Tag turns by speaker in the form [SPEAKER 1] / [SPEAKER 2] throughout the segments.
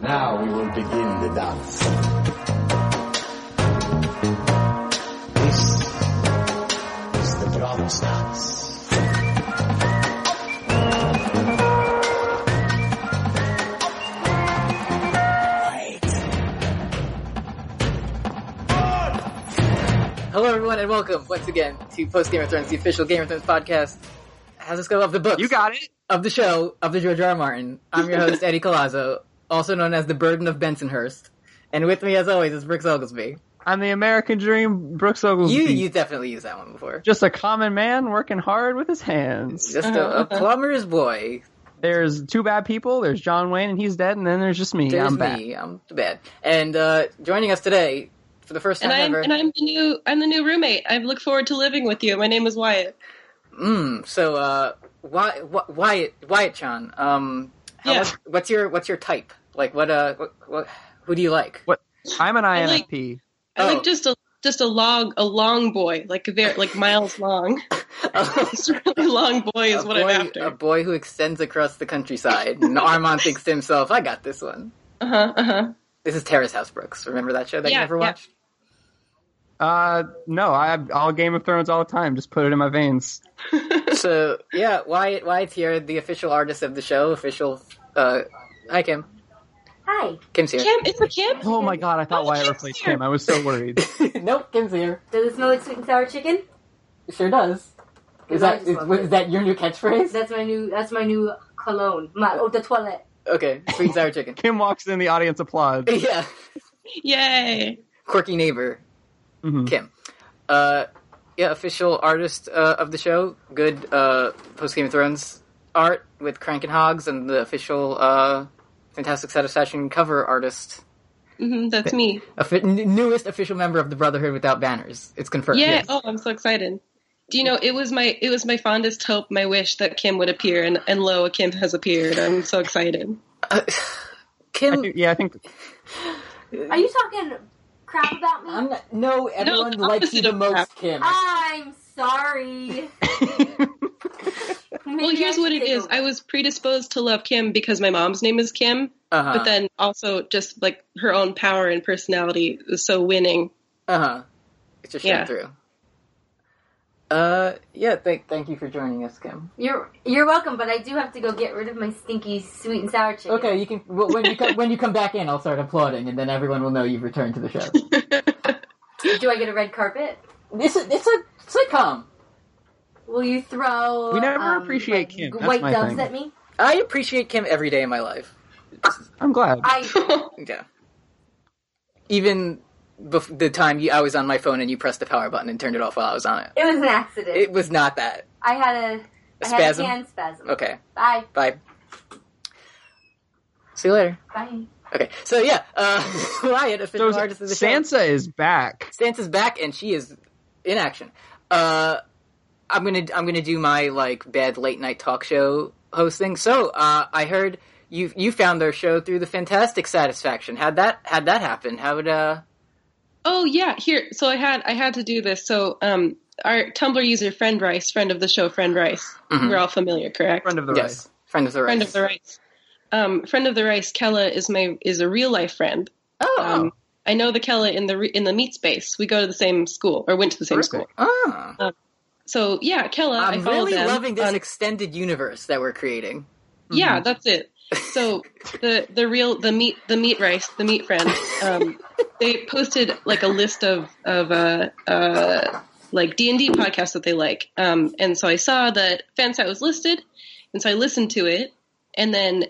[SPEAKER 1] now we will begin the dance. This is the Bronx Dance.
[SPEAKER 2] Hello, everyone, and welcome once again to Post Game of Thrones, the official Game of Thrones podcast. How's this go of the books?
[SPEAKER 3] You got it.
[SPEAKER 2] of the show of the George R. R. Martin. I'm your host Eddie Colazzo, also known as the Burden of Bensonhurst, and with me, as always, is Brooks Oglesby.
[SPEAKER 3] I'm the American Dream, Brooks Oglesby.
[SPEAKER 2] You you definitely used that one before.
[SPEAKER 3] Just a common man working hard with his hands.
[SPEAKER 2] Just a,
[SPEAKER 3] Uh-huh.
[SPEAKER 2] a plumber's boy.
[SPEAKER 3] There's two bad people. There's John Wayne, and he's dead. And then there's just me.
[SPEAKER 2] There's
[SPEAKER 3] I'm back.
[SPEAKER 2] me. I'm the bad. And uh, joining us today for the first time
[SPEAKER 4] and I'm
[SPEAKER 2] ever.
[SPEAKER 4] and I'm the new I'm the new roommate. I look forward to living with you. My name is Wyatt.
[SPEAKER 2] Mm, so uh, why, why Wyatt Wyatt Chan? Um, how,
[SPEAKER 4] Yeah.
[SPEAKER 2] what's, what's your what's your type? Like what uh what, what who do you like?
[SPEAKER 3] I'm an
[SPEAKER 4] I like-
[SPEAKER 3] INFP.
[SPEAKER 4] I
[SPEAKER 2] Oh.
[SPEAKER 4] like just a just a long a long boy, like a very like miles long. Just a really long boy is
[SPEAKER 2] a
[SPEAKER 4] what
[SPEAKER 2] boy,
[SPEAKER 4] I'm
[SPEAKER 2] A
[SPEAKER 4] after.
[SPEAKER 2] boy who extends across the countryside. and Armand thinks to himself, I got this one.
[SPEAKER 4] Uh huh. Uh huh.
[SPEAKER 2] This is Terrace House Brooks. Remember that show that you
[SPEAKER 4] Yeah,
[SPEAKER 2] never
[SPEAKER 4] yeah.
[SPEAKER 2] watched?
[SPEAKER 3] Uh, no, I all Game of Thrones all the time. Just put it in my veins.
[SPEAKER 2] so, yeah, Wyatt, Wyatt's here, the official artist of the show, official, uh, hi Kim.
[SPEAKER 5] Hi.
[SPEAKER 2] Kim's here.
[SPEAKER 4] Kim, it's a Kim.
[SPEAKER 3] Oh my god, I thought
[SPEAKER 4] Oh,
[SPEAKER 3] Wyatt
[SPEAKER 4] Kim's
[SPEAKER 3] replaced
[SPEAKER 4] here.
[SPEAKER 3] him. I was so worried.
[SPEAKER 2] nope, Kim's here.
[SPEAKER 5] Does it smell like sweet and sour chicken?
[SPEAKER 2] It sure does. Is
[SPEAKER 5] Because I
[SPEAKER 2] that,
[SPEAKER 5] just
[SPEAKER 2] is,
[SPEAKER 5] love
[SPEAKER 2] what-
[SPEAKER 5] it.
[SPEAKER 2] is that your new catchphrase?
[SPEAKER 5] That's my new. That's my new cologne. My oh, the toilet.
[SPEAKER 2] Okay, sweet and sour chicken.
[SPEAKER 3] Kim walks in, the audience applauds.
[SPEAKER 2] yeah,
[SPEAKER 4] Yay!
[SPEAKER 2] quirky neighbor,
[SPEAKER 3] Mhm.
[SPEAKER 2] Kim. Uh, yeah, official artist uh, of the show. Good uh, post Game of Thrones art with Crank and Hogs and the official uh, Fantastic Satisfaction cover artist.
[SPEAKER 4] hmm that's me.
[SPEAKER 2] Offi- n- newest official member of the Brotherhood without banners. It's confirmed.
[SPEAKER 4] Yay! Oh, I'm so excited. Do you know it was my it was my fondest hope, my wish that Kim would appear, and and lo, a Kim has appeared. I'm so excited.
[SPEAKER 3] I
[SPEAKER 2] Uh, Kim,
[SPEAKER 3] think- yeah, I think
[SPEAKER 5] Are you talking crap about me?
[SPEAKER 2] I'm not, no, everyone
[SPEAKER 4] the
[SPEAKER 2] likes you
[SPEAKER 4] opposite
[SPEAKER 2] the
[SPEAKER 4] of Ah.
[SPEAKER 2] most,
[SPEAKER 4] crap.
[SPEAKER 2] Kim.
[SPEAKER 5] I'm sorry.
[SPEAKER 4] Well, here's what it is. I was predisposed to love Kim because my mom's name is Kim,
[SPEAKER 2] Uh-huh.
[SPEAKER 4] but then also just like her own power and personality was so winning.
[SPEAKER 2] uh-huh. It just
[SPEAKER 4] Yeah.
[SPEAKER 2] showed through. Uh, yeah, thank, thank you for joining us, Kim.
[SPEAKER 5] You're you're welcome, but I do have to go get rid of my stinky sweet and sour chicken.
[SPEAKER 2] Okay, you can well, when you come, when you come back in, I'll start applauding, and then everyone will know you've returned to the show.
[SPEAKER 5] Do I get a red carpet?
[SPEAKER 2] This is it's a sitcom.
[SPEAKER 5] Will you throw?
[SPEAKER 3] We never
[SPEAKER 5] um,
[SPEAKER 3] appreciate
[SPEAKER 5] like,
[SPEAKER 3] Kim. That's
[SPEAKER 5] White
[SPEAKER 3] my
[SPEAKER 5] doves
[SPEAKER 3] thing.
[SPEAKER 5] at me.
[SPEAKER 2] I appreciate Kim every day of my life.
[SPEAKER 3] I'm glad.
[SPEAKER 5] I
[SPEAKER 2] Yeah, even bef- the time you, I was on my phone and you pressed the power button and turned it off while I was on it.
[SPEAKER 5] it was an accident.
[SPEAKER 2] It was not that.
[SPEAKER 5] I had a,
[SPEAKER 2] A
[SPEAKER 5] I had
[SPEAKER 2] spasm?
[SPEAKER 5] a hand spasm.
[SPEAKER 2] Okay,
[SPEAKER 5] Bye
[SPEAKER 2] bye. See you later.
[SPEAKER 5] bye.
[SPEAKER 2] Okay, so yeah, uh, Wyatt,
[SPEAKER 3] So
[SPEAKER 2] official artist of the show.
[SPEAKER 3] Sansa is back.
[SPEAKER 2] Sansa's back and she is in action. Uh, I'm gonna I'm gonna do my like bad late night talk show hosting. So uh, I heard you you found their show through the Fantastic Satisfaction. Had that had that happen? How would uh?
[SPEAKER 4] Oh yeah, here. So I had I had to do this. So um, our Tumblr user friend Rice, friend of the show, friend Rice.
[SPEAKER 2] Mhm.
[SPEAKER 4] We're all familiar, correct?
[SPEAKER 3] Friend of the
[SPEAKER 2] yes, friend of the rice.
[SPEAKER 4] Friend of Mm-hmm. the Rice. Um, friend of the Rice. Kella is my is a real life friend.
[SPEAKER 2] Oh,
[SPEAKER 4] Um, I know the Kella in the re- in the meat space. We go to the same school or went to the same
[SPEAKER 3] Very
[SPEAKER 4] school.
[SPEAKER 2] oh.
[SPEAKER 4] So yeah, Kella. uh, I
[SPEAKER 2] I'm
[SPEAKER 4] follow
[SPEAKER 2] really
[SPEAKER 4] them
[SPEAKER 2] loving this
[SPEAKER 4] on-
[SPEAKER 2] extended universe that we're creating.
[SPEAKER 4] Yeah, that's it. So the the real the meat the meat rice the meat friend um, they posted like a list of of uh, uh, like D and D podcasts that they like, um, and so I saw that Fansite was listed, and so I listened to it, and then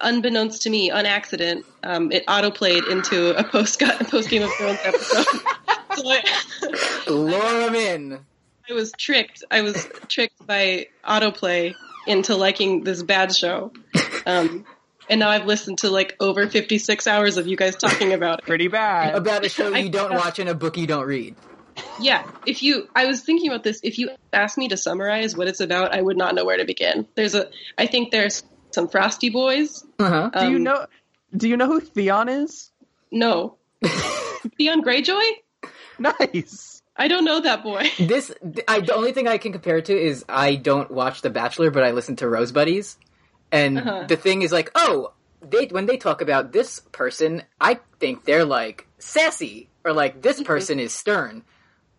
[SPEAKER 4] unbeknownst to me, on accident, um, it autoplayed into a post post Game of Thrones episode. so I,
[SPEAKER 2] Lure 'em in.
[SPEAKER 4] I was tricked. I was tricked by autoplay into liking this bad show. Um, and now I've listened to like over 56 hours of you guys talking about it.
[SPEAKER 3] Pretty bad.
[SPEAKER 2] About a show
[SPEAKER 4] I-
[SPEAKER 2] you don't watch and a book you don't read.
[SPEAKER 4] Yeah. If you, I was thinking about this. If you asked me to summarize what it's about, I would not know where to begin. There's a, I think there's some Frosty Boys.
[SPEAKER 2] Uh-huh.
[SPEAKER 4] Um,
[SPEAKER 3] do you know? Do you know who Theon is?
[SPEAKER 4] No. Theon Greyjoy?
[SPEAKER 3] Nice.
[SPEAKER 4] I don't know that boy.
[SPEAKER 2] This, th- I, the only thing I can compare it to is I don't watch The Bachelor, but I listen to Rose Buddies, and
[SPEAKER 4] Uh-huh.
[SPEAKER 2] the thing is like, oh, they when they talk about this person, I think they're like sassy or like this person is stern,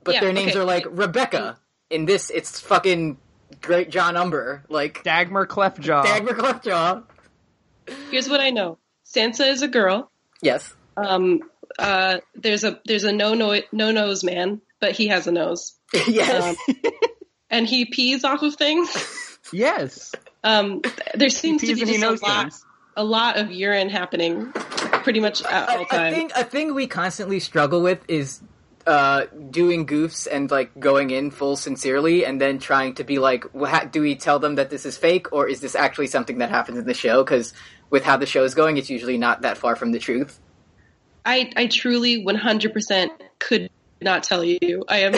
[SPEAKER 2] but
[SPEAKER 4] Mm-hmm. Yeah,
[SPEAKER 2] their names
[SPEAKER 4] okay,
[SPEAKER 2] are like
[SPEAKER 4] right.
[SPEAKER 2] Rebecca. In this, it's fucking great John Umber, like
[SPEAKER 3] Dagmar Clefjaw.
[SPEAKER 2] Dagmar Clockjaw.
[SPEAKER 4] Here's what I know: Sansa is a girl.
[SPEAKER 2] Yes,
[SPEAKER 4] Um, uh, there's a there's a no no no nose man, but he has a nose,
[SPEAKER 2] yes,
[SPEAKER 4] um, and he pees off of things.
[SPEAKER 3] yes.
[SPEAKER 4] Um, there seems to
[SPEAKER 3] Peas
[SPEAKER 4] be
[SPEAKER 3] and he
[SPEAKER 4] just a
[SPEAKER 3] knows
[SPEAKER 4] lot
[SPEAKER 3] things.
[SPEAKER 4] a lot of urine happening, pretty much at all
[SPEAKER 2] a, a
[SPEAKER 4] times.
[SPEAKER 2] thing a thing we constantly struggle with is uh, doing goofs and like going in full sincerely, and then trying to be like, wha- ha- do we tell them that this is fake or is this actually something that happens in the show? Because with how the show is going, it's usually not that far from the truth.
[SPEAKER 4] I I truly 100% could not tell you. I am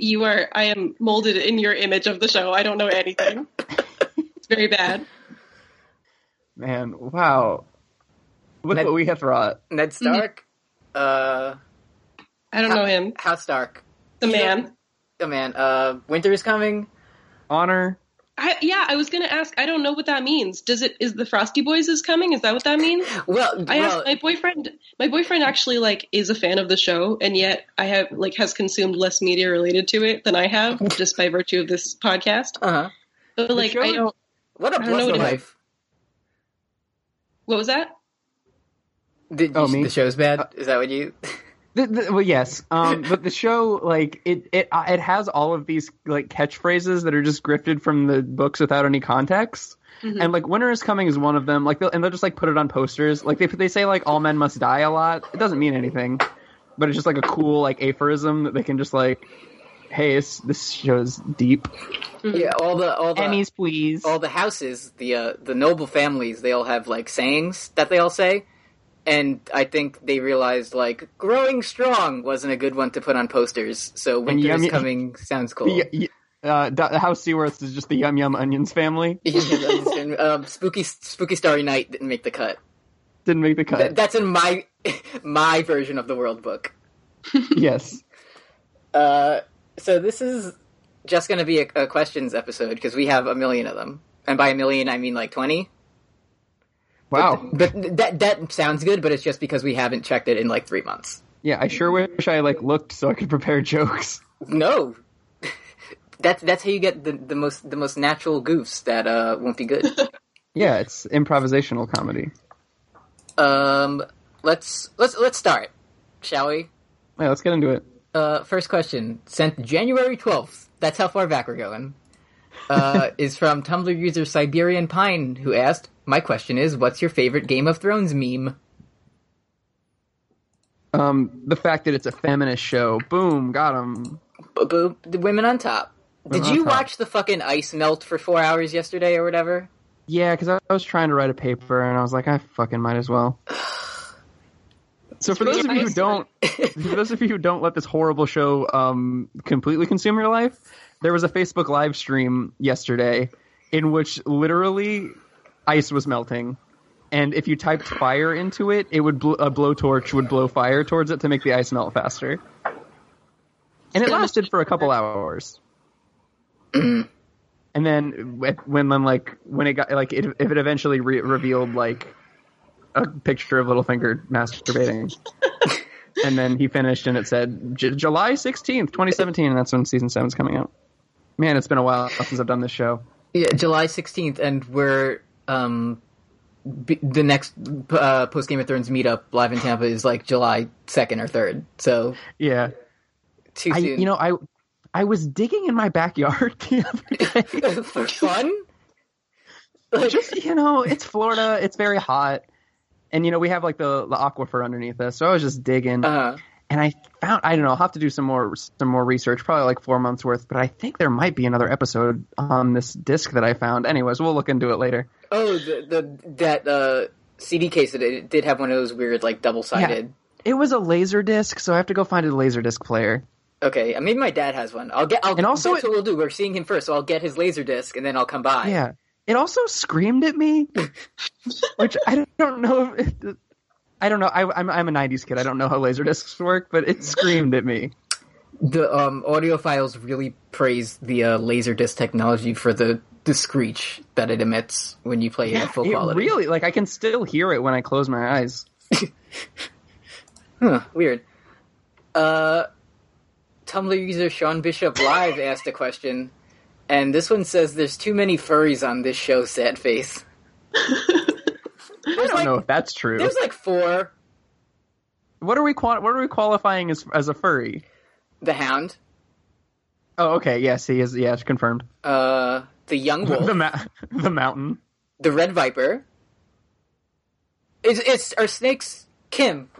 [SPEAKER 4] you are I am molded in your image of the show. I don't know anything. it's very bad.
[SPEAKER 3] Man, wow. Look
[SPEAKER 2] Ned-
[SPEAKER 3] what we have wrought.
[SPEAKER 2] Ned
[SPEAKER 4] Mm-hmm.
[SPEAKER 2] Stark, uh,
[SPEAKER 4] I don't know him.
[SPEAKER 2] House Stark,
[SPEAKER 4] The man.
[SPEAKER 2] oh man, uh, Winter is coming.
[SPEAKER 3] Honor.
[SPEAKER 4] I, yeah, I was gonna ask. I don't know what that means. Does it is the Frosty Boys is coming? Is that what that means?
[SPEAKER 2] Well,
[SPEAKER 4] I
[SPEAKER 2] well,
[SPEAKER 4] asked my boyfriend. My boyfriend actually like is a fan of the show, and yet I have like has consumed less media related to it than I have, just by virtue of this podcast.
[SPEAKER 2] uh-huh.
[SPEAKER 4] But like, I
[SPEAKER 2] show-
[SPEAKER 4] don't.
[SPEAKER 2] what a
[SPEAKER 4] don't know
[SPEAKER 2] blood
[SPEAKER 4] what it is.
[SPEAKER 2] life.
[SPEAKER 4] What was that?
[SPEAKER 2] Did,
[SPEAKER 3] Oh,
[SPEAKER 2] you-
[SPEAKER 3] me?
[SPEAKER 2] The show's bad. Is that what you?
[SPEAKER 3] The, the, well, yes, um, but the show like it it uh, it has all of these like catchphrases that are just grifted from the books without any context.
[SPEAKER 4] Mm-hmm.
[SPEAKER 3] And like "Winter is coming" is one of them. Like, they'll, and they'll just like put it on posters. Like they they say like "All men must die" a lot. It doesn't mean anything, but it's just like a cool like aphorism that they can just like, "Hey, this this show's deep."
[SPEAKER 4] Mm-hmm.
[SPEAKER 2] yeah, all the all the
[SPEAKER 3] Emmys, please.
[SPEAKER 2] all the houses, the uh, the noble families, they all have like sayings that they all say, and I think they realized like growing strong wasn't a good one to put on posters. So winter
[SPEAKER 3] yum-
[SPEAKER 2] is coming sounds cool.
[SPEAKER 3] Y- y- uh, Da- House Seaworth is just the Yum Yum Onions family.
[SPEAKER 2] Yeah, that's- and, um, spooky, spooky starry night didn't make the cut.
[SPEAKER 3] Didn't make the cut.
[SPEAKER 2] That, that's in my my version of the world book.
[SPEAKER 3] yes.
[SPEAKER 2] Uh, so this is just going to be a, a questions episode because we have a million of them, and by a million I mean like twenty.
[SPEAKER 3] Wow.
[SPEAKER 2] But that that sounds good, but it's just because we haven't checked it in like three months.
[SPEAKER 3] Yeah, I sure wish I like looked so I could prepare jokes.
[SPEAKER 2] No. That's that's how you get the, the most the most natural goofs that uh, won't be good.
[SPEAKER 3] Yeah, it's improvisational comedy.
[SPEAKER 2] um, let's let's let's start, shall we?
[SPEAKER 3] Yeah, let's get into it.
[SPEAKER 2] Uh, first question sent January twelfth. That's how far back we're going. Uh, is from Tumblr user Siberian Pine who asked, "My question is, what's your favorite Game of Thrones meme?"
[SPEAKER 3] Um, the fact that it's a feminist show, boom, got him.
[SPEAKER 2] Boo, boo, the women on top. Did
[SPEAKER 3] on
[SPEAKER 2] you
[SPEAKER 3] top.
[SPEAKER 2] watch the fucking ice melt for four hours yesterday or whatever?
[SPEAKER 3] Yeah, because I I was trying to write a paper and I was like, I fucking might as well. So for those of you who don't, for those of you who don't let this horrible show um, completely consume your life, there was a Facebook live stream yesterday in which literally ice was melting, and if you typed fire into it, it would bl- a blowtorch would blow fire towards it to make the ice melt faster, and it lasted for a couple hours. And then wh- when then like when it got like it, if it eventually re- revealed like a picture of Littlefinger masturbating, and then he finished and it said J- July sixteenth, twenty seventeen, and that's when season seven's coming out. Man, it's been a while since I've done this show.
[SPEAKER 2] Yeah, July 16th, and we're um, b- the next uh, post Game of Thrones meetup live in Tampa is like July 2nd or 3rd. So
[SPEAKER 3] Yeah,
[SPEAKER 2] too
[SPEAKER 3] I
[SPEAKER 2] soon.
[SPEAKER 3] you know I I was digging in my backyard the other day.
[SPEAKER 2] for fun.
[SPEAKER 3] just you know it's Florida, it's very hot, and you know we have like the the aquifer underneath us, so I was just digging.
[SPEAKER 2] Uh,
[SPEAKER 3] and I found I don't know. I'll have to do some more some more research, probably like four months worth. But I think there might be another episode on this disc that I found. Anyways, we'll look into it later.
[SPEAKER 2] oh, the, the that uh, CD case that it did have one of those weird like double sided.
[SPEAKER 3] It was a laser disc, so I have to go find a laser disc player.
[SPEAKER 2] Okay, uh, maybe my dad has one. I'll get. I'll,
[SPEAKER 3] And also
[SPEAKER 2] that's
[SPEAKER 3] it-
[SPEAKER 2] what we'll do. We're seeing him first, so I'll get his laser disc and then I'll come by.
[SPEAKER 3] Yeah. It also screamed at me, which I don't- don't know. If it, I don't know. I, I'm I'm a '90s kid. I don't know how laser discs work, but it screamed at me.
[SPEAKER 2] The um, audiophiles really praise the uh, laser disc technology for the the screech that it emits when you play it at full
[SPEAKER 3] It
[SPEAKER 2] quality.
[SPEAKER 3] really, like, I can still hear it when I close my eyes.
[SPEAKER 2] Huh, weird. Uh, Tumblr user Sean Bishop Live asked a question, and this one says, "There's too many furries on this show." Sad face.
[SPEAKER 3] I don't know if that's true.
[SPEAKER 2] There's like four.
[SPEAKER 3] What are we qua- What are we qualifying as as a furry?
[SPEAKER 2] The Hound,
[SPEAKER 3] Oh, okay. Yes, he is. Yeah, it's confirmed.
[SPEAKER 2] uh, the Young Wolf,
[SPEAKER 3] The
[SPEAKER 2] the,
[SPEAKER 3] ma- the mountain.
[SPEAKER 2] Red Viper. Is it's are snakes Kim?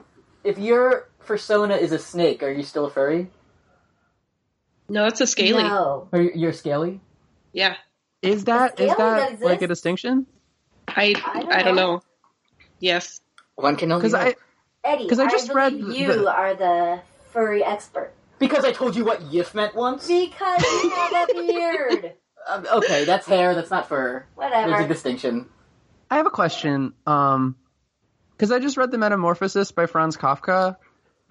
[SPEAKER 2] If your persona is a snake, are you still a furry?
[SPEAKER 4] No, that's a scaly.
[SPEAKER 5] No.
[SPEAKER 2] Or you're scaly?
[SPEAKER 4] Yeah,
[SPEAKER 3] Is that
[SPEAKER 5] Does
[SPEAKER 3] is
[SPEAKER 5] Gaelic
[SPEAKER 3] that
[SPEAKER 5] exist?
[SPEAKER 3] like a distinction?
[SPEAKER 4] I
[SPEAKER 5] I don't
[SPEAKER 4] I don't
[SPEAKER 5] know.
[SPEAKER 4] know. Yes,
[SPEAKER 2] One can only
[SPEAKER 3] Because I
[SPEAKER 2] hope.
[SPEAKER 5] Eddie,
[SPEAKER 3] 'Cause I
[SPEAKER 5] I,
[SPEAKER 3] just
[SPEAKER 5] believe
[SPEAKER 3] read
[SPEAKER 5] you
[SPEAKER 3] the-
[SPEAKER 5] are the furry expert.
[SPEAKER 2] because I told you what yiff meant once.
[SPEAKER 5] Because you have a beard.
[SPEAKER 2] Um, okay, that's hair. That's not fur. There's a
[SPEAKER 5] Whatever.
[SPEAKER 2] distinction.
[SPEAKER 3] I have a question. Um, because I just read the Metamorphosis by Franz Kafka.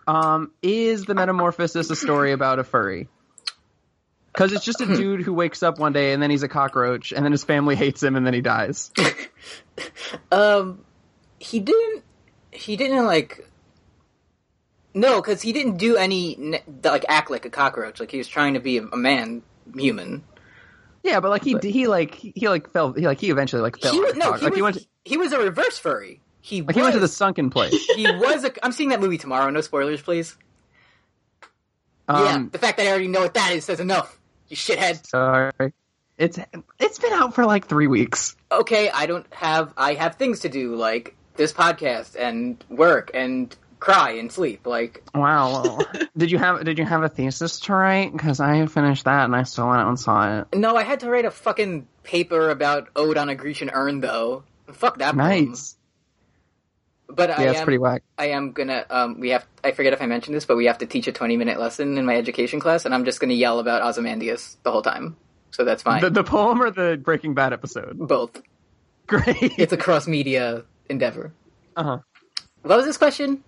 [SPEAKER 3] Um, is the Metamorphosis a story about a furry? Because it's just a dude who wakes up one day and then he's a cockroach and then his family hates him and then he dies.
[SPEAKER 2] Um, he didn't. He didn't like. No, because he didn't do any ne- like act like a cockroach. Like he was trying to be a, a man human.
[SPEAKER 3] Yeah, but like he he like he like fell he like he eventually like fell.
[SPEAKER 2] he
[SPEAKER 3] on
[SPEAKER 2] was
[SPEAKER 3] a
[SPEAKER 2] no.
[SPEAKER 3] cock-
[SPEAKER 2] He,
[SPEAKER 3] like
[SPEAKER 2] was,
[SPEAKER 3] he went to,
[SPEAKER 2] he was a reverse furry. He
[SPEAKER 3] like
[SPEAKER 2] was,
[SPEAKER 3] he went to the sunken place.
[SPEAKER 2] he was a. I'm seeing that movie tomorrow. No spoilers, please. yeah,
[SPEAKER 3] Um,
[SPEAKER 2] the fact that I already know what that is says enough. You shithead.
[SPEAKER 3] Sorry, it's it's been out for like three weeks.
[SPEAKER 2] Okay, I don't have. I have things to do like this podcast and work and cry and sleep. Like
[SPEAKER 3] Wow. did you have did you have a thesis to write? Because I finished that and I still went out and saw it.
[SPEAKER 2] No, I had to write a fucking paper about Ode on a Grecian Urn, though. Fuck that poem.
[SPEAKER 3] Nice.
[SPEAKER 2] But I
[SPEAKER 3] Yeah, it's
[SPEAKER 2] am,
[SPEAKER 3] pretty whack.
[SPEAKER 2] I am gonna. Um, we have. I forget if I mentioned this, but we have to teach a twenty-minute lesson in my education class, and I'm just gonna yell about Ozymandias the whole time. So that's fine.
[SPEAKER 3] The, the poem or the Breaking Bad episode?
[SPEAKER 2] Both.
[SPEAKER 3] Great.
[SPEAKER 2] It's a cross-media endeavor.
[SPEAKER 3] Uh huh.
[SPEAKER 2] What was this question?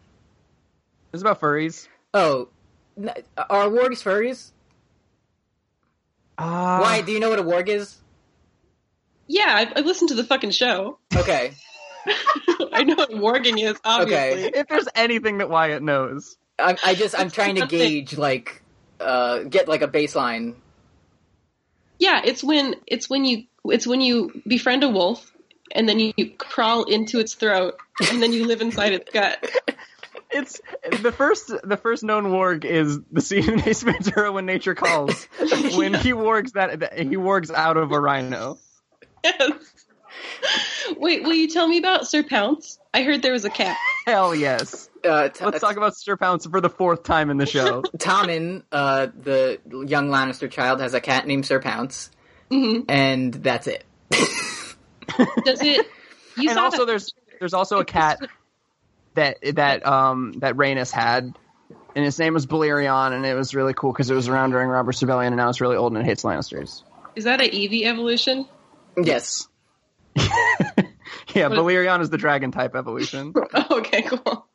[SPEAKER 3] It's about furries.
[SPEAKER 2] Oh, n- are wargs furries?
[SPEAKER 3] Ah,
[SPEAKER 2] Why? Do you know what a warg is?
[SPEAKER 4] yeah, I've, I've listened to the fucking show.
[SPEAKER 2] Okay.
[SPEAKER 4] I know what warging is. Obviously,
[SPEAKER 3] If there's anything that Wyatt knows,
[SPEAKER 2] I, I just I'm trying to
[SPEAKER 4] Nothing.
[SPEAKER 2] gauge like, uh, get like a baseline.
[SPEAKER 4] yeah, it's when it's when you it's when you befriend a wolf and then you, crawl into its throat and then you live inside its gut.
[SPEAKER 3] it's the first the first known warg is the scene in Ace Ventura when nature calls. when he wargs that that- he wargs out of a rhino.
[SPEAKER 4] Yes. Wait, will you tell me about Sir Pounce? I heard there was a cat.
[SPEAKER 3] Hell yes.
[SPEAKER 2] Uh, t-
[SPEAKER 3] Let's talk about Sir Pounce for the fourth time in the show.
[SPEAKER 2] Tommen, uh, the young Lannister child, has a cat named Sir Pounce,
[SPEAKER 4] Mhm.
[SPEAKER 2] and that's it.
[SPEAKER 4] Does it? You
[SPEAKER 3] and
[SPEAKER 4] saw
[SPEAKER 3] also
[SPEAKER 4] that-
[SPEAKER 3] there's there's also a cat that that um that Rhaenys had, and his name was Balerion, and it was really cool because it was around during Robert's Rebellion, and now it's really old and it hates Lannisters.
[SPEAKER 4] Is that an Eevee evolution?
[SPEAKER 2] Yes.
[SPEAKER 3] Yeah, Balerion is the dragon type evolution.
[SPEAKER 4] Oh, okay, cool.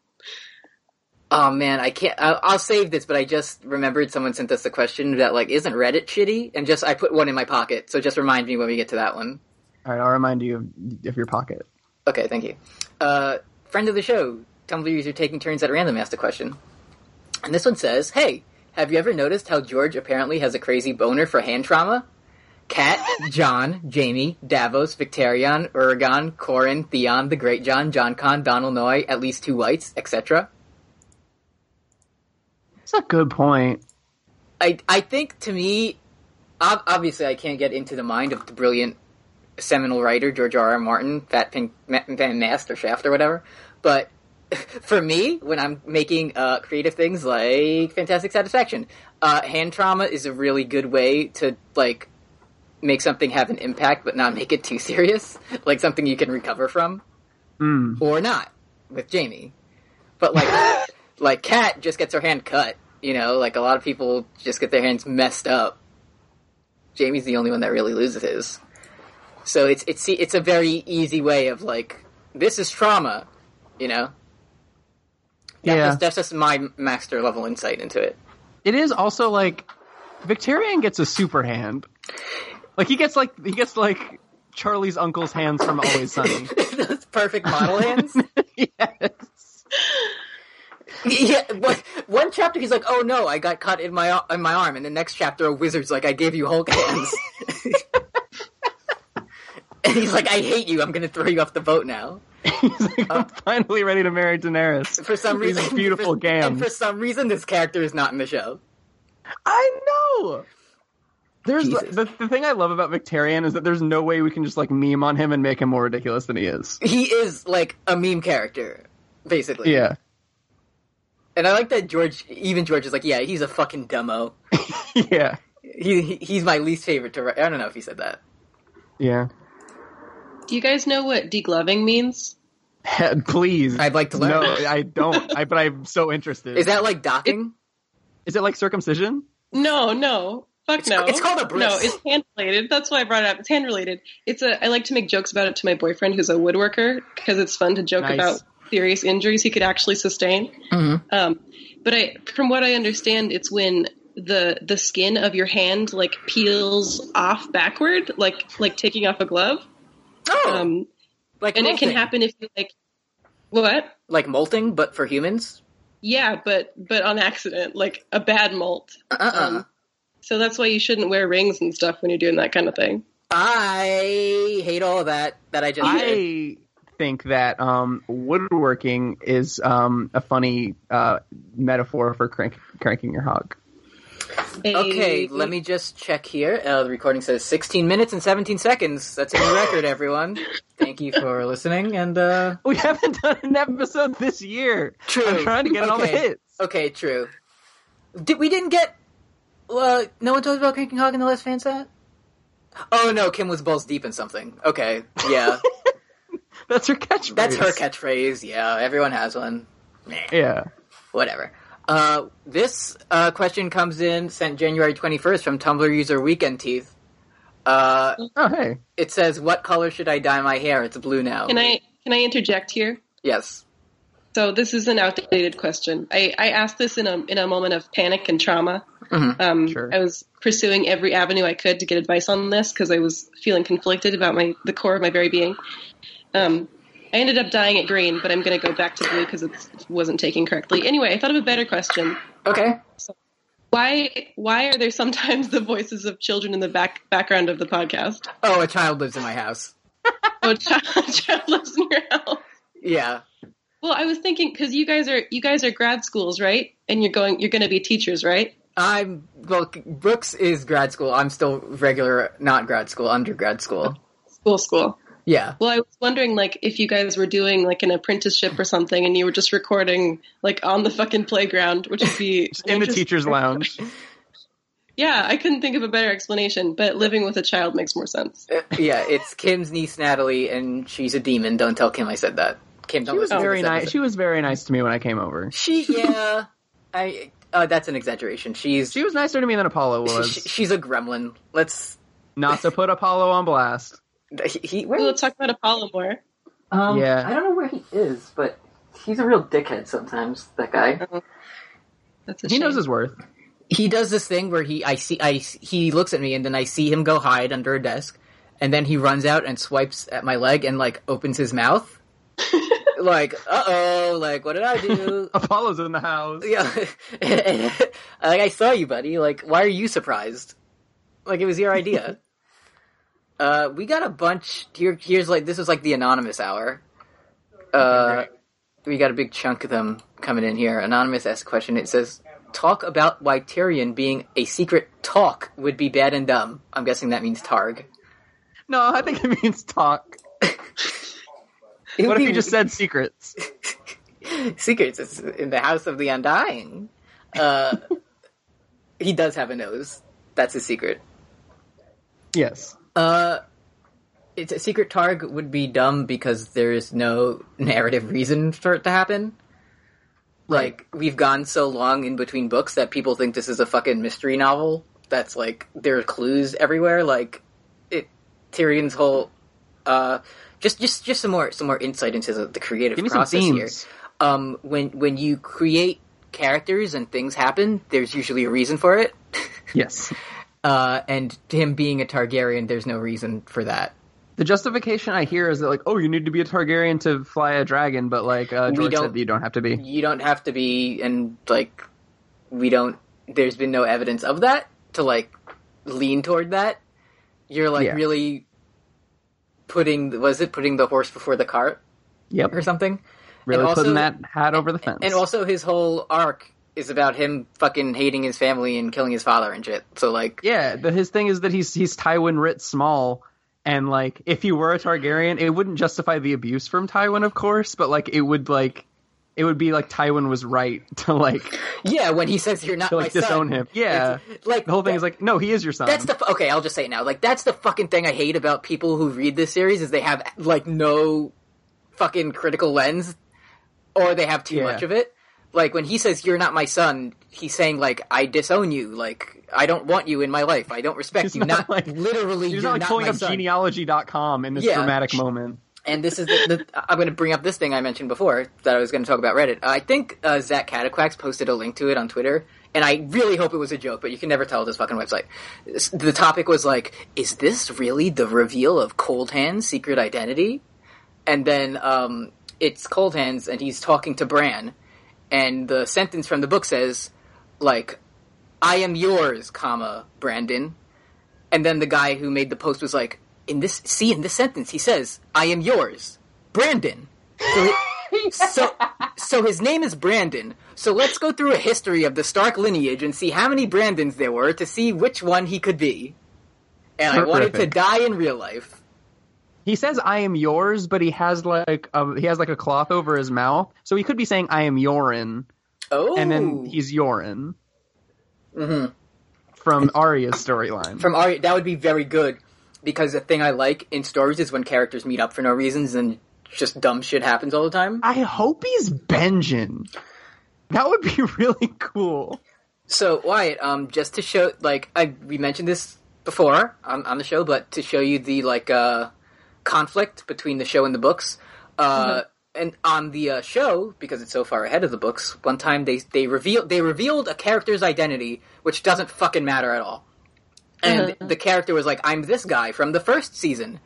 [SPEAKER 2] Oh man, I can't. I- I'll save this, but I just remembered someone sent us a question that like, isn't Reddit shitty? And just I put one in my pocket, so just remind me when we get to that one.
[SPEAKER 3] All right, I'll remind you of, of your pocket.
[SPEAKER 2] Okay, thank you. Uh, friend of the show, Tumblr user taking turns at random asked a question, and this one says, "Hey, have you ever noticed how George apparently has a crazy boner for hand trauma?" Kat, John, Jamie, Davos, Victarion, Uragon, Corin, Theon, the Great John, John Con, Donald Noy, at least two whites, etc.
[SPEAKER 3] It's a good point.
[SPEAKER 2] I I think to me, ob- obviously, I can't get into the mind of the brilliant seminal writer George R. R. Martin, Fat Pink Ma- Van Master Shaft or whatever. But for me, when I'm making uh, creative things like Fantastic Satisfaction, uh, hand trauma is a really good way to like make something have an impact, but not make it too serious. Like something you can recover from
[SPEAKER 3] Mm.
[SPEAKER 2] or not with Jamie. But like, like Kat just gets her hand cut. You know, like a lot of people just get their hands messed up. Jamie's the only one that really loses his. So it's it's it's a very easy way of like this is trauma, you know. That
[SPEAKER 3] Yeah.
[SPEAKER 2] was- that's just my master level insight into it.
[SPEAKER 3] It is also like Victorian gets a super hand. Like he gets like he gets like Charlie's uncle's hands from Always Sunny.
[SPEAKER 2] Those perfect model hands.
[SPEAKER 3] yes.
[SPEAKER 2] yeah, but one chapter he's like, "Oh no, I got cut in my in my arm," and the next chapter a wizard's like, "I gave you Hulk hands," and he's like, "I hate you. I'm going to throw you off the boat now."
[SPEAKER 3] He's like, I'm finally ready to marry Daenerys.
[SPEAKER 2] Uh, For some
[SPEAKER 3] These
[SPEAKER 2] reason,
[SPEAKER 3] beautiful
[SPEAKER 2] for,
[SPEAKER 3] gams.
[SPEAKER 2] And for some reason, this character is not in the show.
[SPEAKER 3] I know. There's the,
[SPEAKER 2] Jesus.
[SPEAKER 3] the, the thing I love about Victarion is that there's no way we can just like meme on him and make him more ridiculous than he is.
[SPEAKER 2] He is like a meme character, basically.
[SPEAKER 3] Yeah.
[SPEAKER 2] And I like that George, even George is like, "Yeah, he's a fucking dumbo.
[SPEAKER 3] Yeah.
[SPEAKER 2] He, he he's my least favorite to write." I don't know if he said that.
[SPEAKER 3] Yeah.
[SPEAKER 4] Do you guys know what degloving means?
[SPEAKER 3] Head, please.
[SPEAKER 2] I'd like to learn.
[SPEAKER 3] No, I don't. I, but I'm so interested.
[SPEAKER 2] Is that like docking?
[SPEAKER 3] Is it like circumcision?
[SPEAKER 4] No, no. Fuck no.
[SPEAKER 2] it's called a bris.
[SPEAKER 4] No, it's hand related. That's why I brought it up. It's hand related. It's a I like to make jokes about it to my boyfriend who's a woodworker because it's fun to joke
[SPEAKER 3] Nice.
[SPEAKER 4] about serious injuries he could actually sustain.
[SPEAKER 2] Mhm.
[SPEAKER 4] Um, but I from what I understand it's when the the skin of your hand like peels off backward like like taking off a glove.
[SPEAKER 2] Oh,
[SPEAKER 4] Um,
[SPEAKER 2] like
[SPEAKER 4] and it can
[SPEAKER 2] molting.
[SPEAKER 4] happen if you like what?
[SPEAKER 2] like molting, but for humans.
[SPEAKER 4] Yeah, but but on accident, like a bad molt.
[SPEAKER 2] Uh-uh.
[SPEAKER 4] Um, so that's why you shouldn't wear rings and stuff when you're doing that kind of thing.
[SPEAKER 2] I hate all that that I just. did.
[SPEAKER 3] I think that um, woodworking is um, a funny uh, metaphor for crank- cranking your hog.
[SPEAKER 2] Okay, let me just check here. Uh, the recording says 16 minutes and 17 seconds. That's a new record, everyone. Thank you for listening. And uh,
[SPEAKER 3] We haven't done an episode this year.
[SPEAKER 2] true.
[SPEAKER 3] I'm trying to get all the
[SPEAKER 2] Okay.
[SPEAKER 3] hits.
[SPEAKER 2] Okay, true. Did we didn't get? Uh, no one talked about Cranking Hog in the last fan set. Oh no, Kim was balls deep in something. Okay, yeah,
[SPEAKER 3] That's her catchphrase.
[SPEAKER 2] that's her catchphrase. Yeah, everyone has one. Meh.
[SPEAKER 3] Yeah.
[SPEAKER 2] whatever. Uh, this uh, question comes in sent January 21st from Tumblr user Weekend Teeth. Uh,
[SPEAKER 3] Oh hey.
[SPEAKER 2] it says, "What color should I dye my hair? It's blue now."
[SPEAKER 4] Can I can I interject here?
[SPEAKER 2] Yes.
[SPEAKER 4] So this is an outdated question. I, I asked this in a in a moment of panic and trauma.
[SPEAKER 2] Mhm.
[SPEAKER 4] Um,
[SPEAKER 3] Sure.
[SPEAKER 4] I was pursuing every avenue I could to get advice on this because I was feeling conflicted about my the core of my very being. Um, I ended up dying at green, but I'm going to go back to blue because it wasn't taken correctly. Anyway, I thought of a better question.
[SPEAKER 2] Okay.
[SPEAKER 4] Why why are there sometimes the voices of children in the back background of the podcast?
[SPEAKER 2] Oh, a child lives in my house.
[SPEAKER 4] Oh, child, child lives in your house.
[SPEAKER 2] Yeah.
[SPEAKER 4] Well, I was thinking because you guys are you guys are grad schools, right? And you're going you're going to be teachers, right?
[SPEAKER 2] I'm well. Brooks is grad school. I'm still regular, not grad school, undergrad school.
[SPEAKER 4] School, school.
[SPEAKER 2] Yeah.
[SPEAKER 4] Well, I was wondering like if you guys were doing like an apprenticeship or something, and you were just recording like on the fucking playground, which would be
[SPEAKER 3] Just in the
[SPEAKER 4] interest-
[SPEAKER 3] teacher's lounge.
[SPEAKER 4] Yeah, I couldn't think of a better explanation, but living with a child makes more sense.
[SPEAKER 2] Uh, yeah. It's Kim's niece Natalie, and she's a demon. Don't tell Kim I said that. Kim, don't
[SPEAKER 3] She was
[SPEAKER 2] listen to
[SPEAKER 3] very
[SPEAKER 2] this
[SPEAKER 3] nice.
[SPEAKER 2] episode.
[SPEAKER 3] She was very nice to me when I came over.
[SPEAKER 2] She, yeah. I. Uh, that's an exaggeration. She's
[SPEAKER 3] She was nicer to me than Apollo
[SPEAKER 2] She-
[SPEAKER 3] was.
[SPEAKER 2] she's a gremlin. Let's.
[SPEAKER 3] Not to put Apollo on blast.
[SPEAKER 2] He, he,
[SPEAKER 4] Well, let's talk about Apollo more.
[SPEAKER 2] um,
[SPEAKER 3] Yeah.
[SPEAKER 2] I don't know where he is, but he's a real dickhead sometimes. That guy.
[SPEAKER 4] That's a
[SPEAKER 3] He knows
[SPEAKER 4] shame.
[SPEAKER 3] his worth.
[SPEAKER 2] He does this thing where he, I see, I he looks at me and then I see him go hide under a desk, and then he runs out and swipes at my leg and like opens his mouth, like uh oh, like what did I do?
[SPEAKER 3] Apollo's in the house.
[SPEAKER 2] yeah, like I saw you, buddy. Like why are you surprised? Like it was your idea. uh, we got a bunch. Here, here's like this was like the anonymous hour. Uh, we got a big chunk of them coming in here. Anonymous asked a question. It says, "Talk about why Tyrion being a secret talk would be bad and dumb." I'm guessing that means Targ.
[SPEAKER 3] No, I think it means talk.
[SPEAKER 2] It
[SPEAKER 3] What
[SPEAKER 2] would
[SPEAKER 3] if
[SPEAKER 2] be
[SPEAKER 3] you just said secrets?
[SPEAKER 2] secrets It's in the house of the undying? Uh, he does have a nose. That's his secret.
[SPEAKER 3] Yes.
[SPEAKER 2] Uh, it's a secret targ would be dumb because there is no narrative reason for it to happen. Like we've gone so long in between books that people think this is a fucking mystery novel. That's like there are clues everywhere. Like it, Tyrion's whole. Uh, just just just some more some more insight into the, the creative
[SPEAKER 3] Give me some
[SPEAKER 2] process here.
[SPEAKER 3] themes.
[SPEAKER 2] Um, when when you create characters and things happen, there's usually a reason for it
[SPEAKER 3] Yes.
[SPEAKER 2] Uh, and him being a Targaryen, there's no reason for that.
[SPEAKER 3] The justification I hear is that like, oh, you need to be a Targaryen to fly a dragon, but like uh,
[SPEAKER 2] We
[SPEAKER 3] George
[SPEAKER 2] don't-
[SPEAKER 3] said, that you don't have to be.
[SPEAKER 2] You don't have to be, and like, we don't. There's been no evidence of that to like lean toward that. You're like
[SPEAKER 3] Yeah.
[SPEAKER 2] really putting was it putting the horse before the cart
[SPEAKER 3] Yep,
[SPEAKER 2] or something?
[SPEAKER 3] really
[SPEAKER 2] also-
[SPEAKER 3] putting that hat over the fence.
[SPEAKER 2] And also, his whole arc is about him fucking hating his family and killing his father and shit. So like,
[SPEAKER 3] yeah, the, his thing is that he's he's Tywin writ small, and like if he were a Targaryen, it wouldn't justify the abuse from Tywin, of course, but like it would like it would be like Tywin was right to like
[SPEAKER 2] yeah, when he says you're not
[SPEAKER 3] to
[SPEAKER 2] my
[SPEAKER 3] like
[SPEAKER 2] son,
[SPEAKER 3] disown him. Yeah,
[SPEAKER 2] it's- like
[SPEAKER 3] the whole thing is like, no, he is your son.
[SPEAKER 2] That's the okay. I'll just say it now. Like that's the fucking thing I hate about people who read this series is they have like no fucking critical lens, or they have too
[SPEAKER 3] Yeah.
[SPEAKER 2] much of it. Like when he says "you're not my son," he's saying like "I disown you," like "I don't want you in my life," "I don't respect
[SPEAKER 3] He's
[SPEAKER 2] you." Not,
[SPEAKER 3] not, like-
[SPEAKER 2] literally, you're
[SPEAKER 3] He's not like pulling
[SPEAKER 2] my
[SPEAKER 3] up
[SPEAKER 2] son.
[SPEAKER 3] genealogy.com in this
[SPEAKER 2] Yeah.
[SPEAKER 3] dramatic moment.
[SPEAKER 2] and this is the, the I'm going to bring up this thing I mentioned before that I was going to talk about Reddit. I think uh, Zach Cataquax posted a link to it on Twitter, and I really hope it was a joke, but you can never tell with this fucking website. S- The topic was like, "Is this really the reveal of Cold Hand's secret identity?" And then um, it's Cold Hands, and he's talking to Bran, and the sentence from the book says, "Like, I am yours, comma Brandon." And then the guy who made the post was like, "In this, see, in this sentence, he says, I am yours, Brandon.' So, he- so, so his name is Brandon. So let's go through a history of the Stark lineage and see how many Brandons there were to see which one he could be." And I wanted to
[SPEAKER 3] Terrific.
[SPEAKER 2] die in real life.
[SPEAKER 3] He says "I am yours," but he has like a, he has like a cloth over his mouth, so he could be saying "I am Yorin,"
[SPEAKER 2] Oh,
[SPEAKER 3] and then he's Yorin from Arya's storyline.
[SPEAKER 2] Mm-hmm. from Arya, that would be very good because the thing I like in stories is when characters meet up for no reasons and just dumb shit happens all the time.
[SPEAKER 3] I hope he's Benjen. That would be really cool.
[SPEAKER 2] So Wyatt, um, just to show, like I we mentioned this before on, on the show, but to show you the like uh, conflict between the show and the books, uh, and on the uh, show because it's so far ahead of the books. One time they they revealed they revealed a character's identity, which doesn't fucking matter at all. And the character was like, "I'm this guy from the first season,"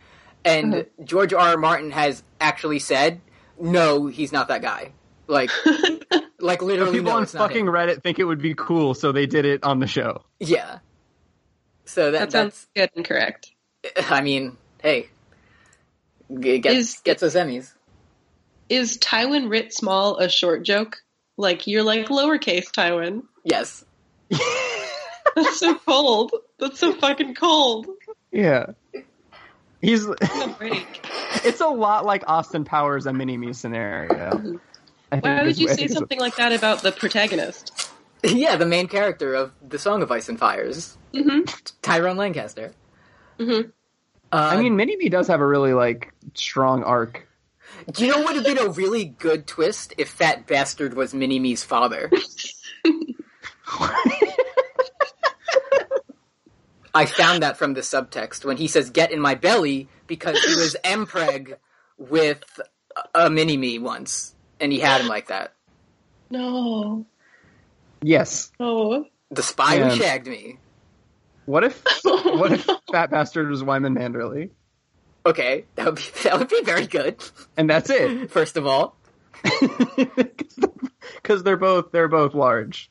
[SPEAKER 2] and George R. R. Martin has actually said, "No, he's not that guy." Like, like literally,
[SPEAKER 3] People
[SPEAKER 2] no,
[SPEAKER 3] on
[SPEAKER 2] it's not him.
[SPEAKER 3] fucking Reddit think it would be cool, so they did it on the show.
[SPEAKER 2] Yeah. So that,
[SPEAKER 4] That
[SPEAKER 2] that's.
[SPEAKER 4] sounds good and correct.
[SPEAKER 2] I mean, hey, it gets
[SPEAKER 4] Is-
[SPEAKER 2] gets those Emmys.
[SPEAKER 4] Is Tywin writ small a short joke? Like you're like lowercase Tywin.
[SPEAKER 2] Yes.
[SPEAKER 4] That's so cold. That's so fucking cold.
[SPEAKER 3] Yeah. He's
[SPEAKER 4] No break.
[SPEAKER 3] it's a lot like Austin Powers a mini me scenario. I think
[SPEAKER 4] Why would
[SPEAKER 3] is-
[SPEAKER 4] you
[SPEAKER 3] I
[SPEAKER 4] say
[SPEAKER 3] think is-
[SPEAKER 4] something like that about the protagonist?
[SPEAKER 2] yeah, the main character of the Song of Ice and Fires,
[SPEAKER 4] Mm-hmm.
[SPEAKER 2] Tyrone Lancaster.
[SPEAKER 4] Mhm.
[SPEAKER 2] Uh,
[SPEAKER 3] I mean, Mini Me does have a really like strong arc.
[SPEAKER 2] do you know what would have been a really good twist if Fat Bastard was Mini Me's father? I found that from the subtext when he says "get in my belly" because he was empreg with a Mini Me once, and he had him like that.
[SPEAKER 4] No.
[SPEAKER 3] yes.
[SPEAKER 4] No.
[SPEAKER 2] The spy
[SPEAKER 3] Yeah.
[SPEAKER 2] who shagged me.
[SPEAKER 3] What if what if Fat Bastard was Wyman Manderly?
[SPEAKER 2] Okay, that would be that would be very good.
[SPEAKER 3] And that's it.
[SPEAKER 2] First of all,
[SPEAKER 3] Because they're both they're both large.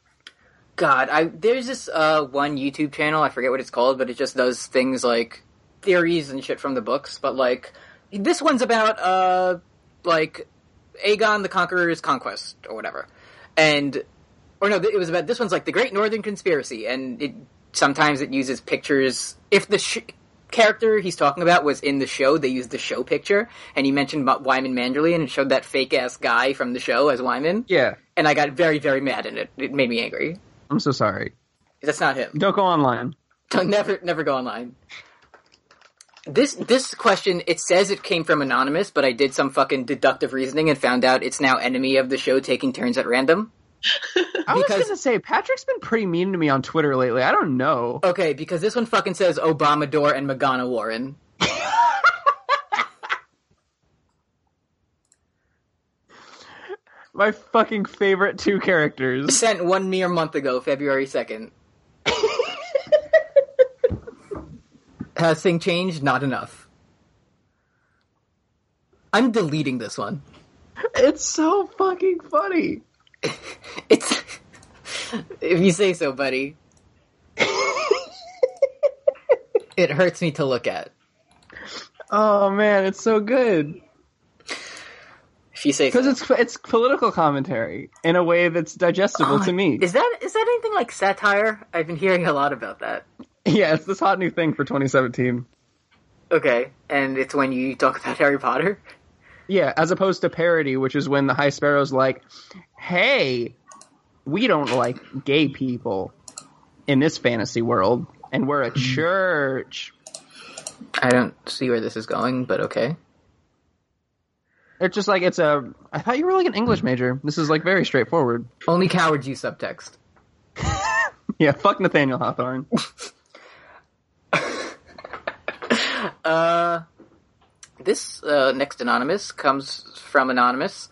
[SPEAKER 2] God, I there's this uh, one YouTube channel I forget what it's called, but it just does things like theories and shit from the books. But like this one's about uh like Aegon the Conqueror's conquest or whatever, and or no, th- it was about this one's like the Great Northern Conspiracy, and it sometimes it uses pictures. If the sh- character he's talking about was in the show, they used the show picture, and he mentioned Ma- Wyman Manderly, and it showed that fake ass guy from the show as Wyman,
[SPEAKER 3] Yeah.
[SPEAKER 2] and I got very very mad, and it it made me angry.
[SPEAKER 3] I'm so sorry.
[SPEAKER 2] That's not him.
[SPEAKER 3] Don't go online.
[SPEAKER 2] Don't never never go online. This this question it says it came from anonymous, but I did some fucking deductive reasoning and found out it's now enemy of the show taking turns at random.
[SPEAKER 3] I was
[SPEAKER 2] Because-
[SPEAKER 3] gonna say Patrick's been pretty mean to me on Twitter lately. I don't know.
[SPEAKER 2] Okay, because this one fucking says Obamador and Magana Warren.
[SPEAKER 3] My fucking favorite two characters.
[SPEAKER 2] Sent one mere month ago, February second. Has thing changed? Not enough. I'm deleting this one.
[SPEAKER 3] It's so fucking funny.
[SPEAKER 2] It's if you say so, buddy. it hurts me to look at.
[SPEAKER 3] Oh man, it's so good
[SPEAKER 2] If you say
[SPEAKER 3] because
[SPEAKER 2] so.
[SPEAKER 3] it's it's political commentary in a way that's digestible to me.
[SPEAKER 2] Is that is that anything like satire? I've been hearing a lot about that.
[SPEAKER 3] Yeah, it's this hot new thing for 2017.
[SPEAKER 2] Okay, and it's when you talk about Harry Potter.
[SPEAKER 3] Yeah, as opposed to parody, which is when the High Sparrow's like, "Hey, we don't like gay people in this fantasy world, and we're a
[SPEAKER 2] Mm-hmm.
[SPEAKER 3] church."
[SPEAKER 2] I don't see where this is going, but okay.
[SPEAKER 3] It's just like it's a. I thought you were like an English major. This is like very straightforward.
[SPEAKER 2] Only cowards use subtext.
[SPEAKER 3] Yeah, fuck Nathaniel Hawthorne.
[SPEAKER 2] This uh, next anonymous comes from anonymous,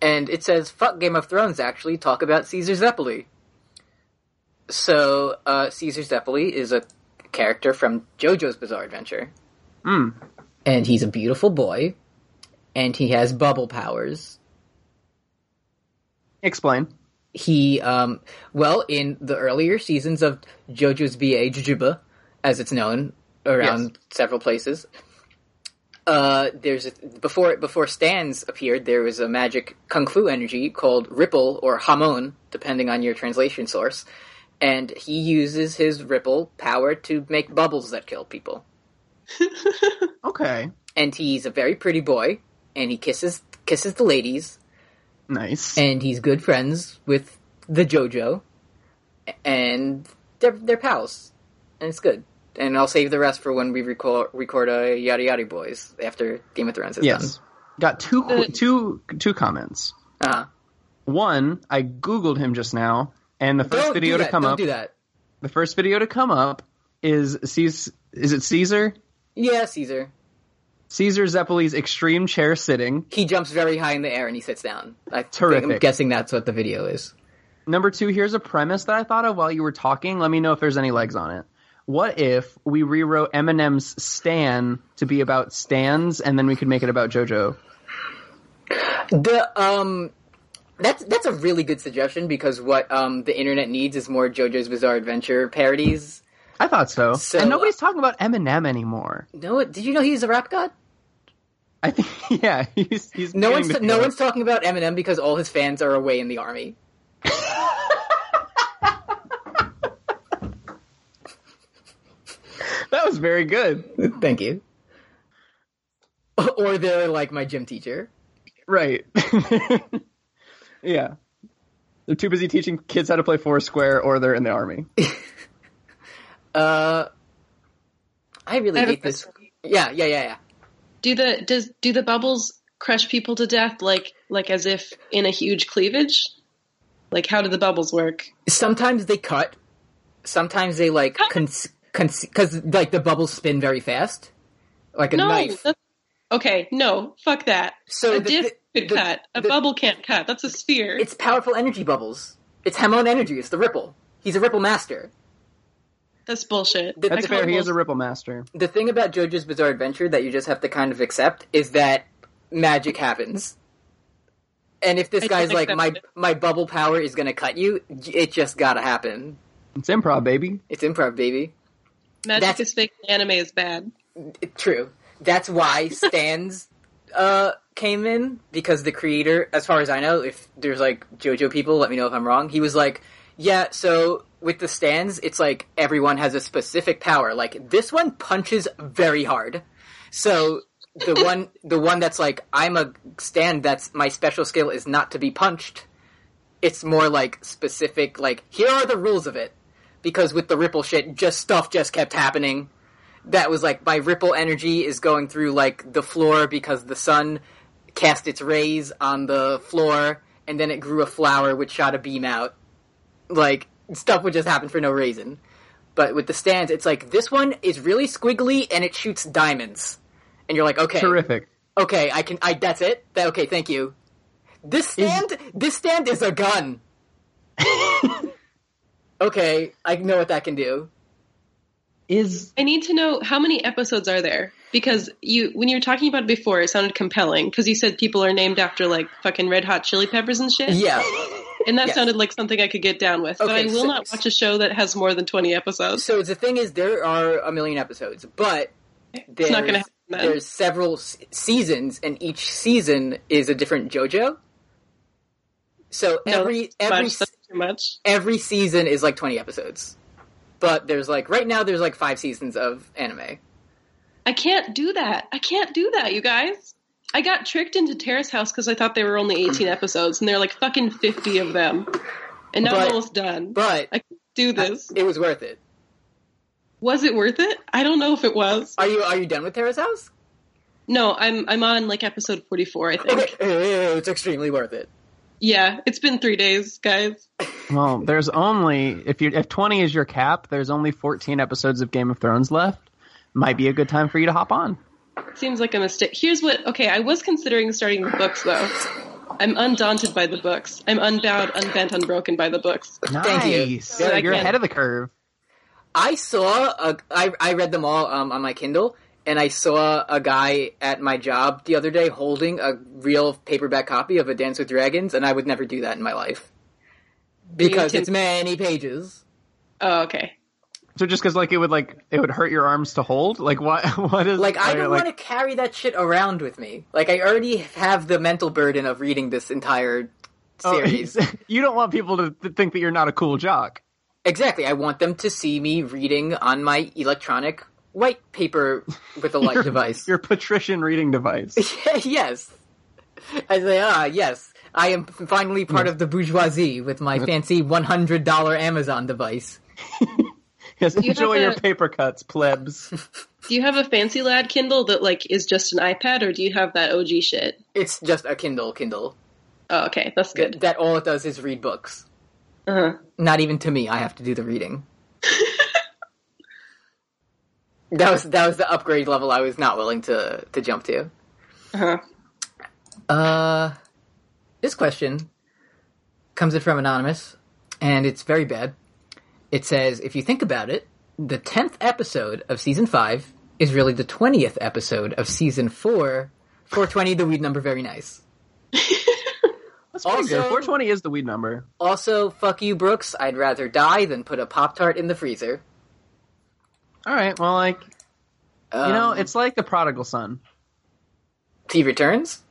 [SPEAKER 2] and it says, "Fuck Game of Thrones." Actually, talk about Caesar Zeppeli. So uh, Caesar Zeppeli is a character from JoJo's Bizarre Adventure, and he's a beautiful boy, and he has bubble powers.
[SPEAKER 3] Explain.
[SPEAKER 2] he um well in the earlier seasons of JoJo's BA Jujuba as it's known around
[SPEAKER 3] Yes.
[SPEAKER 2] several places uh there's a, before before stands appeared there was a magic kung fu energy called ripple or hamon depending on your translation source and he uses his ripple power to make bubbles that kill people
[SPEAKER 3] Okay.
[SPEAKER 2] and he's a very pretty boy and he kisses kisses the ladies
[SPEAKER 3] Nice.
[SPEAKER 2] and he's good friends with the JoJo, and they're they're pals, and it's good. And I'll save the rest for when we record record a yada yada boys after Game of Thrones is
[SPEAKER 3] yes. Got two qu- two two comments.
[SPEAKER 2] done. Uh-huh.
[SPEAKER 3] One, I googled him just now, and the 1st
[SPEAKER 2] Don't
[SPEAKER 3] video
[SPEAKER 2] do that.
[SPEAKER 3] to come
[SPEAKER 2] Don't
[SPEAKER 3] up.
[SPEAKER 2] do that.
[SPEAKER 3] The first video to come up is Caesar. Is it Caesar?
[SPEAKER 2] Yeah, Caesar.
[SPEAKER 3] Caesar Zeppeli's extreme chair sitting.
[SPEAKER 2] He jumps very high in the air and he sits down. I Think, I'm
[SPEAKER 3] Terrific.
[SPEAKER 2] guessing that's what the video is.
[SPEAKER 3] Number two, here's a premise that I thought of while you were talking. Let me know if there's any legs on it. What if we rewrote Eminem's Stan to be about stands, and then we could make it about JoJo?
[SPEAKER 2] The um. That's that's a really good suggestion because what um, the internet needs is more JoJo's Bizarre Adventure parodies.
[SPEAKER 3] I thought so.
[SPEAKER 2] So-
[SPEAKER 3] and nobody's talking about Eminem anymore.
[SPEAKER 2] No, did you know he's a rap god?
[SPEAKER 3] I think, yeah, he's, he's
[SPEAKER 2] No one's
[SPEAKER 3] getting
[SPEAKER 2] no
[SPEAKER 3] the-
[SPEAKER 2] one's talking about Eminem because all his fans are away in the army.
[SPEAKER 3] That was very good.
[SPEAKER 2] Thank you. Or they're like my gym teacher.
[SPEAKER 3] Right. yeah. They're too busy teaching kids how to play Foursquare or they're in the army.
[SPEAKER 2] Uh, I really
[SPEAKER 4] I have a
[SPEAKER 2] hate this.
[SPEAKER 4] question.
[SPEAKER 2] Yeah, yeah, yeah, yeah.
[SPEAKER 4] Do the does do the bubbles crush people to death like like as if in a huge cleavage? Like how do the bubbles work?
[SPEAKER 2] Sometimes they cut. Sometimes they like because cons- cause, like the bubbles spin very fast, like a
[SPEAKER 4] no.
[SPEAKER 2] knife.
[SPEAKER 4] that's- Okay, no, fuck that.
[SPEAKER 2] So
[SPEAKER 4] a
[SPEAKER 2] the-
[SPEAKER 4] disc
[SPEAKER 2] the-
[SPEAKER 4] could
[SPEAKER 2] the-
[SPEAKER 4] cut. A
[SPEAKER 2] the-
[SPEAKER 4] bubble can't cut. That's a sphere.
[SPEAKER 2] It's powerful energy bubbles. It's Hamon energy. It's the ripple. He's a ripple master.
[SPEAKER 4] That's bullshit.
[SPEAKER 2] The-
[SPEAKER 4] I
[SPEAKER 3] That's
[SPEAKER 4] call
[SPEAKER 3] fair. He is a
[SPEAKER 4] bullshit.
[SPEAKER 3] Ripple Master.
[SPEAKER 2] The thing about JoJo's Bizarre Adventure that you just have to kind of accept is that magic happens. And if this
[SPEAKER 4] I
[SPEAKER 2] guy's
[SPEAKER 4] don't
[SPEAKER 2] like my
[SPEAKER 4] accept
[SPEAKER 2] my bubble power is gonna cut you, it just gotta happen.
[SPEAKER 3] It's improv, baby.
[SPEAKER 2] It's improv, baby.
[SPEAKER 4] Magic
[SPEAKER 2] that's-
[SPEAKER 4] is fake. and Anime is bad.
[SPEAKER 2] It- true. That's why stands uh, came in because the creator, as far as I know, if there's like JoJo people, let me know if I'm wrong. He was like, yeah. So with the stands, it's like everyone has a specific power. Like this one punches very hard. So the one, the one that's like, I'm a stand. That's my special skill is not to be punched. It's more like specific. Like here are the rules of it. Because with the ripple shit, just stuff just kept happening that was like my ripple energy is going through like the floor because the sun cast its rays on the floor and then it grew a flower which shot a beam out like stuff would just happen for no reason but with the stands it's like this one is really squiggly and it shoots diamonds and you're like okay
[SPEAKER 3] Terrific.
[SPEAKER 2] okay i can i that's it that, okay thank you this stand this stand is a gun okay i know what that can do
[SPEAKER 3] is
[SPEAKER 4] I need to know how many episodes are there because you when you were talking about it before, it sounded compelling because you said people are named after like fucking Red Hot Chili Peppers and shit.
[SPEAKER 2] Yeah.
[SPEAKER 4] and that
[SPEAKER 2] yes.
[SPEAKER 4] sounded like something I could get down with. but
[SPEAKER 2] Okay,
[SPEAKER 4] I will
[SPEAKER 2] so-
[SPEAKER 4] not watch a show that has more than twenty episodes.
[SPEAKER 2] So the thing is, there are a million episodes, but there's,
[SPEAKER 4] not gonna happen then.
[SPEAKER 2] there's several s- seasons, and each season is a different JoJo. So
[SPEAKER 4] No,
[SPEAKER 2] every
[SPEAKER 4] that's too
[SPEAKER 2] every
[SPEAKER 4] much,
[SPEAKER 2] s-
[SPEAKER 4] that's too much.
[SPEAKER 2] every season is like 20 episodes, but there's like right now there's like five seasons of anime.
[SPEAKER 4] I can't do that. I can't do that, you guys. I got tricked into Terrace House because I thought they were only 18 episodes, and there are like fucking 50 of them. And now I'm
[SPEAKER 2] But-
[SPEAKER 4] almost done.
[SPEAKER 2] But
[SPEAKER 4] I can't do this.
[SPEAKER 2] it was worth it.
[SPEAKER 4] Was it worth it? I don't know if it was.
[SPEAKER 2] Are you are you done with Terrace House?
[SPEAKER 4] No, I'm I'm on like episode 44, I think.
[SPEAKER 2] Okay, it's extremely worth it.
[SPEAKER 4] Yeah, it's been three days, guys.
[SPEAKER 3] well. There's only if you if twenty is your cap, there's only fourteen episodes of Game of Thrones left. Might be a good time for you to hop on.
[SPEAKER 4] Seems like a mistake. Here's what. Okay, I was considering starting the books though. I'm undaunted by the books. I'm unbowed, unbent, unbroken by the books.
[SPEAKER 3] Nice.
[SPEAKER 2] Thank you.
[SPEAKER 3] You're
[SPEAKER 4] I can.
[SPEAKER 3] ahead of the curve.
[SPEAKER 2] I saw a, I, I read them all um, on my Kindle, and I saw a guy at my job the other day holding a real paperback copy of A Dance with Dragons, and I would never do that in my life because
[SPEAKER 4] You
[SPEAKER 2] it's many pages.
[SPEAKER 4] Oh, okay.
[SPEAKER 3] So just because like it would like it would hurt your arms to hold, like what what is
[SPEAKER 2] Like I
[SPEAKER 3] are,
[SPEAKER 2] don't
[SPEAKER 3] like,
[SPEAKER 2] want to carry that shit around with me. Like I already have the mental burden of reading this entire
[SPEAKER 3] oh,
[SPEAKER 2] series.
[SPEAKER 3] you don't want people to th- think that you're not a cool jock.
[SPEAKER 2] exactly. I want them to see me reading on my electronic white paper with a light device.
[SPEAKER 3] Your patrician reading device.
[SPEAKER 2] yes. I say, ah, yes. I am finally part of the bourgeoisie with my fancy $100 Amazon device.
[SPEAKER 3] Yes,
[SPEAKER 4] have
[SPEAKER 3] enjoy your
[SPEAKER 4] a-
[SPEAKER 3] paper cuts, plebs.
[SPEAKER 4] Do you have a fancy lad Kindle that like is just an iPad, or do you have that OG shit?
[SPEAKER 2] It's just a Kindle, Kindle.
[SPEAKER 4] Oh, okay, that's
[SPEAKER 2] That,
[SPEAKER 4] good.
[SPEAKER 2] that all it does is read books.
[SPEAKER 4] Uh-huh.
[SPEAKER 2] Not even to me, I have to do the reading. that was that was the upgrade level I was not willing to to jump to.
[SPEAKER 4] Uh-huh.
[SPEAKER 2] Uh, this question comes in from anonymous, and it's very bad. It says, "If you think about it, the tenth episode of season five is really the twentieth episode of season four. Four twenty, the weed number, very nice.
[SPEAKER 3] That's pretty good.
[SPEAKER 2] Also-
[SPEAKER 3] 420 is the weed number.
[SPEAKER 2] Also, fuck you, Brooks. I'd rather die than put a pop tart in the freezer.
[SPEAKER 3] All right, well, like
[SPEAKER 2] Um,
[SPEAKER 3] you know, it's like the prodigal son.
[SPEAKER 2] he returns.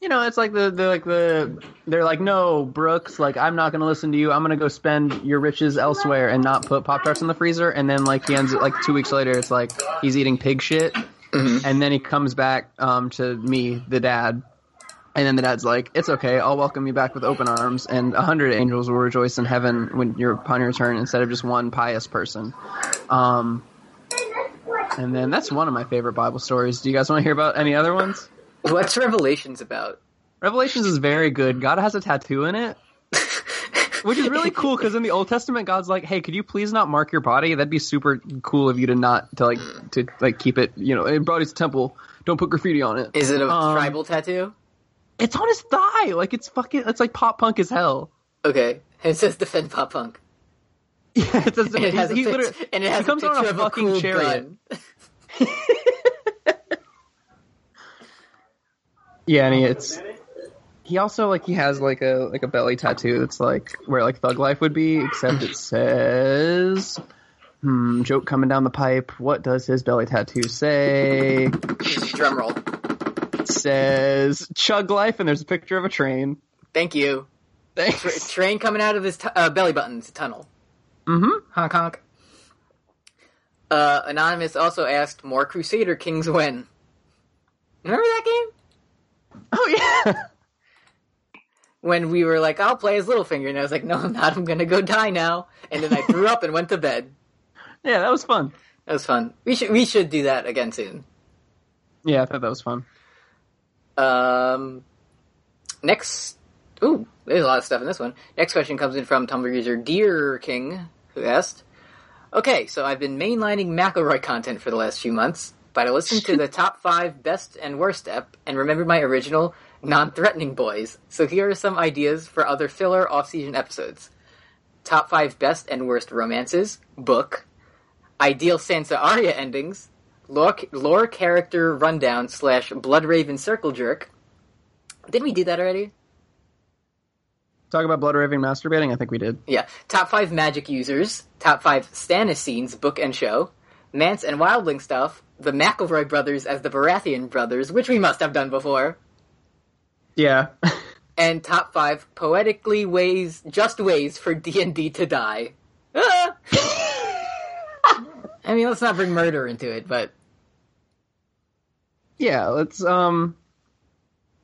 [SPEAKER 3] You know, it's like the, the like the they're like, no, Brooks, like I'm not gonna listen to you. I'm gonna go spend your riches elsewhere and not put pop tarts in the freezer. And then like he ends it like two weeks later. It's like he's eating pig shit, and then he comes back um to me, the dad. And then the dad's like, "It's okay. I'll welcome you back with open arms, and a hundred angels will rejoice in heaven when you're upon your return, instead of just one pious person." Um, and then that's one of my favorite Bible stories. Do you guys want to hear about any other ones?
[SPEAKER 2] What's Revelations about?
[SPEAKER 3] Revelations is very good. God has a tattoo in it, which is really cool because in the Old Testament, God's like, "Hey, could you please not mark your body? That'd be super cool of you to not to like to like keep it. You know, in body's temple. Don't put graffiti on it.
[SPEAKER 2] Is it a
[SPEAKER 3] Um,
[SPEAKER 2] tribal tattoo?
[SPEAKER 3] It's on his thigh. Like it's fucking. It's like pop punk as hell.
[SPEAKER 2] Okay, it says defend pop punk.
[SPEAKER 3] Yeah, it's, it's,
[SPEAKER 2] And it has a
[SPEAKER 3] he
[SPEAKER 2] pic-
[SPEAKER 3] literally-
[SPEAKER 2] and it has
[SPEAKER 3] he comes
[SPEAKER 2] a
[SPEAKER 3] on
[SPEAKER 2] picture
[SPEAKER 3] a
[SPEAKER 2] of
[SPEAKER 3] fucking
[SPEAKER 2] a cool
[SPEAKER 3] chariot.
[SPEAKER 2] gun.
[SPEAKER 3] Yeah, and he, it's he also like he has like a like a belly tattoo that's like where like thug life would be, except it says Hmm, joke coming down the pipe. What does his belly tattoo say?
[SPEAKER 2] Drum roll.
[SPEAKER 3] It says chug life, and there's a picture of a train.
[SPEAKER 2] Thank you. Tra-
[SPEAKER 3] Thanks.
[SPEAKER 2] train coming out of his tu- uh, belly button's tunnel.
[SPEAKER 3] Mhm.
[SPEAKER 2] Honk honk. Uh, Anonymous also asked more Crusader Kings when. Remember that game?
[SPEAKER 3] Oh yeah.
[SPEAKER 2] When we were like, I'll play as Littlefinger, and I was like, No, I'm not. I'm gonna go die now. And then I threw up and went to bed.
[SPEAKER 3] Yeah, that was fun.
[SPEAKER 2] That was fun. We should we should do that again soon.
[SPEAKER 3] Yeah, I thought that was fun.
[SPEAKER 2] Um, next, ooh, there's a lot of stuff in this one. Next question comes in from Tumblr user Deer King, who asked, "Okay, so I've been mainlining McElroy content for the last few months, but I listened to the top five best and worst ep and remembered my original non-threatening boys. So here are some ideas for other filler off-season episodes: top five best and worst romances book." ideal Sansa Arya endings, lore, lore character rundown slash Blood Raven circle jerk. Did we do that already?
[SPEAKER 3] Talk about Blood Raven masturbating. I think we did.
[SPEAKER 2] Yeah. Top five magic users, top five Stannis scenes, book and show, Mance and Wildling stuff, the McElroy brothers as the Baratheon brothers, which we must have done before,
[SPEAKER 3] Yeah.
[SPEAKER 2] and top five poetically ways, just ways for D and D to die. Ah! I mean, let's not bring murder into it, but
[SPEAKER 3] yeah. Let's. Um.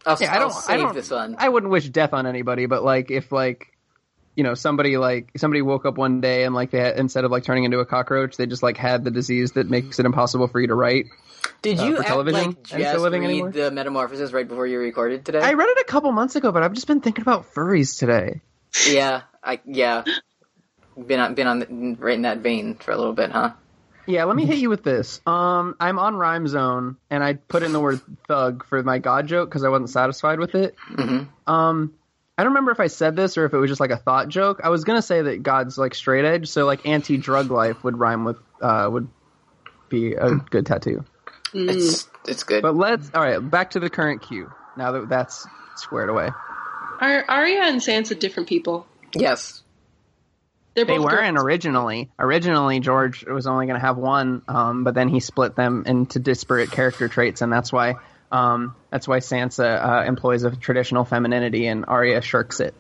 [SPEAKER 2] I'll,
[SPEAKER 3] Yeah.
[SPEAKER 2] I'll
[SPEAKER 3] I don't.
[SPEAKER 2] save
[SPEAKER 3] I don't.
[SPEAKER 2] this one.
[SPEAKER 3] I wouldn't wish death on anybody, but like if like, you know, somebody like somebody woke up one day and like they had, instead of like turning into a cockroach, they just like had the disease that makes it impossible for you to write.
[SPEAKER 2] Did
[SPEAKER 3] uh,
[SPEAKER 2] you
[SPEAKER 3] for
[SPEAKER 2] act
[SPEAKER 3] television?
[SPEAKER 2] like
[SPEAKER 3] I'm still
[SPEAKER 2] just
[SPEAKER 3] living
[SPEAKER 2] read
[SPEAKER 3] anymore?
[SPEAKER 2] the Metamorphosis right before you recorded today?
[SPEAKER 3] I read it a couple months ago, but I've just been thinking about furries today.
[SPEAKER 2] yeah, I yeah. Been on, been on the, right in that vein for a little bit, huh?
[SPEAKER 3] Yeah, let me hit you with this. Um, I'm on Rhyme Zone, and I put in the word thug for my God joke because I wasn't satisfied with it.
[SPEAKER 2] Mhm.
[SPEAKER 3] Um, I don't remember if I said this or if it was just like a thought joke. I was gonna say that God's like straight edge, so like anti drug life would rhyme with uh would be a good tattoo.
[SPEAKER 4] Mm.
[SPEAKER 2] It's it's good.
[SPEAKER 3] But let's all right back to the current cue. Now that that's squared away,
[SPEAKER 4] Are Arya and Sansa different people?
[SPEAKER 2] yes,
[SPEAKER 4] They're
[SPEAKER 3] they
[SPEAKER 4] both
[SPEAKER 3] weren't
[SPEAKER 4] girls.
[SPEAKER 3] originally. Originally, George was only gonna have one, um, but then he split them into disparate character traits, and that's why. Um, that's why Sansa uh, employs a traditional femininity and Arya shirks it.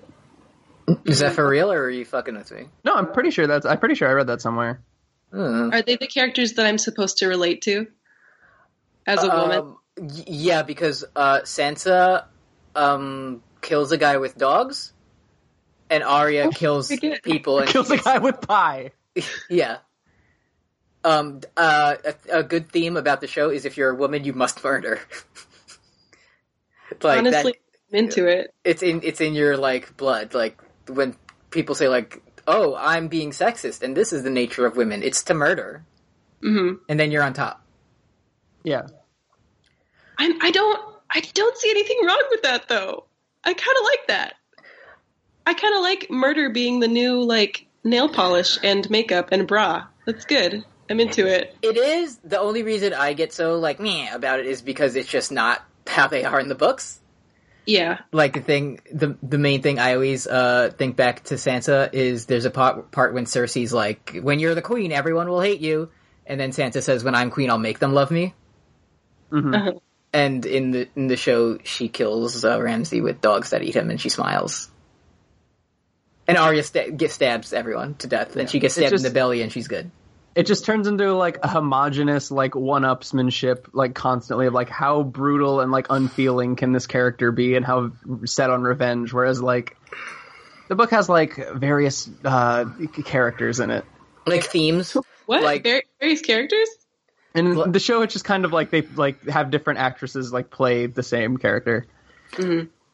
[SPEAKER 2] is that for real, or are you fucking with me?
[SPEAKER 3] No, I'm pretty sure that's. I'm pretty sure I read that somewhere.
[SPEAKER 2] Mm.
[SPEAKER 4] Are they the characters that I'm supposed to relate to as a woman?
[SPEAKER 2] Um, y- yeah, because uh, Sansa um, kills a guy with dogs, and Arya kills
[SPEAKER 4] forget.
[SPEAKER 2] people. And
[SPEAKER 3] Kills a guy with pie.
[SPEAKER 2] yeah. Um. d- Uh. A, a good theme about the show is if you're a woman, you must murder. like that,
[SPEAKER 4] Honestly, I'm into it.
[SPEAKER 2] it's in it's in your like blood. Like when people say like, "Oh, I'm being sexist," and this is the nature of women. It's to murder,
[SPEAKER 4] hmm
[SPEAKER 2] and then you're on top.
[SPEAKER 3] Yeah.
[SPEAKER 4] I'm, I don't. I don't see anything wrong with that, though. I kind of like that. I kind of like murder being the new like nail polish and makeup and bra. That's good. I'm into it.
[SPEAKER 2] It is the only reason I get so like meh about it is because it's just not how they are in the books.
[SPEAKER 4] Yeah.
[SPEAKER 2] like the thing the the main thing I always uh think back to Sansa is there's a part part when Cersei's like when you're the queen everyone will hate you and then Sansa says when I'm queen I'll make them love me
[SPEAKER 3] Mhm.
[SPEAKER 4] Uh-huh.
[SPEAKER 2] and in the in the show she kills uh, Ramsay with dogs that eat him and she smiles and Arya sta- gets stabs everyone to death and she gets
[SPEAKER 3] It's
[SPEAKER 2] stabbed in
[SPEAKER 3] just-
[SPEAKER 2] the belly and she's good
[SPEAKER 3] It just turns into like a homogenous like one-upsmanship like constantly of like how brutal and like unfeeling can this character be and how set on revenge whereas like the book has like various uh characters in it.
[SPEAKER 2] like themes
[SPEAKER 4] What?
[SPEAKER 2] Like-
[SPEAKER 4] Var- various characters?
[SPEAKER 3] And in
[SPEAKER 2] Well-
[SPEAKER 3] the show it's just kind of like they like have different actresses like play the same character.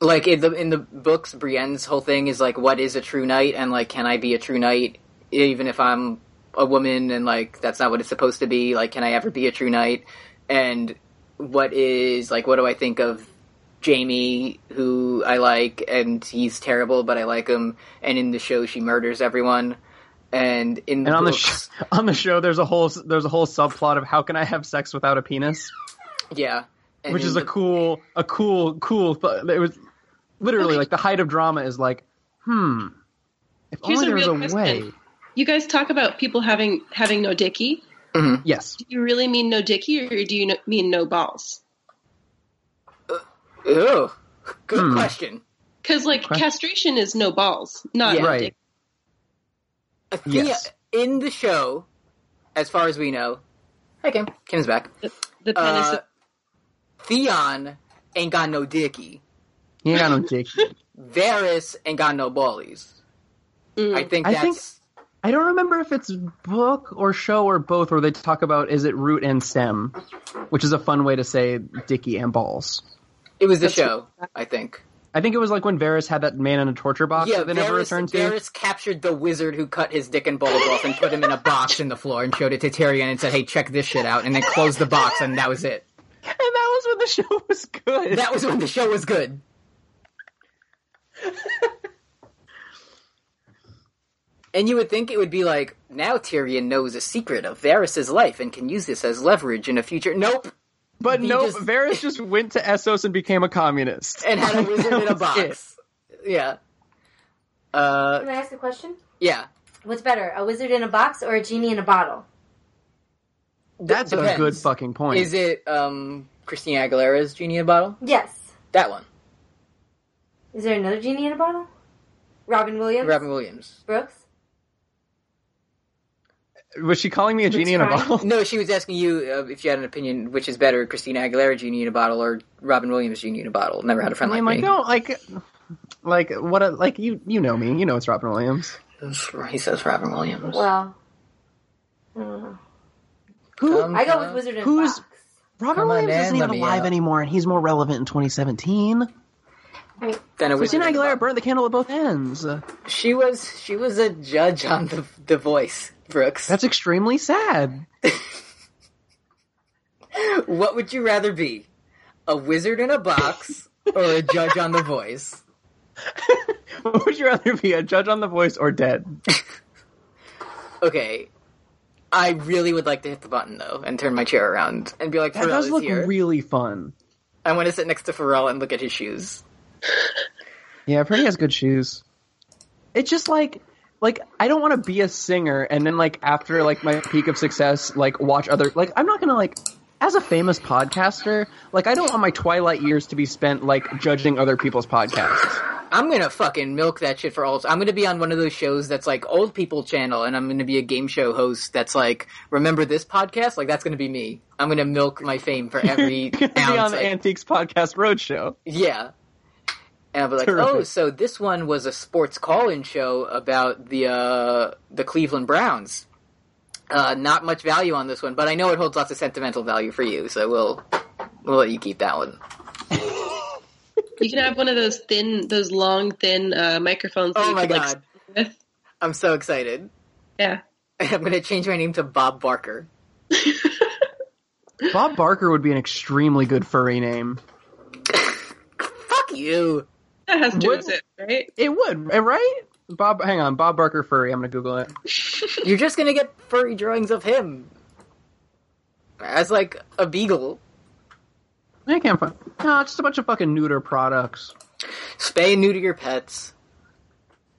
[SPEAKER 2] like in the in the books brienne's whole thing is like what is a true knight and like can i be a true knight even if i'm a woman and like that's not what it's supposed to be like can i ever be a true knight and what is like what do i think of jamie who i like and he's terrible but i like him and in the show she murders everyone and in the
[SPEAKER 3] And on the
[SPEAKER 2] books,
[SPEAKER 3] sh- on the show there's a whole there's a whole subplot of how can I have sex without a penis?
[SPEAKER 2] yeah And
[SPEAKER 3] which
[SPEAKER 2] in
[SPEAKER 3] is a
[SPEAKER 2] the-
[SPEAKER 3] cool, a cool, cool. Th- it was literally like the height of drama is like, hmm. If
[SPEAKER 4] Here's
[SPEAKER 3] only
[SPEAKER 4] a
[SPEAKER 3] there was
[SPEAKER 4] real
[SPEAKER 3] a
[SPEAKER 4] question.
[SPEAKER 3] way.
[SPEAKER 4] You guys talk about people having having no dicky.
[SPEAKER 3] Yes,
[SPEAKER 4] Do you really mean no dicky, or do you no, mean no balls?
[SPEAKER 2] Ew. good
[SPEAKER 3] Hmm.
[SPEAKER 2] question
[SPEAKER 4] Because like
[SPEAKER 3] Okay.
[SPEAKER 4] castration is no balls, not
[SPEAKER 2] Yeah.
[SPEAKER 4] no
[SPEAKER 3] right.
[SPEAKER 4] dick.
[SPEAKER 2] Thea,
[SPEAKER 3] Yes.
[SPEAKER 2] in the show, as far as we know, hi Kim, Kim's back.
[SPEAKER 4] The penis.
[SPEAKER 2] Uh, Theon ain't got no dicky.
[SPEAKER 3] He ain't got no dick.
[SPEAKER 2] Varys ain't got no ballies.
[SPEAKER 4] Mm.
[SPEAKER 2] I think
[SPEAKER 3] I
[SPEAKER 2] that's.
[SPEAKER 3] think- I don't remember if it's book or show or both where they talk about is it root and stem, which is a fun way to say dicky and balls.
[SPEAKER 2] it was the
[SPEAKER 4] That's-
[SPEAKER 2] show. I think.
[SPEAKER 3] I think it was like when Varys had that man in a torture box
[SPEAKER 2] Yeah,
[SPEAKER 3] that they never
[SPEAKER 2] Varys,
[SPEAKER 3] returned to.
[SPEAKER 2] Varys captured the wizard who cut his dick and balls off and put him in a box in the floor and showed it to Tyrion and said, "Hey, check this shit out," and then closed the box and that was it.
[SPEAKER 3] And that was when the show was good.
[SPEAKER 2] That was when the show was good. And you would think it would be like now Tyrion knows a secret of Varys's life and can use this as leverage in a future. Nope,
[SPEAKER 3] But
[SPEAKER 2] He
[SPEAKER 3] no,
[SPEAKER 2] just-
[SPEAKER 3] Varys just went to Essos and became a communist.
[SPEAKER 2] and had a wizard in a
[SPEAKER 3] That was it.
[SPEAKER 2] box. Yeah. Uh,
[SPEAKER 5] Can I ask a question?
[SPEAKER 2] yeah.
[SPEAKER 5] What's better, a wizard in a box or a genie in a bottle?
[SPEAKER 3] That's a
[SPEAKER 2] Depends.
[SPEAKER 3] good fucking point.
[SPEAKER 2] Is it um Christina Aguilera's genie in a bottle?
[SPEAKER 5] Yes.
[SPEAKER 2] That one.
[SPEAKER 5] Is there another genie in a bottle? Robin Williams?
[SPEAKER 2] Robin Williams.
[SPEAKER 5] Brooks?
[SPEAKER 3] Was she calling me a genie in a
[SPEAKER 5] trying.
[SPEAKER 3] bottle?
[SPEAKER 2] No, she was asking you uh, if you had an opinion which is better, Christina Aguilera genie in a bottle or Robin Williams genie in a bottle. Never had a friend
[SPEAKER 3] I'm
[SPEAKER 2] like
[SPEAKER 3] like,
[SPEAKER 2] me.
[SPEAKER 3] no, like, like what? A, like you, you know me. You know it's Robin Williams.
[SPEAKER 2] He says Robin Williams.
[SPEAKER 5] Well, I don't know.
[SPEAKER 3] Who?
[SPEAKER 2] Come
[SPEAKER 5] I go
[SPEAKER 2] on.
[SPEAKER 5] with wizard in a
[SPEAKER 3] Who's-
[SPEAKER 5] box.
[SPEAKER 3] Robin
[SPEAKER 2] Come on,
[SPEAKER 3] Williams
[SPEAKER 2] man,
[SPEAKER 3] isn't
[SPEAKER 2] let
[SPEAKER 3] even
[SPEAKER 2] me
[SPEAKER 3] alive
[SPEAKER 2] out.
[SPEAKER 3] anymore, and he's more relevant in 2017.
[SPEAKER 2] Then it was
[SPEAKER 3] Christina Aguilera burned the candle at both ends.
[SPEAKER 2] She was she was a judge on the The Voice, Brooks.
[SPEAKER 3] That's extremely sad.
[SPEAKER 2] what would you rather be, a wizard in a box or a judge on The Voice?
[SPEAKER 3] Would you rather be a judge on The Voice or dead?
[SPEAKER 2] Okay, I really would like to hit the button though and turn my chair around and be like,
[SPEAKER 3] That
[SPEAKER 2] Pharrell
[SPEAKER 3] does
[SPEAKER 2] is
[SPEAKER 3] look
[SPEAKER 2] here.
[SPEAKER 3] really fun.
[SPEAKER 2] I want to sit next to Pharrell and look at his shoes.
[SPEAKER 3] Yeah, Pretty has good shoes. It's just like like I don't want to be a singer and then like after like my peak of success like watch other like I'm not going to like as a famous podcaster, like I don't want my twilight years to be spent like judging other people's podcasts.
[SPEAKER 2] I'm gonna fucking milk that shit for all. I'm gonna be on one of those shows that's like old people channel, and I'm gonna be a game show host that's like, remember this podcast? Like that's gonna be me. I'm gonna milk my fame for every
[SPEAKER 3] You're gonna be on
[SPEAKER 2] ounce.
[SPEAKER 3] the
[SPEAKER 2] I-
[SPEAKER 3] Antiques Podcast Roadshow.
[SPEAKER 2] yeah, and I'll be like,
[SPEAKER 3] Terrific.
[SPEAKER 2] oh, so this one was a sports call-in show about the uh, the Cleveland Browns. Uh, not much value on this one, but I know it holds lots of sentimental value for you, so we'll we'll let you keep that one.
[SPEAKER 4] You can have one of those thin, those long, thin uh, microphones. that
[SPEAKER 2] Oh
[SPEAKER 4] you
[SPEAKER 2] my
[SPEAKER 4] could, like,
[SPEAKER 2] god,
[SPEAKER 4] sit with.
[SPEAKER 2] I'm so excited.
[SPEAKER 4] Yeah.
[SPEAKER 2] I'm gonna change my name to Bob Barker.
[SPEAKER 3] Bob Barker would be an extremely good furry name.
[SPEAKER 2] Fuck you.
[SPEAKER 4] That has to
[SPEAKER 3] Would-
[SPEAKER 4] exist, right?
[SPEAKER 3] It would, eh, right? Bob, hang on, Bob Barker furry. I'm gonna Google it.
[SPEAKER 2] You're just gonna get furry drawings of him as like a beagle.
[SPEAKER 3] I can't find. No, it's just a bunch of fucking neuter products.
[SPEAKER 2] Spay and neuter your pets.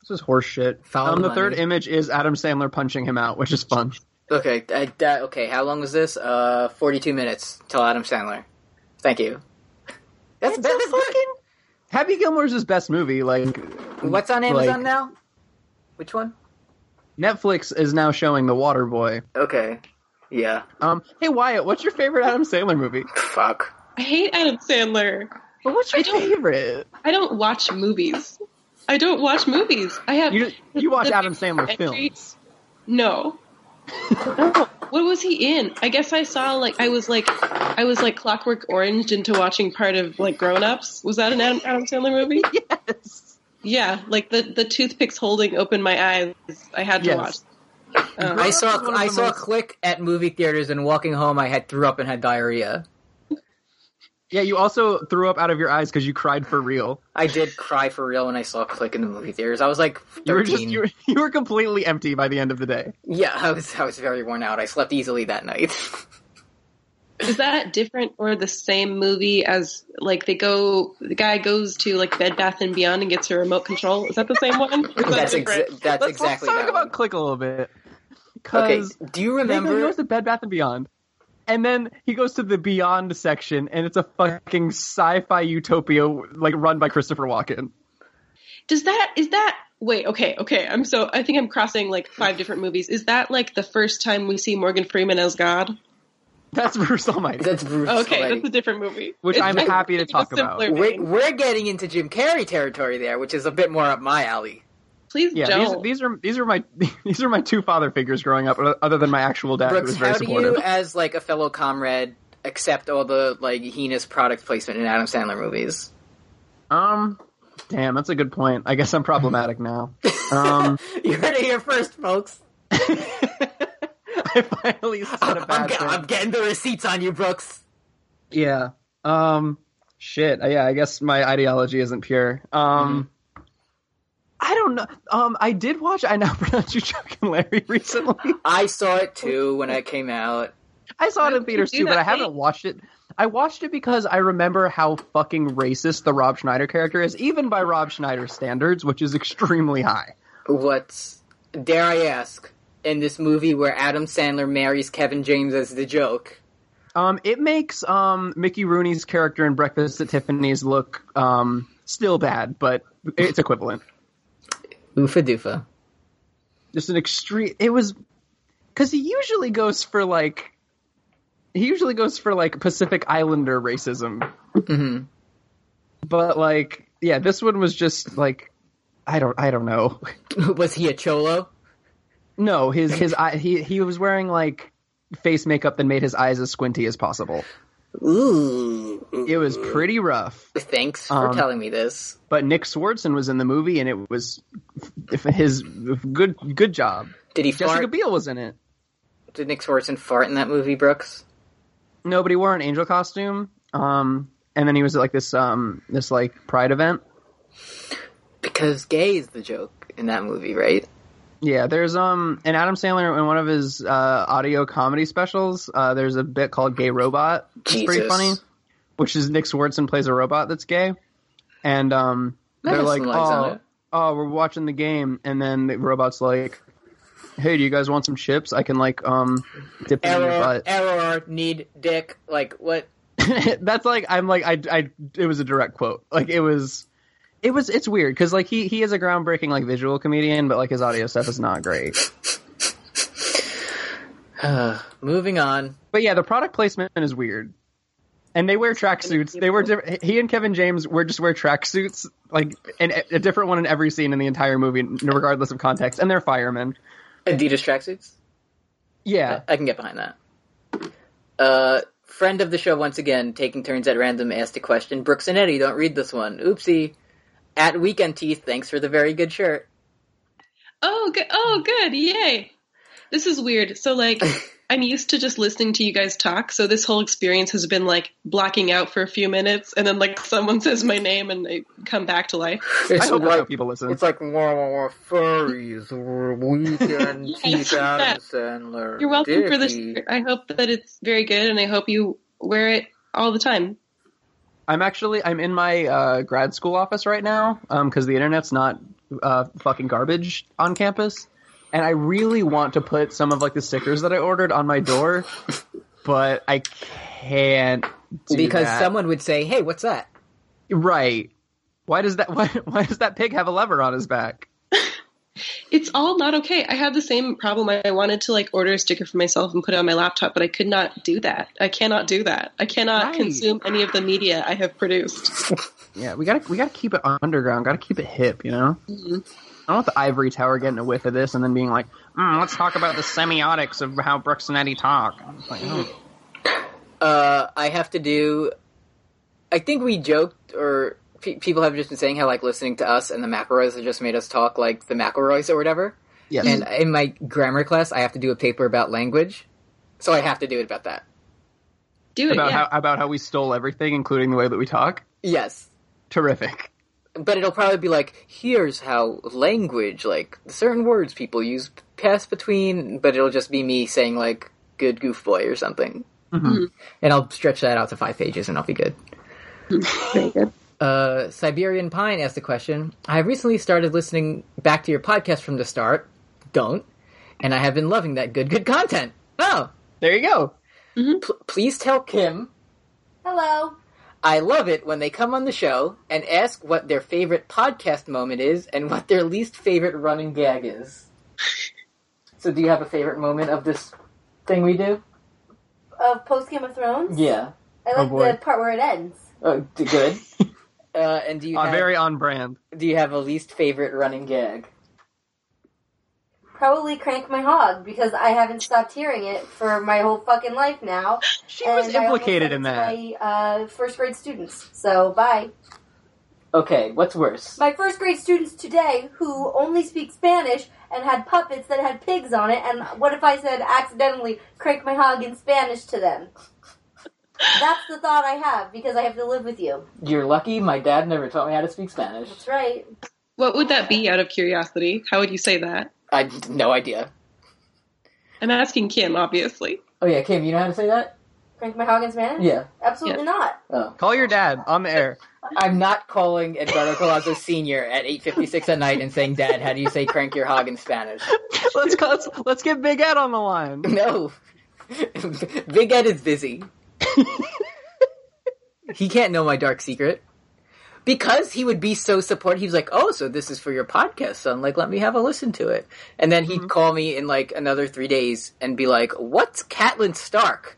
[SPEAKER 3] This is horse shit.
[SPEAKER 2] Follow
[SPEAKER 3] um,
[SPEAKER 2] the
[SPEAKER 3] the third
[SPEAKER 2] money.
[SPEAKER 3] image is Adam Sandler punching him out, which is fun.
[SPEAKER 2] Okay, I, that, okay. How long was this? Uh, forty-two minutes till Adam Sandler. Thank you. That's,
[SPEAKER 3] It's
[SPEAKER 2] be-
[SPEAKER 3] a
[SPEAKER 2] that's good.
[SPEAKER 3] fucking- Happy Gilmore's his best movie. Like
[SPEAKER 2] What's on Amazon
[SPEAKER 3] like-
[SPEAKER 2] now? Which one?
[SPEAKER 3] Netflix is now showing The Waterboy.
[SPEAKER 2] Okay. Yeah.
[SPEAKER 3] Um, hey Wyatt, what's your favorite Adam Sandler movie?
[SPEAKER 2] Fuck.
[SPEAKER 4] I hate Adam Sandler.
[SPEAKER 3] But what's your
[SPEAKER 4] I don't-
[SPEAKER 3] favorite?
[SPEAKER 4] I don't watch movies. I don't watch movies. I have
[SPEAKER 3] You you watch
[SPEAKER 4] The-
[SPEAKER 3] Adam Sandler
[SPEAKER 4] Entry-
[SPEAKER 3] films.
[SPEAKER 4] No. no. What was he in? I guess I saw like I was like I was like Clockwork Orange into watching part of like Grown Ups. Was that an Adam, Adam Sandler movie?
[SPEAKER 3] Yes.
[SPEAKER 4] Yeah, like the the toothpicks holding opened my eyes. I had to
[SPEAKER 3] Yes.
[SPEAKER 4] watch. Um,
[SPEAKER 2] I
[SPEAKER 3] is one
[SPEAKER 2] saw
[SPEAKER 3] of
[SPEAKER 2] I
[SPEAKER 3] the
[SPEAKER 2] saw
[SPEAKER 3] most-
[SPEAKER 2] Click at movie theaters, and walking home, I had threw up and had diarrhea.
[SPEAKER 3] Yeah, you also threw up out of your eyes because you cried for real.
[SPEAKER 2] I did cry for real when I saw Click in the movie theaters. I was like thirteen.
[SPEAKER 3] You were just you were, you were completely empty by the end of the day.
[SPEAKER 2] Yeah, I was I was very worn out. I slept easily that night.
[SPEAKER 4] is that different or the same movie as like they go the guy goes to like Bed Bath and Beyond and gets a remote control? Is that the same one? Or is that
[SPEAKER 2] that's
[SPEAKER 4] different?
[SPEAKER 2] exa- that's
[SPEAKER 3] let's,
[SPEAKER 2] exactly
[SPEAKER 3] let's talk
[SPEAKER 2] that
[SPEAKER 3] about
[SPEAKER 2] one.
[SPEAKER 3] Click a little bit.
[SPEAKER 2] Okay,
[SPEAKER 3] Because
[SPEAKER 2] do you
[SPEAKER 3] he
[SPEAKER 2] remember?
[SPEAKER 3] goes to Bed Bath and Beyond, and then he goes to the Beyond section, and it's a fucking sci-fi utopia like run by Christopher Walken.
[SPEAKER 4] Does that is that wait, okay, okay. I'm so I think I'm crossing like five different movies. Is that like the first time we see Morgan Freeman as God?
[SPEAKER 3] That's Bruce Almighty.
[SPEAKER 2] That's Bruce.
[SPEAKER 4] Okay,
[SPEAKER 2] already.
[SPEAKER 4] that's a different movie.
[SPEAKER 3] Which I'm happy to
[SPEAKER 4] it's a
[SPEAKER 3] talk about.
[SPEAKER 4] simpler
[SPEAKER 2] we're,
[SPEAKER 4] name.
[SPEAKER 2] we're getting into Jim Carrey territory there, which is a bit more up my alley.
[SPEAKER 4] Please
[SPEAKER 3] Yeah, these,
[SPEAKER 4] don't.
[SPEAKER 3] these are these are my these are my two father figures growing up, other than my actual dad, who
[SPEAKER 2] Brooks,
[SPEAKER 3] was very
[SPEAKER 2] how do
[SPEAKER 3] supportive.
[SPEAKER 2] you, as like a fellow comrade, accept all the like heinous product placement in Adam Sandler movies?
[SPEAKER 3] Um, damn, that's a good point. I guess I'm problematic now. Um,
[SPEAKER 2] You heard it here first, folks.
[SPEAKER 3] I finally said a
[SPEAKER 2] I'm,
[SPEAKER 3] bad
[SPEAKER 2] ge-
[SPEAKER 3] thing.
[SPEAKER 2] I'm getting the receipts on you, Brooks.
[SPEAKER 3] Yeah.
[SPEAKER 4] Mm-hmm.
[SPEAKER 3] Um. Shit. Yeah. I guess my ideology isn't pure. Um. I don't know. Um, I did watch I Now Pronounce You Chuck and Larry recently.
[SPEAKER 2] I saw it too when it came out.
[SPEAKER 3] I saw it
[SPEAKER 4] Why
[SPEAKER 3] in
[SPEAKER 4] would you
[SPEAKER 3] theaters
[SPEAKER 4] do
[SPEAKER 3] too, but
[SPEAKER 4] that?
[SPEAKER 3] I haven't watched it. I watched it because I remember how fucking racist the Rob Schneider character is, even by Rob Schneider standards, which is extremely high.
[SPEAKER 2] What's dare I ask in this movie where Adam Sandler marries Kevin James as the joke?
[SPEAKER 3] Um, it makes um, Mickey Rooney's character in Breakfast at Tiffany's look um, still bad, but it's equivalent.
[SPEAKER 2] Oofa doofa.
[SPEAKER 3] Just an extreme. It was because he usually goes for like he usually goes for like Pacific Islander racism,
[SPEAKER 2] hmm
[SPEAKER 3] but like yeah, this one was just like I don't I don't know.
[SPEAKER 2] Was he a cholo?
[SPEAKER 3] No, his his eye, he he was wearing like face makeup that made his eyes as squinty as possible.
[SPEAKER 2] Ooh.
[SPEAKER 3] It was pretty rough.
[SPEAKER 2] Thanks for
[SPEAKER 3] Um,
[SPEAKER 2] telling me this.
[SPEAKER 3] But Nick Swartzen was in the movie, and it was f- his good good job.
[SPEAKER 2] Did he
[SPEAKER 3] Jessica
[SPEAKER 2] fart?
[SPEAKER 3] Biel was in it.
[SPEAKER 2] Did Nick Swartzen fart in that movie, Brooks?
[SPEAKER 3] No, but he wore an angel costume. Um, and then he was at like this um this like pride event.
[SPEAKER 2] Because gay is the joke in that movie, right?
[SPEAKER 3] Yeah, there's um and Adam Sandler in one of his uh, audio comedy specials. Uh, there's a bit called "Gay Robot." It's pretty
[SPEAKER 2] Jesus.
[SPEAKER 3] funny, which is Nick Swartzen plays a robot that's gay, and um
[SPEAKER 2] That
[SPEAKER 3] they're
[SPEAKER 2] has
[SPEAKER 3] like,
[SPEAKER 2] some legs on
[SPEAKER 3] oh,
[SPEAKER 2] it."
[SPEAKER 3] oh, we're watching the game, and then the robot's like, hey, do you guys want some chips? I can like um dip them in your
[SPEAKER 2] Error,
[SPEAKER 3] butt.
[SPEAKER 2] error, need dick. Like what?
[SPEAKER 3] that's like I'm like I I it was a direct quote. Like it was it was it's weird because like he he is a groundbreaking like visual comedian, but like his audio stuff is not great.
[SPEAKER 2] Moving on.
[SPEAKER 3] But yeah, the product placement is weird. And they wear tracksuits. They were different. He and Kevin James were just wear tracksuits, like and a different one in every scene in the entire movie, regardless of context. And they're firemen.
[SPEAKER 2] Adidas tracksuits.
[SPEAKER 3] Yeah,
[SPEAKER 2] I can get behind that. Uh, friend of the show once again, taking turns at random, asked a question. Brooks and Eddie, don't read this one. Oopsie. At Weekend Teeth, thanks for the very good shirt.
[SPEAKER 4] Oh, good. Oh, good. Yay. This is weird. So, like, I'm used to just listening to you guys talk. So, this whole experience has been like blocking out for a few minutes, and then, like, someone says my name and I come back to life.
[SPEAKER 3] I
[SPEAKER 2] It's
[SPEAKER 3] hope
[SPEAKER 2] like,
[SPEAKER 3] other people listen.
[SPEAKER 2] it's like, wah, wah, wah, furries, wah, Weekend
[SPEAKER 4] Yes,
[SPEAKER 2] Teeth,
[SPEAKER 4] that.
[SPEAKER 2] Adam Sandler.
[SPEAKER 4] You're welcome for this.
[SPEAKER 2] Dickie.
[SPEAKER 4] I hope that it's very good, and I hope you wear it all the time.
[SPEAKER 3] I'm actually I'm in my uh, grad school office right now because the internet's not uh, fucking garbage on campus, and I really want to put some of like the stickers that I ordered on my door, but I can't do
[SPEAKER 2] Because
[SPEAKER 3] that.
[SPEAKER 2] someone would say, hey, what's that?
[SPEAKER 3] right. Why does that why, why does that pig have a lever on his back?
[SPEAKER 4] It's all not okay. I have the same problem. I wanted to like order a sticker for myself and put it on my laptop, but I could not do that. I cannot do that. I cannot
[SPEAKER 3] Right.
[SPEAKER 4] consume any of the media I have produced.
[SPEAKER 3] Yeah, we gotta we gotta keep it underground. Gotta keep it hip, you know.
[SPEAKER 2] Mm-hmm.
[SPEAKER 3] I don't want the ivory tower getting a whiff of this and then being like, mm, "Let's talk about the semiotics of how Brooks and Eddie talk." It's like, oh.
[SPEAKER 2] uh, I have to do. I think we joked, or pe- people have just been saying how like listening to us and the McElroys have just made us talk like the McElroys or whatever.
[SPEAKER 3] Yes.
[SPEAKER 2] And in my grammar class, I have to do a paper about language, so I have to do it about that.
[SPEAKER 4] Do it.
[SPEAKER 3] about
[SPEAKER 4] yeah.
[SPEAKER 3] how about how we stole everything, including the way that we talk.
[SPEAKER 2] Yes,
[SPEAKER 3] Terrific.
[SPEAKER 2] but it'll probably be like here's how language, like certain words people use, pass between. But it'll just be me saying like "good goof boy" or something, Mm-hmm. and I'll stretch that out to five pages, and I'll be good.
[SPEAKER 4] Very good.
[SPEAKER 2] uh, Siberian Pine asked a question. I have recently started listening back to your podcast from the start. Don't. And I have been loving that good, good content. Oh,
[SPEAKER 3] There you go.
[SPEAKER 2] pl- please tell Kim
[SPEAKER 5] Hello.
[SPEAKER 2] I love it when they come on the show and ask what their favorite podcast moment is and what their least favorite running gag is. so, do you have a favorite moment of this thing we do?
[SPEAKER 5] Of post Game of Thrones.
[SPEAKER 2] Yeah.
[SPEAKER 5] I
[SPEAKER 3] Oh,
[SPEAKER 5] like
[SPEAKER 3] boy.
[SPEAKER 5] the part where it ends.
[SPEAKER 2] Oh, d- good. uh, and do you
[SPEAKER 3] Uh,
[SPEAKER 2] have,
[SPEAKER 3] very on brand.
[SPEAKER 2] do you have a least favorite running gag?
[SPEAKER 5] Probably crank my hog because I haven't stopped hearing it for my whole fucking life now.
[SPEAKER 3] She was
[SPEAKER 5] and I almost
[SPEAKER 3] implicated
[SPEAKER 5] said
[SPEAKER 3] in
[SPEAKER 5] it to
[SPEAKER 3] that.
[SPEAKER 5] My uh, first grade students. So bye.
[SPEAKER 2] Okay, what's worse?
[SPEAKER 5] My first grade students today who only speak Spanish and had puppets that had pigs on it. And what if I said accidentally crank my hog in Spanish to them? That's the thought I have because I have to live with you.
[SPEAKER 2] You're lucky my dad never taught me how to speak Spanish.
[SPEAKER 5] That's right.
[SPEAKER 4] What would that be out of curiosity? How would you say that?
[SPEAKER 2] I no idea.
[SPEAKER 4] I'm asking Kim, obviously.
[SPEAKER 2] Oh yeah, Kim, you know how to say that?
[SPEAKER 5] Crank my hog in Spanish?
[SPEAKER 2] Yeah.
[SPEAKER 5] Absolutely not.
[SPEAKER 2] Oh.
[SPEAKER 3] Call your dad on the air.
[SPEAKER 2] I'm not calling Eduardo Colazo Senior at 8:56 at night and saying, "Dad, how do you say crank your hog in Spanish?"
[SPEAKER 3] let's, call, let's let's get Big Ed on the line.
[SPEAKER 2] No. Big Ed is busy. he can't know my dark secret. Because he would be so supportive, he's like, "Oh, so this is for your podcast, son. Like, let me have a listen to it." And then he'd
[SPEAKER 5] Mm-hmm.
[SPEAKER 2] call me in like another three days and be like, "What's Catelyn Stark?"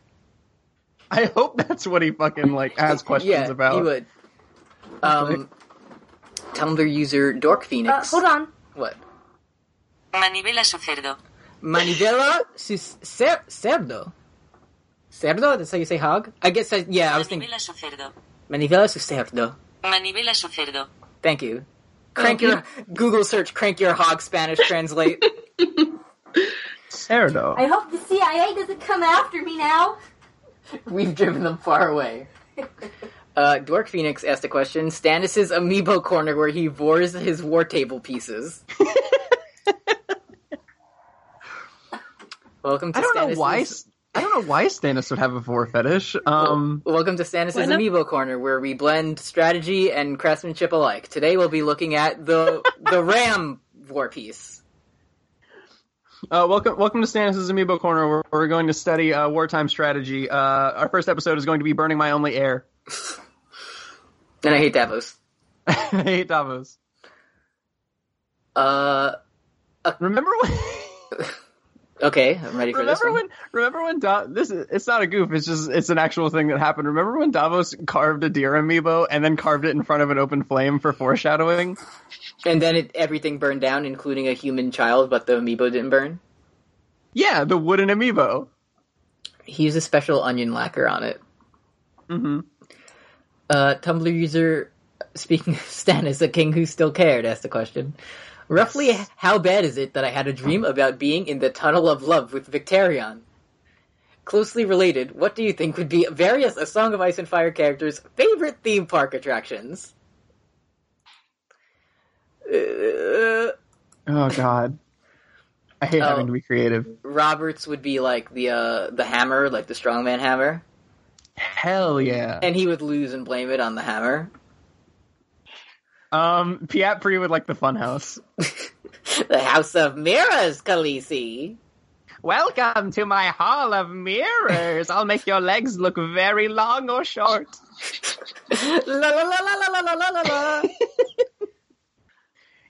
[SPEAKER 3] I hope that's what he fucking like has questions
[SPEAKER 2] yeah,
[SPEAKER 3] about.
[SPEAKER 2] he would. Um, Tumblr user Dork
[SPEAKER 5] Uh,
[SPEAKER 2] Phoenix.
[SPEAKER 5] hold on.
[SPEAKER 2] What?
[SPEAKER 6] Manivela su cerdo.
[SPEAKER 2] Manivela su cer- cerdo. Cerdo? That's how you say hog? I guess I, yeah, I was thinking
[SPEAKER 6] Manivela su cerdo.
[SPEAKER 2] Manivela su cerdo.
[SPEAKER 6] Manivela su cerdo.
[SPEAKER 2] Thank you. Crank your Google search crank your hog Spanish translate.
[SPEAKER 3] Cerdo.
[SPEAKER 5] I hope the CIA doesn't come after me now.
[SPEAKER 2] We've driven them far away. Uh, Dork Phoenix asked a question. Stannis' amiibo corner where he bores his war table pieces. Welcome to
[SPEAKER 3] I don't know
[SPEAKER 2] Stannis'
[SPEAKER 3] why. S- I don't know why Stannis would have a four fetish. Um,
[SPEAKER 2] Welcome to Stannis'
[SPEAKER 4] Why not?
[SPEAKER 2] Amiibo Corner, where we blend strategy and craftsmanship alike. Today we'll be looking at the the Ram War Piece.
[SPEAKER 3] uh, welcome, welcome to Stannis' Amiibo Corner, where we're going to study uh, wartime strategy. Uh, our first episode is going to be "Burning My Only Air."
[SPEAKER 2] And I hate Davos.
[SPEAKER 3] I hate Davos.
[SPEAKER 2] Uh,
[SPEAKER 3] Remember when?
[SPEAKER 2] okay, I'm ready for this.
[SPEAKER 3] remember
[SPEAKER 2] One.
[SPEAKER 3] when? Remember when? Da- this is, it's not a goof. It's just it's an actual thing that happened. Remember when Davos carved a deer amiibo and then carved it in front of an open flame for foreshadowing?
[SPEAKER 2] and then it, everything burned down, including a human child, but the Amiibo didn't burn.
[SPEAKER 3] Yeah, the wooden amiibo.
[SPEAKER 2] He used a special onion lacquer on it.
[SPEAKER 3] hmm
[SPEAKER 2] Uh, Tumblr user, speaking of Stannis, a king who still cared, asked the question. Roughly, how bad is it that I had a dream about being in the Tunnel of Love with Victarion? Closely related, what do you think would be various A Song of Ice and Fire characters' favorite theme park attractions? Uh,
[SPEAKER 3] Oh God, I hate
[SPEAKER 2] Oh.
[SPEAKER 3] having to be creative.
[SPEAKER 2] Roberts would be like the uh, the hammer, like the strongman hammer,
[SPEAKER 3] Hell yeah.
[SPEAKER 2] and he would lose and blame it on the hammer.
[SPEAKER 3] Um, Piat Pri would like the funhouse.
[SPEAKER 2] the House of Mirrors, Khaleesi.
[SPEAKER 3] Welcome to my hall of mirrors. I'll make your legs look very long or short.
[SPEAKER 2] la la la la la la la la la.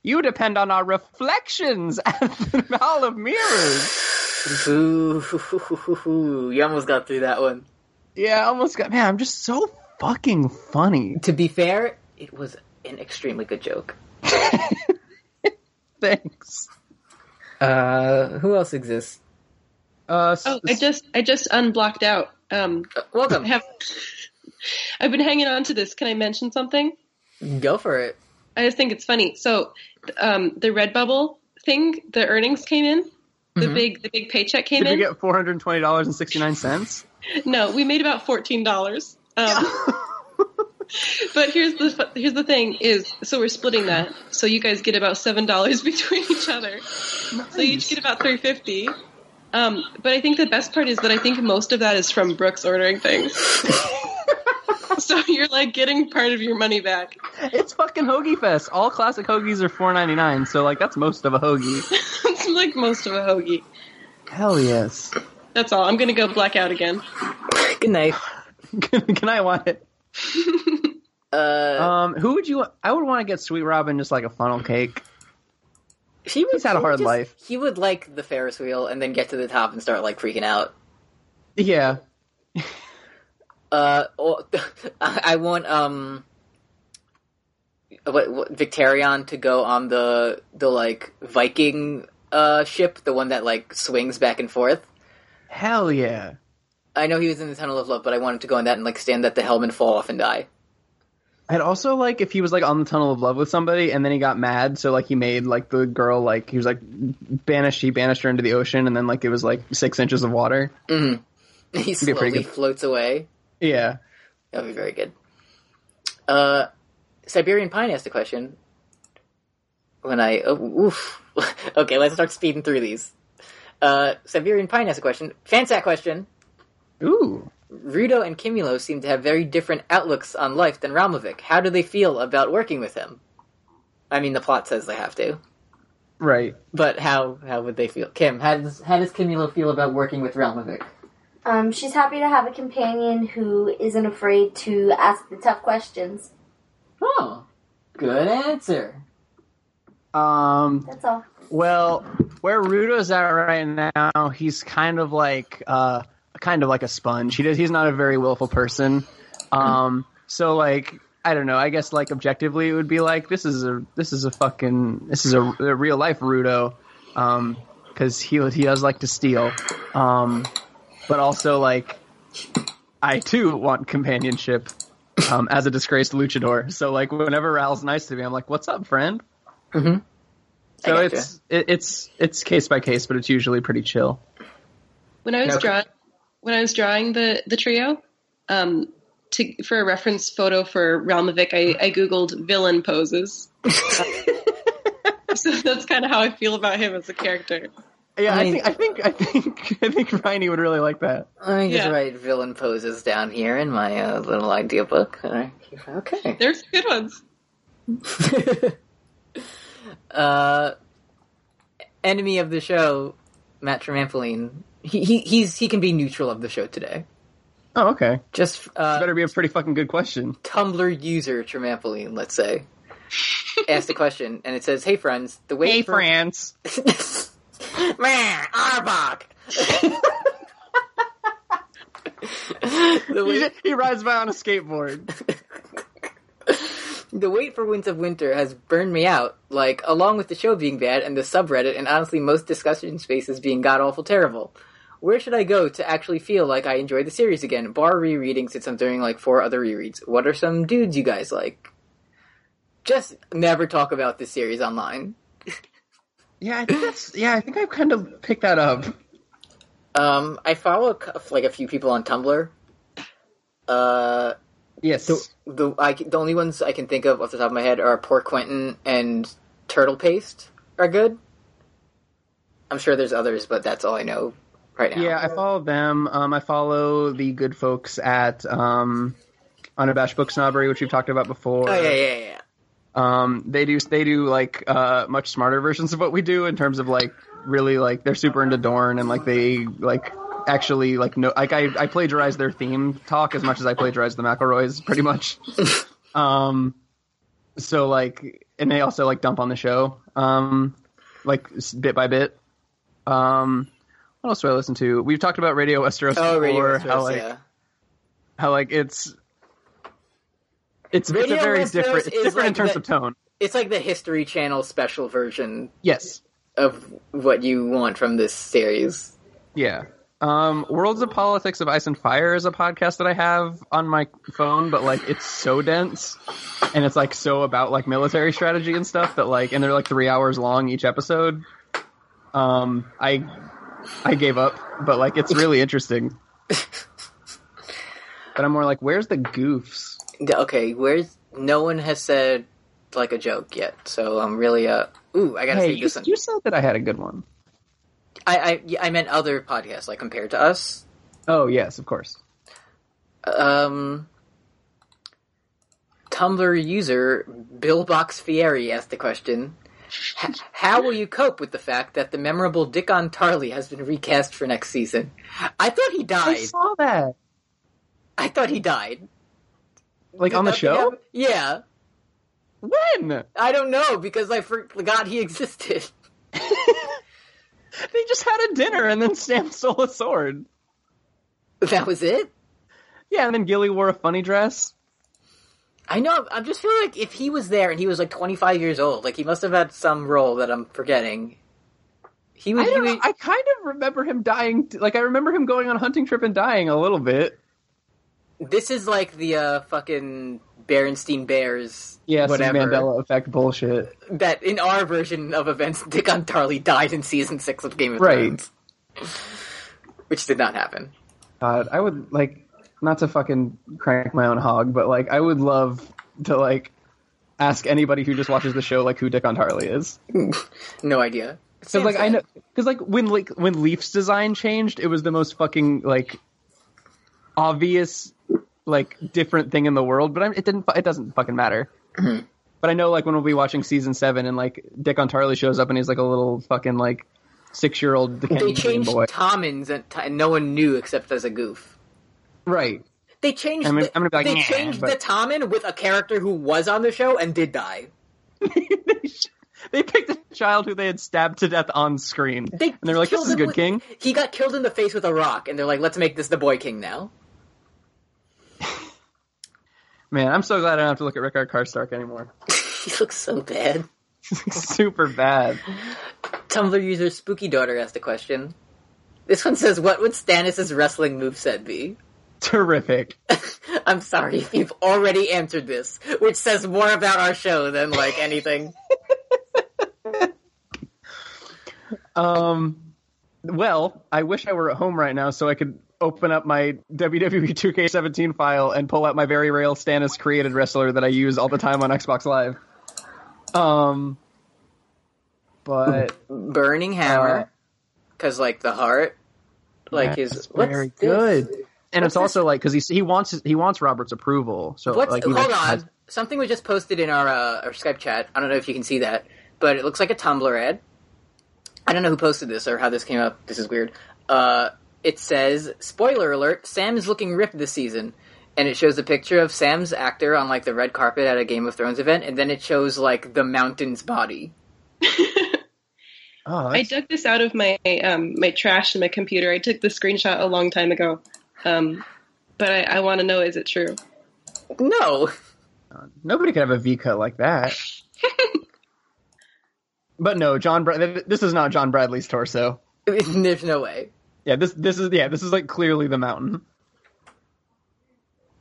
[SPEAKER 3] You depend on our reflections at the hall of mirrors.
[SPEAKER 2] Ooh, you almost got through that one.
[SPEAKER 3] Yeah, I almost got. Man, I'm just so fucking funny.
[SPEAKER 2] To be fair, it was an extremely good joke.
[SPEAKER 3] Thanks.
[SPEAKER 2] Uh, who else exists?
[SPEAKER 3] Uh, s-
[SPEAKER 4] Oh, I just I just unblocked out. Um, I
[SPEAKER 2] Uh, Welcome.
[SPEAKER 4] have I've been hanging on to this. Can I mention something?
[SPEAKER 2] Go for it.
[SPEAKER 4] I just think it's funny. So, um, the Redbubble thing, the earnings came in. The big Mm-hmm. the big paycheck came
[SPEAKER 3] did we
[SPEAKER 4] in.
[SPEAKER 3] get four hundred twenty dollars and sixty nine cents?
[SPEAKER 4] No, we made about fourteen dollars. Um, but here's the fu- here's the thing is so we're splitting that so you guys get about seven dollars between each other. So you each get about three fifty. Um, but I think the best part is that I think most of that is from Brooks ordering things. so you're like getting part of your money back.
[SPEAKER 3] It's fucking hoagie fest. All classic hoagies are four ninety nine, so like that's most of a hoagie.
[SPEAKER 4] it's like most of a hoagie.
[SPEAKER 3] Hell yes.
[SPEAKER 4] That's all. I'm gonna go black out again.
[SPEAKER 2] Good night.
[SPEAKER 3] Can I want it?
[SPEAKER 2] Uh,
[SPEAKER 3] Um, who would you? I would want to get Sweet Robin just like a funnel cake.
[SPEAKER 2] he was,
[SPEAKER 3] he's had a
[SPEAKER 2] he
[SPEAKER 3] hard
[SPEAKER 2] just-
[SPEAKER 3] life.
[SPEAKER 2] He would like the Ferris wheel and then get to the top and start like freaking out.
[SPEAKER 3] Yeah,
[SPEAKER 2] Uh, or, I I want um, what, what Victarion to go on the the like Viking uh ship, the one that like swings back and forth.
[SPEAKER 3] hell yeah.
[SPEAKER 2] I know he was in the Tunnel of Love, but I want him to go on that and like stand at the helm and fall off and die.
[SPEAKER 3] I'd also like if he was like on the tunnel of love with somebody and then he got mad, so like he made like the girl like he was like banished. He banished her into the ocean, and then like it was like six inches of water.
[SPEAKER 2] He
[SPEAKER 3] be pretty
[SPEAKER 2] slowly
[SPEAKER 3] good.
[SPEAKER 2] floats away.
[SPEAKER 3] Yeah,
[SPEAKER 2] That'd be very good. Uh, Siberian Pine asked a question. when I oh, oof. okay, let's start speeding through these. Uh, Siberian Pine has a question. Fansat question.
[SPEAKER 3] Ooh.
[SPEAKER 2] Rudo and Kimulo seem to have very different outlooks on life than Ramovic. How do they feel about working with him? I mean, the plot says they have to,
[SPEAKER 3] Right.
[SPEAKER 2] but how how would they feel? Kim, how does how does Kimulo feel about working with Ramovic?
[SPEAKER 5] Um, she's happy to have a companion who isn't afraid to ask the tough questions.
[SPEAKER 2] Oh, good answer.
[SPEAKER 3] Um.
[SPEAKER 5] That's all.
[SPEAKER 3] Well, where Rudo's at right now, he's kind of like uh, kind of like a sponge. He does, he's not a very willful person. Um, so like I don't know. I guess like objectively, it would be like this is a this is a fucking this is a, a real life Rudo, because he he does like to steal, um, but also like I too want companionship. Um, as a disgraced luchador, so like whenever Ral's nice to me, I'm like, "What's up, friend?" Mm-hmm. So
[SPEAKER 2] I gotcha.
[SPEAKER 3] it's it, it's it's case by case, but it's usually pretty chill.
[SPEAKER 4] When I was
[SPEAKER 2] No.
[SPEAKER 4] drawing, when I was drawing the the trio, um, to for a reference photo for Realmovic, I, I googled villain poses. so that's kind of how I feel about him as a character.
[SPEAKER 3] Yeah,
[SPEAKER 2] I
[SPEAKER 3] I
[SPEAKER 2] mean-
[SPEAKER 3] think I think I think I think Riney would really like that.
[SPEAKER 2] Let me just
[SPEAKER 4] Yeah.
[SPEAKER 2] write villain poses down here in my uh, little idea book. All right. Okay.
[SPEAKER 4] There's good ones.
[SPEAKER 2] uh, enemy of the show, Matt Trampoline. He, he he's he can be neutral of the show today.
[SPEAKER 3] Oh, okay.
[SPEAKER 2] Just uh,
[SPEAKER 3] Better be a pretty fucking good question.
[SPEAKER 2] Tumblr user Trampoline, let's say, asked a question, and it says, "Hey friends, the wait for
[SPEAKER 3] France.
[SPEAKER 2] man Arbok." the
[SPEAKER 3] He,
[SPEAKER 2] wait
[SPEAKER 3] he rides by on a skateboard.
[SPEAKER 2] The wait for Winds of Winter has burned me out, like, along with the show being bad and the subreddit and honestly most discussion spaces being god awful terrible. Where should I go to actually feel like I enjoy the series again? Bar rereading since I'm doing like four other rereads. What are some dudes you guys like? Just never talk about this series online.
[SPEAKER 3] Yeah, I think that's yeah. I think I've kind of picked that up.
[SPEAKER 2] Um, I follow a cou- like a few people on Tumblr. Uh,
[SPEAKER 3] Yes.
[SPEAKER 2] the the I, c- the only ones I can think of off the top of my head are Poor Quentin and Turtle Paste are good. I'm sure there's others, but that's all I know right now.
[SPEAKER 3] yeah, I follow them. Um, I follow the good folks at um, Unabashed Book Snobbery, which we've talked about before.
[SPEAKER 2] Oh yeah, yeah, yeah.
[SPEAKER 3] Um, they do they do like uh, much smarter versions of what we do in terms of like really like they're super into Dorn and like they like actually like no like I, I plagiarize their theme talk as much as I plagiarize the McElroys pretty much. um, so like and they also like dump on the show um like s- bit by bit. Um, what else do I listen to? We've talked about Radio Westeros
[SPEAKER 2] Oh,
[SPEAKER 3] before.
[SPEAKER 2] Radio
[SPEAKER 3] how
[SPEAKER 2] Westeros,
[SPEAKER 3] like
[SPEAKER 2] yeah.
[SPEAKER 3] how like it's. It's, it's a
[SPEAKER 2] Radio
[SPEAKER 3] very
[SPEAKER 2] Westeros
[SPEAKER 3] different. It's
[SPEAKER 2] is
[SPEAKER 3] different in
[SPEAKER 2] like
[SPEAKER 3] terms
[SPEAKER 2] the-
[SPEAKER 3] of tone.
[SPEAKER 2] It's like the History Channel special version
[SPEAKER 3] Yes.
[SPEAKER 2] of what you want from this series.
[SPEAKER 3] Yeah. Um, Worlds of Politics of Ice and Fire is a podcast that I have on my phone, but like it's so dense and it's like so about like military strategy and stuff that like and they're like three hours long each episode. Um, I I gave up, but like it's really interesting. but I'm more like, where's the goofs?
[SPEAKER 2] D- Okay, where's no one has said like a joke yet, so I'm really uh. Ooh, I gotta
[SPEAKER 3] Hey,
[SPEAKER 2] say
[SPEAKER 3] you,
[SPEAKER 2] this one.
[SPEAKER 3] you said that I had a good one.
[SPEAKER 2] I, I yeah, I meant other podcasts like compared to us.
[SPEAKER 3] Oh yes, of course.
[SPEAKER 2] um, Tumblr user Billbox Fieri asked the question: "H- How will you cope with the fact that the memorable Dickon Tarley has been recast for next season? I thought he
[SPEAKER 3] I
[SPEAKER 2] died.
[SPEAKER 3] saw that.
[SPEAKER 2] I thought he died
[SPEAKER 3] Like on the
[SPEAKER 2] Nothing
[SPEAKER 3] show?
[SPEAKER 2] happened- Yeah,
[SPEAKER 3] When?
[SPEAKER 2] I don't know because I forgot he existed.
[SPEAKER 3] They just had a dinner and then Sam stole a sword.
[SPEAKER 2] That was it.
[SPEAKER 3] Yeah, and then Gilly wore a funny dress.
[SPEAKER 2] I know. I just feel like if he was there and he was like 25 years old, like he must have had some role that I'm forgetting. He was.
[SPEAKER 3] I
[SPEAKER 2] he
[SPEAKER 3] don't
[SPEAKER 2] was-
[SPEAKER 3] know. I kind of remember him dying. t- Like I remember him going on a hunting trip and dying a little bit.
[SPEAKER 2] This is like the uh, fucking Berenstein Bears,
[SPEAKER 3] Yeah, some
[SPEAKER 2] whatever.
[SPEAKER 3] Mandela effect bullshit.
[SPEAKER 2] That in our version of events, Dick Tarley died in season six of Game of
[SPEAKER 3] Right.
[SPEAKER 2] Thrones, which did not happen.
[SPEAKER 3] God, I would like not to fucking crank my own hog, but like I would love to like ask anybody who just watches the show like who Dick on Harley is.
[SPEAKER 2] No idea.
[SPEAKER 3] So like I
[SPEAKER 2] Samson.
[SPEAKER 3] know because like when like when Leaf's design changed, it was the most fucking like obvious like different thing in the world. But I, it didn't. fu- It doesn't fucking matter.
[SPEAKER 2] Mm-hmm.
[SPEAKER 3] But I know like when we'll be watching season seven and like Dick Ontarley shows up and he's like a little fucking like six year old
[SPEAKER 2] They
[SPEAKER 3] Dickensian
[SPEAKER 2] changed
[SPEAKER 3] boy.
[SPEAKER 2] Tommins and, t- and no one knew except as a goof.
[SPEAKER 3] right.
[SPEAKER 2] They changed.
[SPEAKER 3] I mean,
[SPEAKER 2] the,
[SPEAKER 3] I'm gonna be like,
[SPEAKER 2] they
[SPEAKER 3] "Yeah,"
[SPEAKER 2] changed
[SPEAKER 3] but-
[SPEAKER 2] the Tommen with a character who was on the show and did die.
[SPEAKER 3] They picked a child who they had stabbed to death on screen,
[SPEAKER 2] They
[SPEAKER 3] and they were like, "This
[SPEAKER 2] killed
[SPEAKER 3] is a
[SPEAKER 2] him
[SPEAKER 3] good
[SPEAKER 2] with-
[SPEAKER 3] king."
[SPEAKER 2] He got killed in the face with a rock, and they're like, "Let's make this the boy king now."
[SPEAKER 3] Man, I'm so glad I don't have to look at Rickard Karstark anymore.
[SPEAKER 2] He looks so bad.
[SPEAKER 3] Super bad.
[SPEAKER 2] Tumblr user Spooky Daughter asked a question. This one says, "What would Stannis' wrestling moveset be?"
[SPEAKER 3] Terrific.
[SPEAKER 2] I'm sorry if you've already answered this, which says more about our show than like anything.
[SPEAKER 3] Um, well, I wish I were at home right now so I could open up my E WWE 2K17 file and pull out my very real Stannis created wrestler that I use all the time on Xbox Live. Um, but
[SPEAKER 2] Burning Hammer, because like the heart, like his
[SPEAKER 3] that's
[SPEAKER 2] what's
[SPEAKER 3] very
[SPEAKER 2] this?
[SPEAKER 3] good. And it's
[SPEAKER 2] What's
[SPEAKER 3] also like because he he wants he wants Robert's approval. So
[SPEAKER 2] What's
[SPEAKER 3] like he,
[SPEAKER 2] hold
[SPEAKER 3] like,
[SPEAKER 2] on?
[SPEAKER 3] has-
[SPEAKER 2] Something was just posted in our uh, our Skype chat. I don't know if you can see that, but it looks like a Tumblr ad. I don't know who posted this or how this came up. This is weird. Uh, it says, "Spoiler alert: Sam is looking ripped this season." And it shows a picture of Sam's actor on like the red carpet at a Game of Thrones event, and then it shows like the mountain's body.
[SPEAKER 3] oh,
[SPEAKER 4] I
[SPEAKER 3] that's-
[SPEAKER 4] dug this out of my um, my trash in my computer. I took the screenshot a long time ago, um, but I, I want to know is it true?
[SPEAKER 2] No,
[SPEAKER 3] nobody could have a V cut like that. but no, John. Brad- this is not John Bradley's torso.
[SPEAKER 2] there's no way.
[SPEAKER 3] Yeah, this this is yeah this is like clearly the mountain.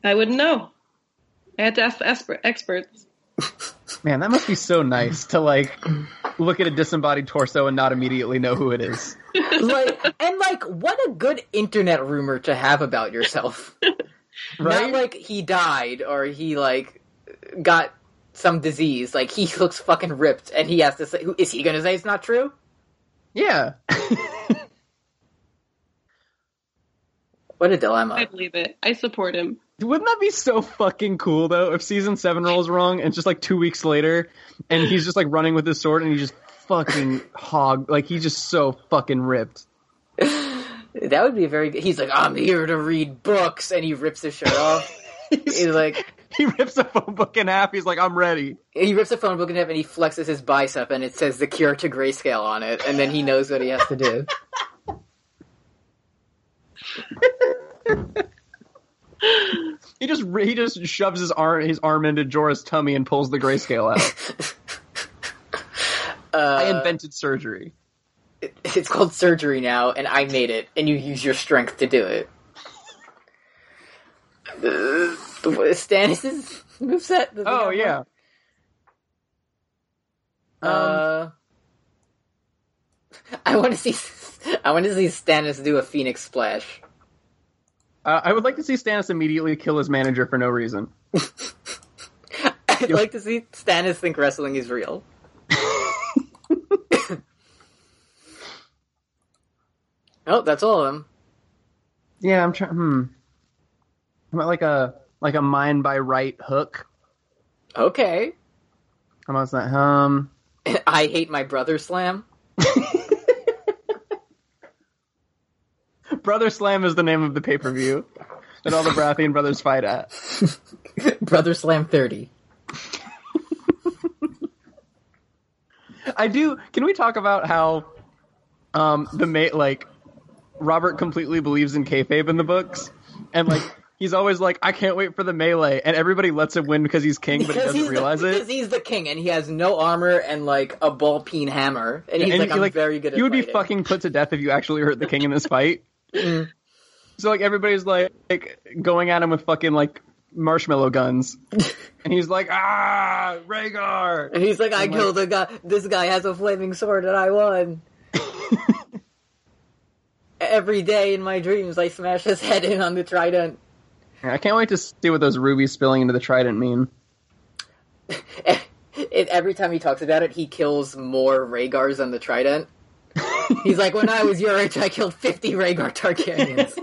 [SPEAKER 4] I wouldn't know. I had to ask the esper- experts.
[SPEAKER 3] Man, that must be so nice to like look at a disembodied torso and not immediately know who it is.
[SPEAKER 2] like and like what a good internet rumor to have about yourself
[SPEAKER 3] Right?
[SPEAKER 2] not like he died or he like got some disease like he looks fucking ripped and he has to say who is he gonna say it's not true
[SPEAKER 3] Yeah.
[SPEAKER 2] what a
[SPEAKER 4] I
[SPEAKER 2] dilemma
[SPEAKER 4] believe it. I support him.
[SPEAKER 3] Wouldn't that be so fucking cool though if season seven rolls wrong and it's just like two weeks later and he's just like running with his sword and he's just fucking hog like he's just so fucking ripped.
[SPEAKER 2] that would be very good he's like i'm here to read books and he rips his shirt off he's like
[SPEAKER 3] He rips a phone book in half, he's like, I'm ready.
[SPEAKER 2] he rips a phone book in half and he flexes his bicep and it says the cure to grayscale on it and then he knows what he has to do
[SPEAKER 3] He just ri- he just shoves his arm his arm into Jorah's tummy and pulls the grayscale out.
[SPEAKER 2] Uh,
[SPEAKER 3] I invented surgery.
[SPEAKER 2] it's called surgery now, and I made it, and you use your strength to do it. Uh, Stannis' moveset? Does he have
[SPEAKER 3] Oh
[SPEAKER 2] one?
[SPEAKER 3] yeah. Um,
[SPEAKER 2] Uh, I want to see. I want to see Stannis do a phoenix splash.
[SPEAKER 3] Uh, I would like to see Stannis immediately kill his manager for no reason.
[SPEAKER 2] I'd like to see Stannis think wrestling is real. oh, that's all of them.
[SPEAKER 3] Yeah, I'm trying. Hmm. I'm at like a like a mind by right hook.
[SPEAKER 2] Okay.
[SPEAKER 3] I'm almost that. Um.
[SPEAKER 2] I hate my brother slam.
[SPEAKER 3] Brother Slam is the name of the pay per view that all the Baratheon brothers fight at.
[SPEAKER 2] Brother slam 30.
[SPEAKER 3] I do. Can we talk about how um the mate like Robert completely believes in kayfabe in the books and like. He's always like, I can't wait for the melee, and everybody lets him win because he's king, but he doesn't
[SPEAKER 2] he's
[SPEAKER 3] realize
[SPEAKER 2] the,
[SPEAKER 3] it.
[SPEAKER 2] Because he's the king, and he has no armor and like a ball peen hammer, and he's
[SPEAKER 3] and
[SPEAKER 2] like,
[SPEAKER 3] you,
[SPEAKER 2] "I'm very good." at
[SPEAKER 3] You would be
[SPEAKER 2] fighting." Mm.
[SPEAKER 3] fucking put to death if you actually hurt the king in this fight. so like everybody's like, like, going at him with fucking like marshmallow guns, and he's like, ah, Rhaegar.
[SPEAKER 2] And he's like, "I killed a guy. This guy has a flaming sword, and I won." Every day in my dreams, I smash his head in on the trident.
[SPEAKER 3] I can't wait to see what those rubies spilling into the trident mean.
[SPEAKER 2] it, every time he talks about it, he kills more Rhaegars than the Trident. He's like, when I was your age, I killed 50 Rhaegar Targaryens.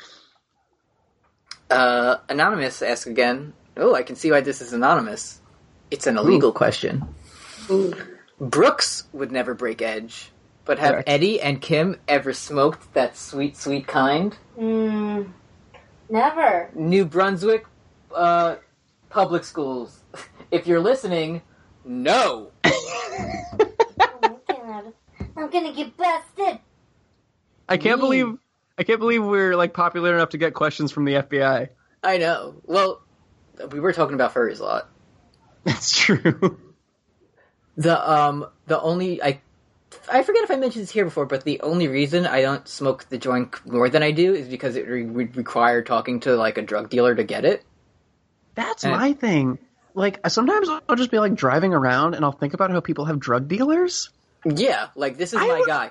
[SPEAKER 2] uh, anonymous asks again. Oh, I can see why this is anonymous. It's an illegal question. Brooks would never break edge, but have
[SPEAKER 3] Correct.
[SPEAKER 2] Eddie and Kim ever smoked that sweet, sweet kind?
[SPEAKER 5] Mm, never.
[SPEAKER 2] New Brunswick uh, public schools. If you're listening, no.
[SPEAKER 5] Oh my god. I'm gonna get busted.
[SPEAKER 3] I can't
[SPEAKER 2] Mm.
[SPEAKER 3] believe I can't believe we're like popular enough to get questions from the FBI.
[SPEAKER 2] I know. Well, we were talking about furries a lot.
[SPEAKER 3] That's true.
[SPEAKER 2] The um the only I I forget if I mentioned this here before, but the only reason I don't smoke the joint more than I do is because it re- would require talking to like a drug dealer to get it.
[SPEAKER 3] That's
[SPEAKER 2] And-
[SPEAKER 3] my thing. Like sometimes I'll just be like driving around and I'll think about how people have drug dealers.
[SPEAKER 2] Yeah, like this is
[SPEAKER 3] I
[SPEAKER 2] my
[SPEAKER 3] would-
[SPEAKER 2] guy.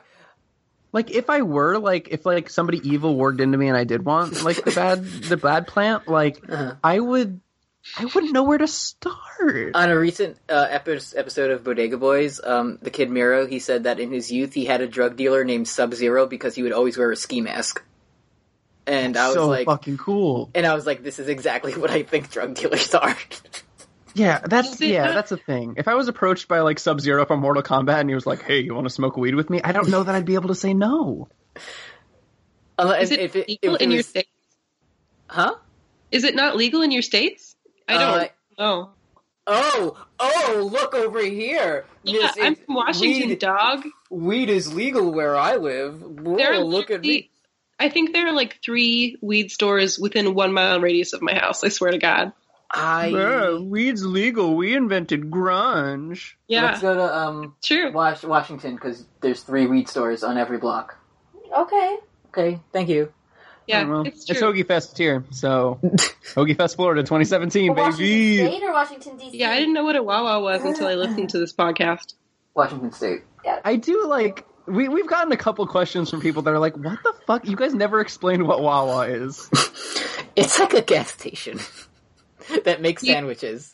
[SPEAKER 3] Like if I were like if like somebody evil worked into me and I did want like the bad the bad plant, like
[SPEAKER 2] Uh-huh.
[SPEAKER 3] I would I wouldn't know where to start.
[SPEAKER 2] On a recent uh, epi- episode of Bodega Boys, um, the kid Miro, he said that in his youth he had a drug dealer named Sub Zero because he would always wear a ski mask. And I was
[SPEAKER 3] so
[SPEAKER 2] like,
[SPEAKER 3] fucking cool.
[SPEAKER 2] and I was like, this is exactly what I think drug dealers are.
[SPEAKER 3] Yeah, that's
[SPEAKER 4] See,
[SPEAKER 3] yeah,
[SPEAKER 4] I-
[SPEAKER 3] that's a thing. If I was approached by like Sub Zero from Mortal Kombat and he was like, "Hey, you want to smoke weed with me?" I don't know that I'd be able to say no.
[SPEAKER 2] Unless
[SPEAKER 4] Is it,
[SPEAKER 2] if it, if
[SPEAKER 4] legal
[SPEAKER 2] it
[SPEAKER 4] in your
[SPEAKER 2] was-
[SPEAKER 4] state?
[SPEAKER 2] huh?
[SPEAKER 4] Is it not legal in your states? I don't
[SPEAKER 2] Uh,
[SPEAKER 4] know.
[SPEAKER 2] Oh, oh, look over here.
[SPEAKER 4] Yeah,
[SPEAKER 2] Miss,
[SPEAKER 4] I'm
[SPEAKER 2] it's-
[SPEAKER 4] from Washington,
[SPEAKER 2] Weed,
[SPEAKER 4] dog.
[SPEAKER 2] weed is legal where I live.
[SPEAKER 4] There
[SPEAKER 2] Whoa,
[SPEAKER 4] are
[SPEAKER 2] look at me.
[SPEAKER 4] literally- I think there are like three weed stores within one mile radius of my house. I swear to God.
[SPEAKER 2] I
[SPEAKER 3] weed's legal. We invented grunge.
[SPEAKER 4] Yeah,
[SPEAKER 2] let's go to um
[SPEAKER 4] true.
[SPEAKER 2] Wash- Washington because there's three weed stores on every block.
[SPEAKER 5] Okay.
[SPEAKER 2] Okay, thank you.
[SPEAKER 4] Yeah,
[SPEAKER 3] well,
[SPEAKER 4] it's true.
[SPEAKER 3] Hoagie Fest here, so Hoagie Fest Florida 2017,
[SPEAKER 5] Well,
[SPEAKER 3] baby.
[SPEAKER 5] Washington State or Washington D.C.
[SPEAKER 4] Yeah, I didn't know what a Wawa was until I listened to this podcast.
[SPEAKER 2] Washington State.
[SPEAKER 3] I do like. We we've gotten a couple questions from people that are like, "What the fuck? You guys never explained what Wawa is."
[SPEAKER 2] It's like a gas station that makes
[SPEAKER 4] Yeah.
[SPEAKER 2] sandwiches.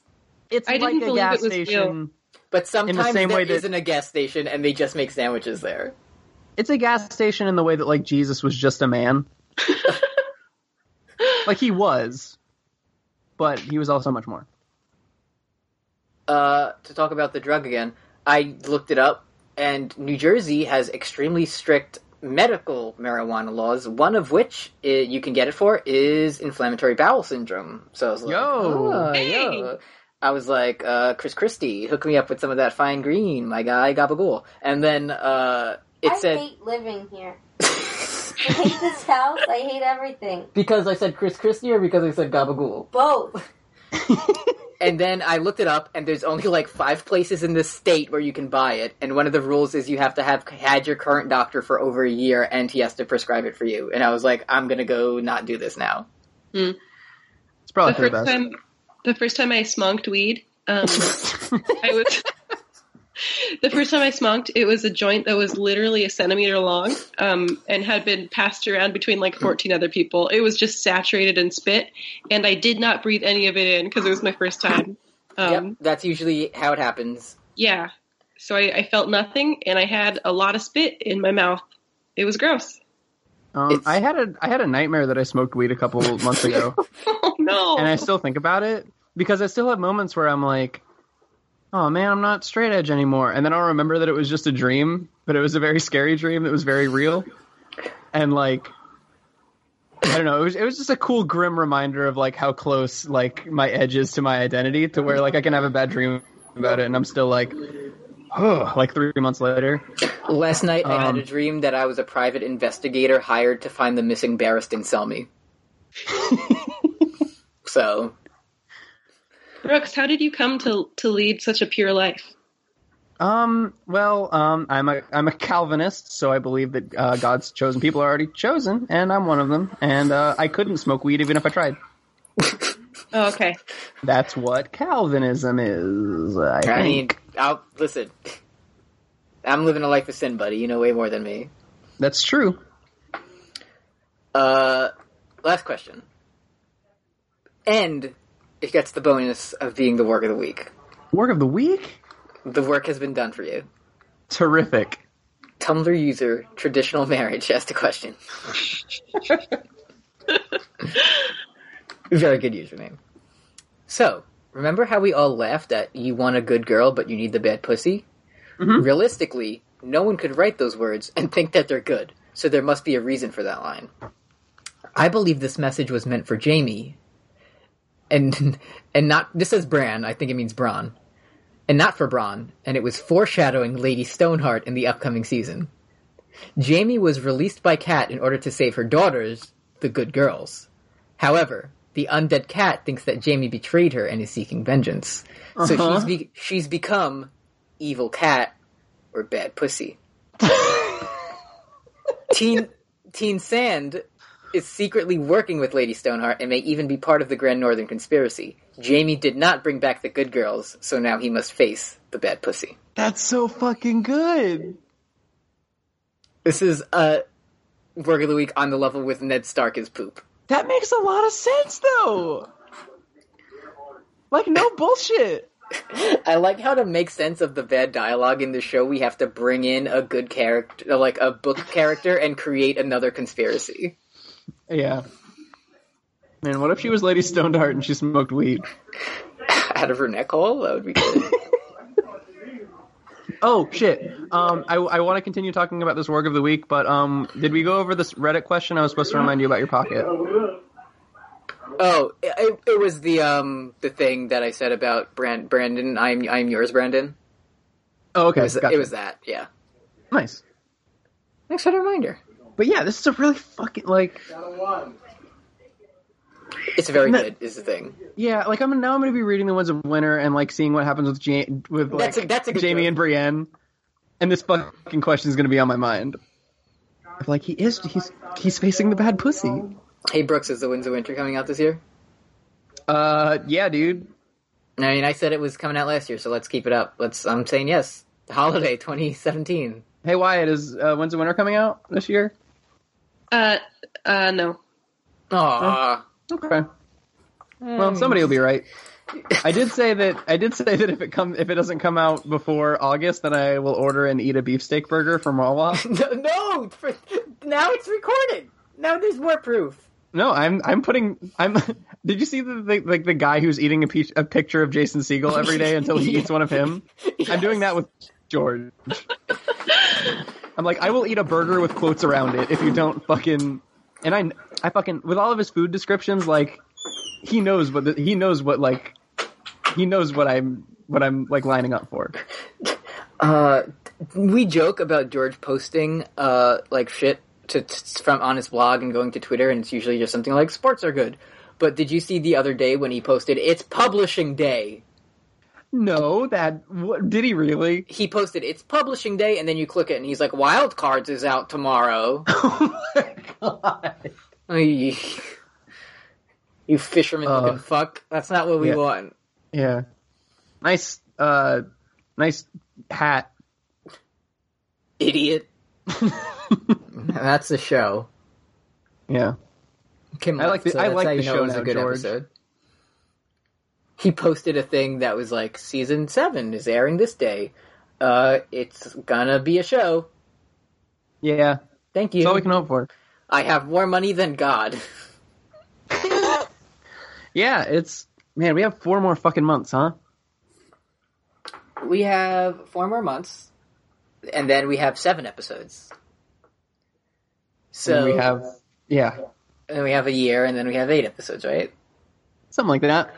[SPEAKER 3] It's
[SPEAKER 4] I
[SPEAKER 3] like
[SPEAKER 4] didn't
[SPEAKER 3] a
[SPEAKER 4] believe
[SPEAKER 3] gas
[SPEAKER 4] it was real.
[SPEAKER 3] station.
[SPEAKER 2] But sometimes there
[SPEAKER 3] same way that-
[SPEAKER 2] not a gas station and they just make sandwiches there.
[SPEAKER 3] It's a gas station in the way that like Jesus was just a man. like he was, but he was also much more.
[SPEAKER 2] Uh, to talk about the drug again, I looked it up and New Jersey has extremely strict medical marijuana laws, one of which i you can get it for is inflammatory bowel syndrome. So I was like,
[SPEAKER 3] Yo.
[SPEAKER 2] "Ah,
[SPEAKER 4] Hey.
[SPEAKER 2] yo." I was like, uh, Chris Christie, hook me up with some of that fine green, my guy, gabagool. And then, uh, it
[SPEAKER 5] I
[SPEAKER 2] said,
[SPEAKER 5] hate living here. I hate this house. I hate everything.
[SPEAKER 2] Because I said Chris Christie or because I said Gabagool?
[SPEAKER 5] Both.
[SPEAKER 2] And then I looked it up, and there's only like five places in this state where you can buy it. And one of the rules is you have to have had your current doctor for over a year, and he has to prescribe it for you. And I was like, I'm gonna go not do this now.
[SPEAKER 3] It's probably
[SPEAKER 4] The
[SPEAKER 3] for the
[SPEAKER 4] first
[SPEAKER 3] best.
[SPEAKER 4] time, the first time I smonked weed, um, I was. The first time I smonked, it was a joint that was literally a centimeter long um, and had been passed around between like 14 other people. It was just saturated in spit, and I did not breathe any of it in because it was my first time. Um,
[SPEAKER 2] yep, that's usually how it happens.
[SPEAKER 4] Yeah. So I, I felt nothing, and I had a lot of spit in my mouth. It was gross.
[SPEAKER 3] Um,
[SPEAKER 2] It's-
[SPEAKER 3] I had a I had a nightmare that I smoked weed a couple months ago,
[SPEAKER 4] Oh no!
[SPEAKER 3] and I still think about it because I still have moments where I'm like, "Oh man, I'm not straight edge anymore," and then I'll remember that it was just a dream, but it was a very scary dream that was very real, and like. I don't know. It was it was just a cool, grim reminder of like how close like my edge is to my identity, to where like I can have a bad dream about it, and I'm still like, oh, like three months later.
[SPEAKER 2] Last night, I had
[SPEAKER 3] Um.
[SPEAKER 2] a dream that I was a private investigator hired to find the missing Barristan Selmy. so
[SPEAKER 4] Brooks, how did you come to to lead such a pure life?
[SPEAKER 3] Um. Well, um, I'm a I'm a Calvinist, so I believe that uh, God's chosen people are already chosen, and I'm one of them. And uh, I couldn't smoke weed even if I tried.
[SPEAKER 4] Oh, okay.
[SPEAKER 3] That's what Calvinism is. I,
[SPEAKER 2] I
[SPEAKER 3] think.
[SPEAKER 2] mean, I'll listen. I'm living a life of sin, buddy. You know way more than me.
[SPEAKER 3] that's true.
[SPEAKER 2] Uh, last question. End it gets the bonus of being the work of the week.
[SPEAKER 3] Work of the week?
[SPEAKER 2] The work has been done for you.
[SPEAKER 3] Terrific.
[SPEAKER 2] Tumblr user traditional marriage asked a question. Very good username. So, remember how we all laughed at you want a good girl but you need the bad pussy? Realistically, no one could write those words and think that they're good, so there must be a reason for that line. I believe this message was meant for Jamie and and not this says Bran, I think it means Bron and not for Braun, and it was foreshadowing Lady Stoneheart in the upcoming season. Jamie was released by Kat in order to save her daughters, the good girls. However, the undead cat thinks that Jamie betrayed her and is seeking vengeance. So she's be- she's become evil cat or bad pussy. Teen Teen Sand is secretly working with Lady Stoneheart and may even be part of the Grand Northern Conspiracy. Jamie did not bring back the good girls, so now he must face the bad pussy.
[SPEAKER 3] That's so fucking good.
[SPEAKER 2] This is uh, work of the week on the level with Ned Stark is poop.
[SPEAKER 3] That makes a lot of sense though. Like no bullshit.
[SPEAKER 2] I like how to make sense of the bad dialogue in the show, we have to bring in a good character, like a book character, and create another conspiracy.
[SPEAKER 3] Yeah. Man, what if she was Lady Stoneheart and she smoked weed?
[SPEAKER 2] Out of her neck hole, that would be good.
[SPEAKER 3] Oh shit. Um, I, I want to continue talking about this work of the week, but um, did we go over this Reddit question I was supposed to remind you about your pocket?
[SPEAKER 2] Oh, it- it, it was the um the thing that I said about Brand Brandon. I'm I'm yours, Brandon.
[SPEAKER 3] Oh, okay.
[SPEAKER 2] It was,
[SPEAKER 3] gotcha.
[SPEAKER 2] it was that. Yeah.
[SPEAKER 3] nice.
[SPEAKER 2] Thanks for the reminder.
[SPEAKER 3] But yeah, this is a really fucking like
[SPEAKER 2] It's very
[SPEAKER 3] No.
[SPEAKER 2] good. Is the thing.
[SPEAKER 3] yeah, like I'm now I'm gonna be reading the ones of Winter and like seeing what happens with ja- with like
[SPEAKER 2] That's a- that's a good
[SPEAKER 3] Jamie
[SPEAKER 2] joke.
[SPEAKER 3] and Brienne, and this fucking question is gonna be on my mind. Of like he is he's he's facing the bad pussy.
[SPEAKER 2] Hey Brooks, is the Winds of Winter coming out this year?
[SPEAKER 3] Uh, yeah, dude.
[SPEAKER 2] I mean, I said it was coming out last year, so let's keep it up. Let's. I'm saying yes. Holiday 2017.
[SPEAKER 3] Hey Wyatt, is uh, when's the Winter coming out this year?
[SPEAKER 4] Uh, uh, no.
[SPEAKER 2] Aww.
[SPEAKER 3] Okay. Well, somebody will be right. I did say that I did say that if it come if it doesn't come out before August, then I will order and eat a beefsteak burger from Wawa.
[SPEAKER 2] No, no for, now it's recorded. Now there's more proof.
[SPEAKER 3] No, I'm I'm putting I'm. Did you see the the, like the guy who's eating a, pe- a picture of Jason Siegel every day until he eats one of him? I'm doing that with George. I'm like, I will eat a burger with quotes around it if you don't fucking. And I I fucking with all of his food descriptions, like he knows what the, he knows what like he knows what I'm what I'm like lining up for.
[SPEAKER 2] Uh, we joke about George posting uh like shit to, from on his blog and going to Twitter, and it's usually just something like sports are good. But did you see the other day when he posted it's publishing day?
[SPEAKER 3] No, that what did he really?
[SPEAKER 2] He posted it's publishing day, and then you click it, and he's like, "Wild Cards is out tomorrow." Oh, you, you fisherman looking
[SPEAKER 3] Uh,
[SPEAKER 2] fuck. That's not what we
[SPEAKER 3] yeah.
[SPEAKER 2] want.
[SPEAKER 3] Yeah. Nice uh nice hat.
[SPEAKER 2] Idiot. That's the show.
[SPEAKER 3] Yeah.
[SPEAKER 2] Kim
[SPEAKER 3] I like
[SPEAKER 2] left,
[SPEAKER 3] the-
[SPEAKER 2] so
[SPEAKER 3] I
[SPEAKER 2] that's
[SPEAKER 3] like
[SPEAKER 2] how
[SPEAKER 3] the
[SPEAKER 2] you know
[SPEAKER 3] show
[SPEAKER 2] it was a
[SPEAKER 3] now,
[SPEAKER 2] good
[SPEAKER 3] George.
[SPEAKER 2] episode. He posted a thing that was like season seven is airing this day. Uh, it's gonna be a show.
[SPEAKER 3] Yeah.
[SPEAKER 2] Thank you.
[SPEAKER 3] That's all we can hope for.
[SPEAKER 2] I have more money than God.
[SPEAKER 3] Yeah, it's man, we have four more fucking months, huh?
[SPEAKER 2] We have four more months, and then we have seven episodes. So
[SPEAKER 3] and we have yeah,
[SPEAKER 2] and then we have a year, and then we have eight episodes, right?
[SPEAKER 3] something like that.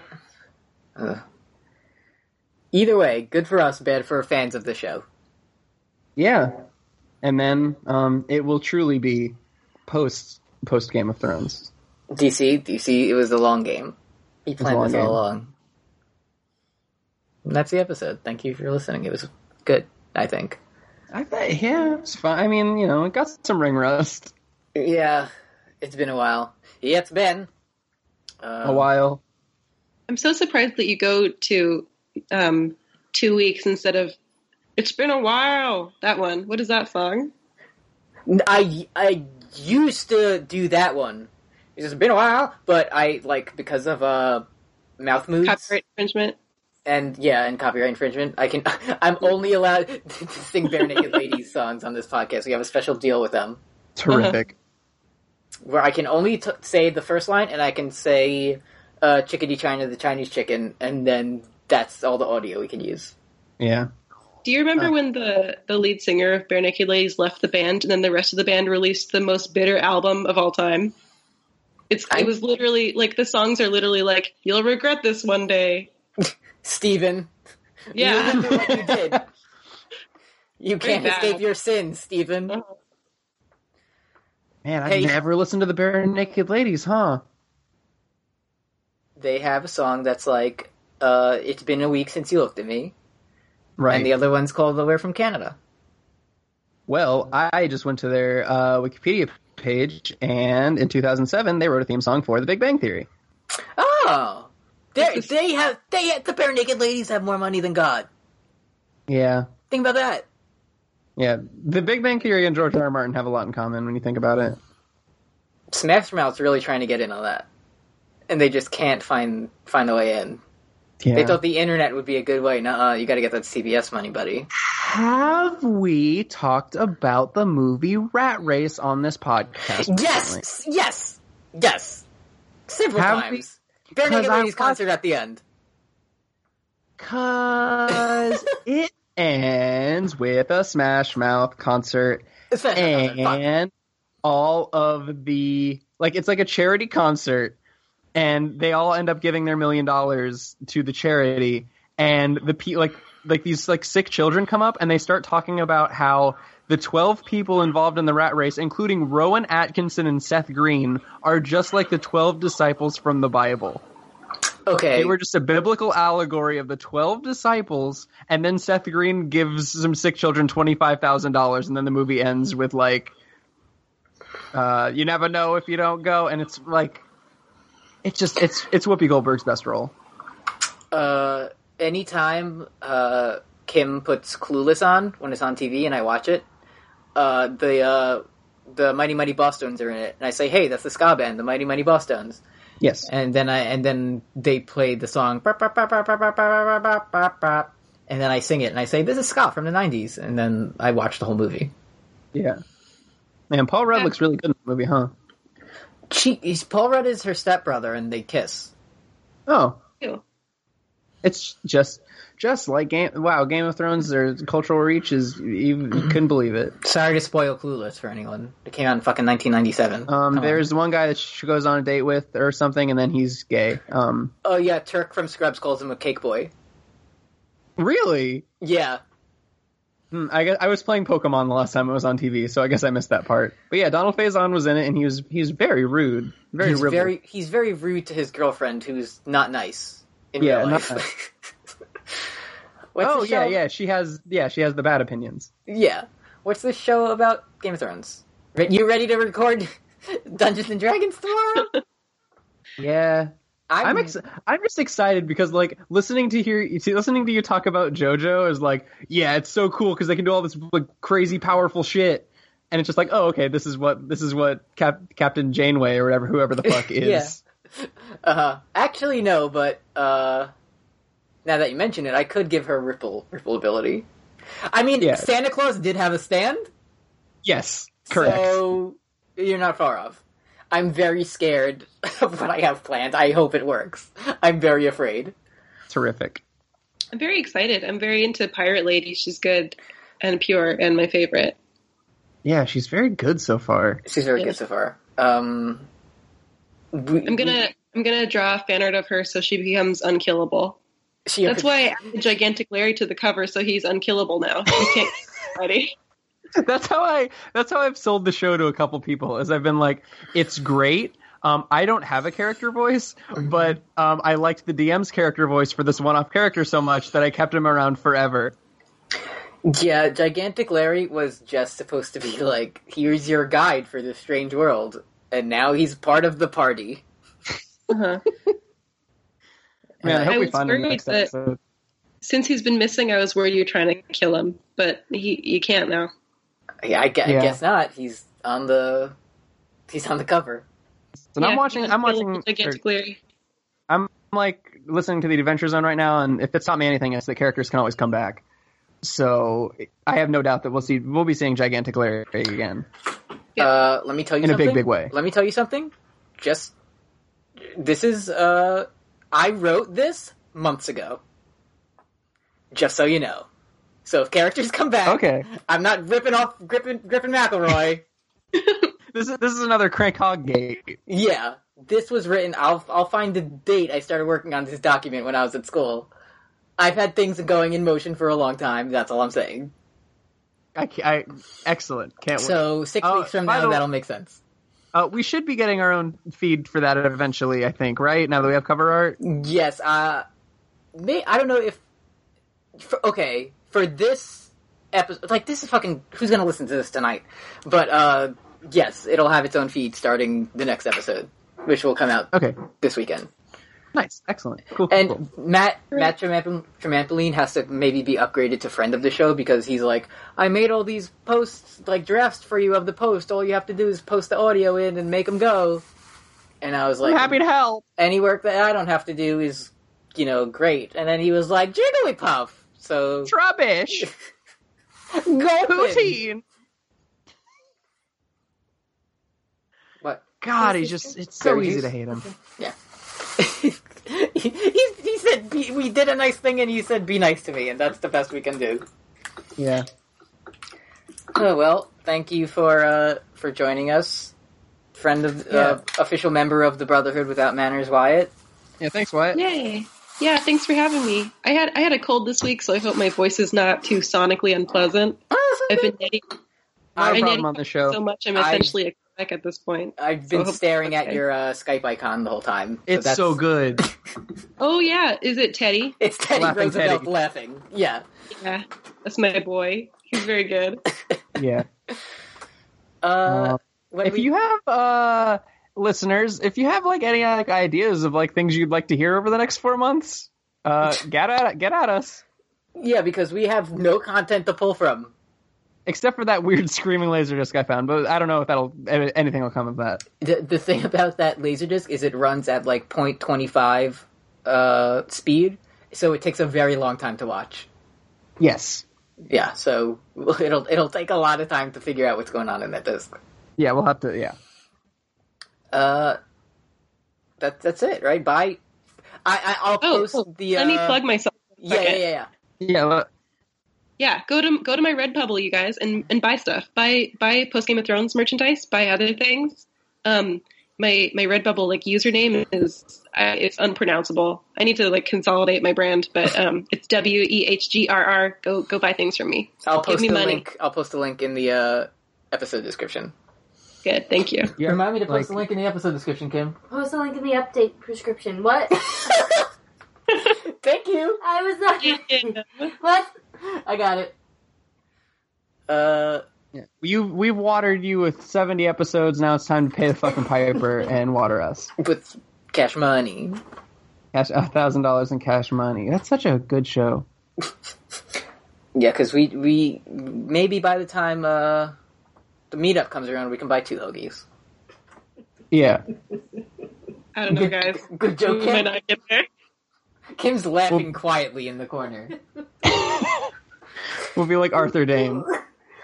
[SPEAKER 2] Either way, good for us, bad for fans of the show.
[SPEAKER 3] Yeah. And then um it will truly be post post Game of Thrones.
[SPEAKER 2] DC, DC, it was a long game. He planned
[SPEAKER 3] long
[SPEAKER 2] this all
[SPEAKER 3] game.
[SPEAKER 2] along. And that's the episode. Thank you for listening. It was good, I think.
[SPEAKER 3] I bet yeah, it's fine. I mean, you know, it got some ring rust
[SPEAKER 2] Yeah, it's been a while. Yeah, it's been. Uh,
[SPEAKER 3] a while.
[SPEAKER 4] I'm so surprised that you go to um, two weeks instead of it's been a while. That one. What is that song?
[SPEAKER 2] I, I used to do that one. It's just been a while, but I, like, because of, uh, mouth moves
[SPEAKER 4] Copyright infringement.
[SPEAKER 2] and yeah, and copyright infringement. I can. I'm only allowed to sing bare naked ladies songs on this podcast. We have a special deal with them
[SPEAKER 3] Terrific.
[SPEAKER 2] where I can only t- say the first line, and I can say uh, "Chickadee China, the Chinese chicken," and then that's all the audio we can use.
[SPEAKER 3] Yeah.
[SPEAKER 4] Do you
[SPEAKER 2] Oh.
[SPEAKER 4] remember when the, the lead singer of Bare Naked Ladies left the band and then the rest of the band released the most bitter album of all time? It's
[SPEAKER 2] I-
[SPEAKER 4] it was literally like the songs are literally like you'll regret this one day.
[SPEAKER 2] Steven, you
[SPEAKER 4] Yeah.
[SPEAKER 2] remember what you did. You
[SPEAKER 4] Very
[SPEAKER 2] can't
[SPEAKER 4] bad.
[SPEAKER 2] escape your sins, Steven.
[SPEAKER 3] Man, I
[SPEAKER 2] Hey.
[SPEAKER 3] never listened to the Bare Naked Ladies, huh?
[SPEAKER 2] They have a song that's like, uh, "It's been a week since you looked at me,"
[SPEAKER 3] Right.
[SPEAKER 2] and the other one's called "We're from Canada."
[SPEAKER 3] Well, I just went to their uh, Wikipedia page, and in 2007, they wrote a theme song for The Big Bang Theory.
[SPEAKER 2] Oh, they they have they the bare naked ladies have more money than God.
[SPEAKER 3] Yeah,
[SPEAKER 2] Think about that.
[SPEAKER 3] yeah. The Big Bang Theory and George R. R. Martin have a lot in common when you think about it.
[SPEAKER 2] Smash Mouth's really trying to get in on that, and they just can't find find a way in.
[SPEAKER 3] Yeah.
[SPEAKER 2] They thought the internet would be a good way. Nuh-uh, you got to get that CBS money, buddy.
[SPEAKER 3] have we talked about the movie Rat Race on this podcast? recently?
[SPEAKER 2] Yes, yes, yes. Several
[SPEAKER 3] Have
[SPEAKER 2] times. Bare
[SPEAKER 3] 'Cause
[SPEAKER 2] naked
[SPEAKER 3] I
[SPEAKER 2] ladies
[SPEAKER 3] watched-
[SPEAKER 2] concert at the end.
[SPEAKER 3] Cause it ends with a Smash Mouth concert
[SPEAKER 2] Smash Mouth concert, fuck.
[SPEAKER 3] and all of the like it's like a charity concert and they all end up giving their million dollars to the charity and the pe like like these like sick children come up and they start talking about how the 12 people involved in the rat race including rowan atkinson and seth green are just like the 12 disciples from the bible
[SPEAKER 2] Okay,
[SPEAKER 3] they were just a biblical allegory of the 12 disciples, and then Seth Green gives some sick children $25,000, and then the movie ends with, like, uh, you never know if you don't go, and it's like, it's just, it's, it's Whoopi Goldberg's best role.
[SPEAKER 2] uh, anytime uh, Kim puts Clueless on when it's on TV and I watch it, uh, the uh, the Mighty Mighty Boston's are in it, and I say, "Hey, that's the ska band, the Mighty Mighty Boston's."
[SPEAKER 3] Yes.
[SPEAKER 2] And then I and then they play the song, "Bop, bop, bop, bop, bop, bop, bop, bop, bop, bop," and then I sing it, and I say, "This is ska from the '90s," and then I watch the whole movie.
[SPEAKER 3] Yeah. Man, Paul Rudd looks really good in the movie, huh?
[SPEAKER 2] She, he's, Paul Rudd is her stepbrother, and they kiss.
[SPEAKER 3] Oh,
[SPEAKER 4] Ew.
[SPEAKER 3] it's just, just like Game, wow, Game of Thrones, their cultural reach is, you, you couldn't believe it.
[SPEAKER 2] Sorry to spoil Clueless for anyone. It came out in fucking 1997.
[SPEAKER 3] Um,
[SPEAKER 2] Come on.
[SPEAKER 3] there's one guy that she goes on a date with or something, and then he's gay. Um,
[SPEAKER 2] oh yeah, Turk from Scrubs calls him a cake boy.
[SPEAKER 3] Really?
[SPEAKER 2] Yeah,
[SPEAKER 3] Hmm, I guess I was playing Pokemon the last time it was on TV, so I guess I missed that part. But yeah, Donald Faison was in it, and he was he was very rude, very
[SPEAKER 2] he's
[SPEAKER 3] rude.
[SPEAKER 2] very he's very rude to his girlfriend, who's not nice in
[SPEAKER 3] Yeah,
[SPEAKER 2] real
[SPEAKER 3] not
[SPEAKER 2] life.
[SPEAKER 3] nice.
[SPEAKER 2] What's
[SPEAKER 3] Oh
[SPEAKER 2] the
[SPEAKER 3] yeah,
[SPEAKER 2] show?
[SPEAKER 3] yeah. She has yeah, she has the bad opinions.
[SPEAKER 2] Yeah. What's the show about Game of Thrones? Re- You ready to record Dungeons and Dragons tomorrow?
[SPEAKER 3] Yeah, I'm ex- I'm just excited because like listening to hear you see, listening to you talk about JoJo is like yeah, it's so cool because they can do all this like crazy powerful shit, and it's just like oh okay, this is what this is what Cap- Captain Janeway or whatever whoever the fuck is.
[SPEAKER 2] Yeah. uh, actually no, but uh, now that you mention it, I could give her ripple ripple ability. I mean,
[SPEAKER 3] Yeah.
[SPEAKER 2] Santa Claus did have a stand,
[SPEAKER 3] Yes, correct.
[SPEAKER 2] so you're not far off. I'm very scared of what I have planned. I hope it works. I'm very afraid.
[SPEAKER 3] Terrific.
[SPEAKER 4] I'm very excited. I'm very into Pirate Lady. She's good and pure and my favorite.
[SPEAKER 3] Yeah, she's very good so far.
[SPEAKER 2] She's very good so far. Um, we-
[SPEAKER 4] I'm gonna I'm gonna draw a fan art of her so she becomes unkillable.
[SPEAKER 2] She
[SPEAKER 4] That's why I added the gigantic Larry to the cover so he's unkillable now. He can't ready.
[SPEAKER 3] That's how I. That's how I've sold the show to a couple people. Is I've been like, it's great. Um, I don't have a character voice, but um, I liked the DM's character voice for this one-off character so much that I kept him around forever.
[SPEAKER 2] Yeah, Gigantic Larry was just supposed to be like, here's your guide for this strange world, and now he's part of the party.
[SPEAKER 4] Uh-huh.
[SPEAKER 3] Man, I hope
[SPEAKER 4] I
[SPEAKER 3] we
[SPEAKER 4] was
[SPEAKER 3] find him
[SPEAKER 4] worried
[SPEAKER 3] next
[SPEAKER 4] that-
[SPEAKER 3] episode.
[SPEAKER 4] Since he's been missing, I was worried you were trying to kill him, but he you can't now.
[SPEAKER 2] Yeah, I, gue- I
[SPEAKER 3] Yeah.
[SPEAKER 2] guess not. He's on the he's on the cover.
[SPEAKER 3] So now I'm watching. I'm watching. or
[SPEAKER 4] Gigantic Larry.
[SPEAKER 3] I'm like listening to the Adventure Zone right now, and if it's taught me anything, it's that characters can always come back. So I have no doubt that we'll see we'll be seeing Gigantic Larry again.
[SPEAKER 2] Uh, let me tell you
[SPEAKER 3] In a
[SPEAKER 2] something.
[SPEAKER 3] big, big way.
[SPEAKER 2] Let me tell you something. Just this is uh, I wrote this months ago. Just so you know. So if characters come back,
[SPEAKER 3] Okay,
[SPEAKER 2] I'm not ripping off Griffin, Griffin McElroy.
[SPEAKER 3] this is this is another Crank Hog gate.
[SPEAKER 2] yeah, this was written. I'll I'll find the date I started working on this document when I was at school. I've had things going in motion for a long time. That's all I'm saying.
[SPEAKER 3] I, ca- I excellent can't wait.
[SPEAKER 2] So six
[SPEAKER 3] Uh,
[SPEAKER 2] weeks from
[SPEAKER 3] by
[SPEAKER 2] now,
[SPEAKER 3] the-
[SPEAKER 2] that'll make sense.
[SPEAKER 3] Uh, we should be getting our own feed for that eventually. I think right now that we have cover art.
[SPEAKER 2] Yes, uh, may, I don't know if. For, okay, for this episode, like this is fucking. Who's gonna listen to this tonight? But uh, yes, it'll have its own feed starting the next episode, which will come out
[SPEAKER 3] Okay,
[SPEAKER 2] this weekend.
[SPEAKER 3] nice, excellent, cool. cool,
[SPEAKER 2] And
[SPEAKER 3] cool.
[SPEAKER 2] Matt Matt Tremamp- Tremampoline has to maybe be upgraded to friend of the show because he's like, I made all these posts, like drafts for you of the post. All you have to do is post the audio in and make them go. And I was like,
[SPEAKER 3] I'm happy to help.
[SPEAKER 2] any work that I don't have to do is, you know, great. And then he was like, Jigglypuff! So,
[SPEAKER 3] It's rubbish.
[SPEAKER 2] go
[SPEAKER 3] Poutine.
[SPEAKER 2] What?
[SPEAKER 3] God, he's just it's so
[SPEAKER 2] Berry
[SPEAKER 3] easy
[SPEAKER 2] juice?
[SPEAKER 3] to hate him.
[SPEAKER 2] Yeah. he, he, he said, be, we did a nice thing and he said, be nice to me, and that's the best we can do.
[SPEAKER 3] Yeah.
[SPEAKER 2] Oh, well, thank you for, uh, for joining us. Friend of, uh, official member of the Brotherhood Without Manners, Wyatt.
[SPEAKER 3] Yeah, thanks, Wyatt.
[SPEAKER 4] Yay! Yeah, thanks for having me. I had I had a cold this week, so I hope my voice is not too sonically unpleasant. I've been knitting
[SPEAKER 3] Not a
[SPEAKER 4] I
[SPEAKER 3] problem
[SPEAKER 4] need-
[SPEAKER 3] on the show.
[SPEAKER 4] so much, I'm
[SPEAKER 2] I-
[SPEAKER 4] essentially a comic at this point.
[SPEAKER 2] I've been
[SPEAKER 4] So-
[SPEAKER 2] staring at
[SPEAKER 4] okay.
[SPEAKER 2] your uh, Skype icon the whole time.
[SPEAKER 3] it's
[SPEAKER 2] that's-
[SPEAKER 3] so good.
[SPEAKER 4] Oh yeah, is it Teddy?
[SPEAKER 2] It's Teddy
[SPEAKER 3] Laughing
[SPEAKER 2] Roosevelt
[SPEAKER 3] Teddy.
[SPEAKER 2] laughing. Yeah.
[SPEAKER 4] Yeah, that's my boy. He's very good.
[SPEAKER 3] yeah.
[SPEAKER 2] Uh,
[SPEAKER 3] Uh,
[SPEAKER 2] when
[SPEAKER 3] If
[SPEAKER 2] we-
[SPEAKER 3] you have uh listeners, if you have like any like ideas of like things you'd like to hear over the next four months, uh get at get at us.
[SPEAKER 2] Yeah, because we have no content to pull from.
[SPEAKER 3] Except for that weird screaming laser disc I found, but I don't know if that'll anything will come of that.
[SPEAKER 2] The, the thing about that laserdisc is it runs at like 0.25 uh, speed, so it takes a very long time to watch.
[SPEAKER 3] Yes.
[SPEAKER 2] Yeah, so it'll it'll take a lot of time to figure out what's going on in that disc.
[SPEAKER 3] Yeah, we'll have to yeah.
[SPEAKER 2] Uh, that that's it, right? Bye. I, I I'll
[SPEAKER 4] Oh,
[SPEAKER 2] post
[SPEAKER 4] oh,
[SPEAKER 2] the.
[SPEAKER 4] Let me
[SPEAKER 2] uh,
[SPEAKER 4] plug myself.
[SPEAKER 2] Yeah, yeah,
[SPEAKER 4] Okay.
[SPEAKER 2] yeah, yeah.
[SPEAKER 3] Yeah, well,
[SPEAKER 4] Yeah, go to go to my Redbubble, you guys, and and buy stuff. Buy buy post Game of Thrones merchandise. Buy other things. Um, my my Redbubble like username is I, it's unpronounceable. I need to like consolidate my brand, but um, it's W E H G R R. Go go buy things from me.
[SPEAKER 2] I'll
[SPEAKER 4] Give
[SPEAKER 2] post
[SPEAKER 4] me
[SPEAKER 2] the
[SPEAKER 4] money.
[SPEAKER 2] link. I'll post the link in the uh, episode description.
[SPEAKER 4] Good, thank you.
[SPEAKER 3] yeah,
[SPEAKER 2] Remind me to post
[SPEAKER 3] like-
[SPEAKER 2] the link in the episode description, Kim.
[SPEAKER 5] Post a link in the update prescription. What?
[SPEAKER 2] Thank you.
[SPEAKER 5] I was not. what?
[SPEAKER 2] I got it. Uh.
[SPEAKER 3] Yeah. You we've watered you with seventy episodes. Now it's time to pay the fucking piper and water us.
[SPEAKER 2] with cash money.
[SPEAKER 3] Cash a thousand dollars in cash money. That's such a good show.
[SPEAKER 2] Yeah, because we we maybe by the time uh, the meetup comes around, we can buy two hoagies.
[SPEAKER 3] Yeah,
[SPEAKER 4] I don't know, guys.
[SPEAKER 2] Good joke,
[SPEAKER 4] We might
[SPEAKER 2] Kim.
[SPEAKER 4] not get there.
[SPEAKER 2] Kim's laughing quietly in the corner.
[SPEAKER 3] we'll be like Arthur Dane.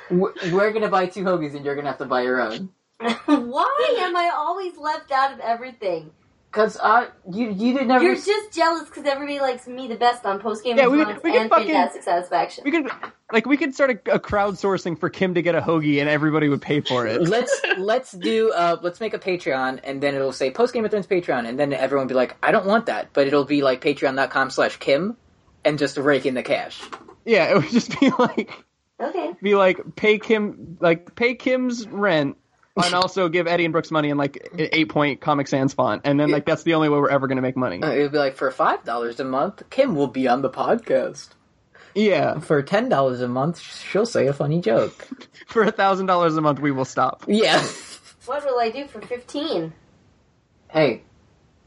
[SPEAKER 2] W- We're gonna buy two hoagies, and you're gonna have to buy your own.
[SPEAKER 5] Why am I always left out of everything?
[SPEAKER 2] Cause uh, you you did never.
[SPEAKER 5] You're just jealous because everybody likes me the best on post game
[SPEAKER 3] Yeah, we
[SPEAKER 5] we,
[SPEAKER 3] could-
[SPEAKER 5] and
[SPEAKER 3] we could fucking-
[SPEAKER 5] fantastic satisfaction.
[SPEAKER 3] We could like we could start a, a crowdsourcing for Kim to get a hoagie, and everybody would pay for it.
[SPEAKER 2] let's let's do uh let's make a Patreon, and then it'll say post Game of Thrones Patreon, and then everyone will be like, I don't want that, but it'll be like patreon.com slash Kim, and just rake in the cash.
[SPEAKER 3] Yeah, it would just be like
[SPEAKER 5] okay.
[SPEAKER 3] be like pay Kim like pay Kim's rent. and also give Eddie and Brooks money in like an eight point Comic Sans font, and then like that's the only way we're ever gonna make money.
[SPEAKER 2] Uh, It'll be like for five dollars a month, Kim will be on the podcast.
[SPEAKER 3] Yeah,
[SPEAKER 2] for ten dollars a month, she'll say a funny joke.
[SPEAKER 3] for a thousand dollars a month, we will stop.
[SPEAKER 2] Yeah.
[SPEAKER 5] What will I do for 15?
[SPEAKER 2] Hey,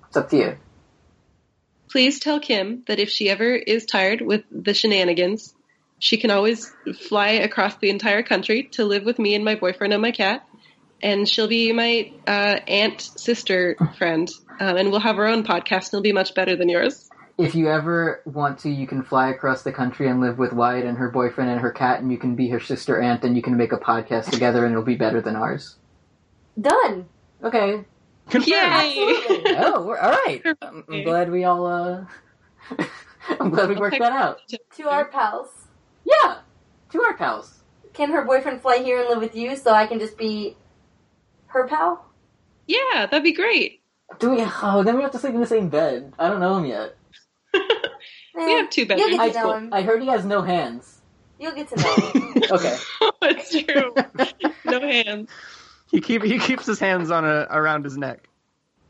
[SPEAKER 2] it's up to you.
[SPEAKER 4] Please tell Kim that if she ever is tired with the shenanigans, she can always fly across the entire country to live with me and my boyfriend and my cat, and she'll be my uh, aunt sister friend, um, and we'll have our own podcast. and It'll be much better than yours.
[SPEAKER 2] if you ever want to, you can fly across the country and live with Wyatt and her boyfriend and her cat, and you can be her sister aunt, and you can make a podcast together, and it'll be better than ours.
[SPEAKER 5] Done.
[SPEAKER 2] Okay.
[SPEAKER 3] Confirmed.
[SPEAKER 4] Yay!
[SPEAKER 2] Oh, we're all right. I'm, I'm glad we all. uh I'm glad we worked that out.
[SPEAKER 5] To our pals.
[SPEAKER 2] Yeah, to our pals.
[SPEAKER 5] Can her boyfriend fly here and live with you so I can just be her pal?
[SPEAKER 4] Yeah, that'd be great.
[SPEAKER 2] Do we? Oh, then we have to sleep in the same bed. I don't know him yet.
[SPEAKER 5] Eh,
[SPEAKER 4] We have two
[SPEAKER 5] You'll get
[SPEAKER 2] I,
[SPEAKER 4] bedrooms.
[SPEAKER 5] to know him.
[SPEAKER 2] I heard he has no hands.
[SPEAKER 5] You'll get to know him.
[SPEAKER 2] Okay.
[SPEAKER 4] That's true. no hands.
[SPEAKER 3] He keep he keeps his hands on a around his neck.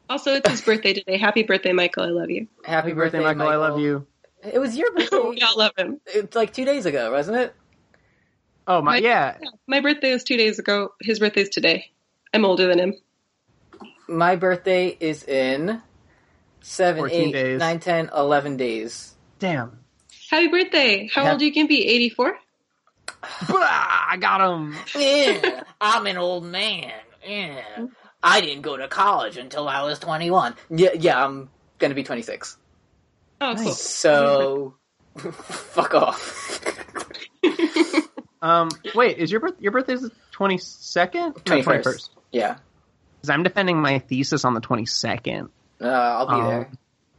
[SPEAKER 4] Also, it's his birthday today. Happy birthday, Michael. I love you.
[SPEAKER 2] Happy, birthday,
[SPEAKER 3] Michael, I love you.
[SPEAKER 2] It was your
[SPEAKER 4] we
[SPEAKER 2] birthday.
[SPEAKER 4] all love him.
[SPEAKER 2] it's like two days ago, wasn't it?
[SPEAKER 3] Oh my,
[SPEAKER 4] My-
[SPEAKER 3] yeah.
[SPEAKER 4] Yeah, my birthday was two days ago. His birthday's today. I'm older than him.
[SPEAKER 2] My birthday is in seven,
[SPEAKER 3] 14
[SPEAKER 2] eight,
[SPEAKER 3] days.
[SPEAKER 2] nine, ten, eleven days.
[SPEAKER 3] Damn.
[SPEAKER 4] Happy birthday. How
[SPEAKER 2] Hap-
[SPEAKER 4] old you can be? 84?
[SPEAKER 3] Blah, I got him.
[SPEAKER 2] Yeah, I'm an old man. Yeah. I didn't go to college until I was 21. Yeah, yeah, I'm going to be 26.
[SPEAKER 4] Oh,
[SPEAKER 2] So, fuck off.
[SPEAKER 3] Um, wait, is your birth your birthday is the twenty second? Twenty
[SPEAKER 2] 21st.
[SPEAKER 3] first.
[SPEAKER 2] yeah,
[SPEAKER 3] Because I'm defending my thesis on the twenty second.
[SPEAKER 2] uh, I'll be
[SPEAKER 3] Um,
[SPEAKER 2] there.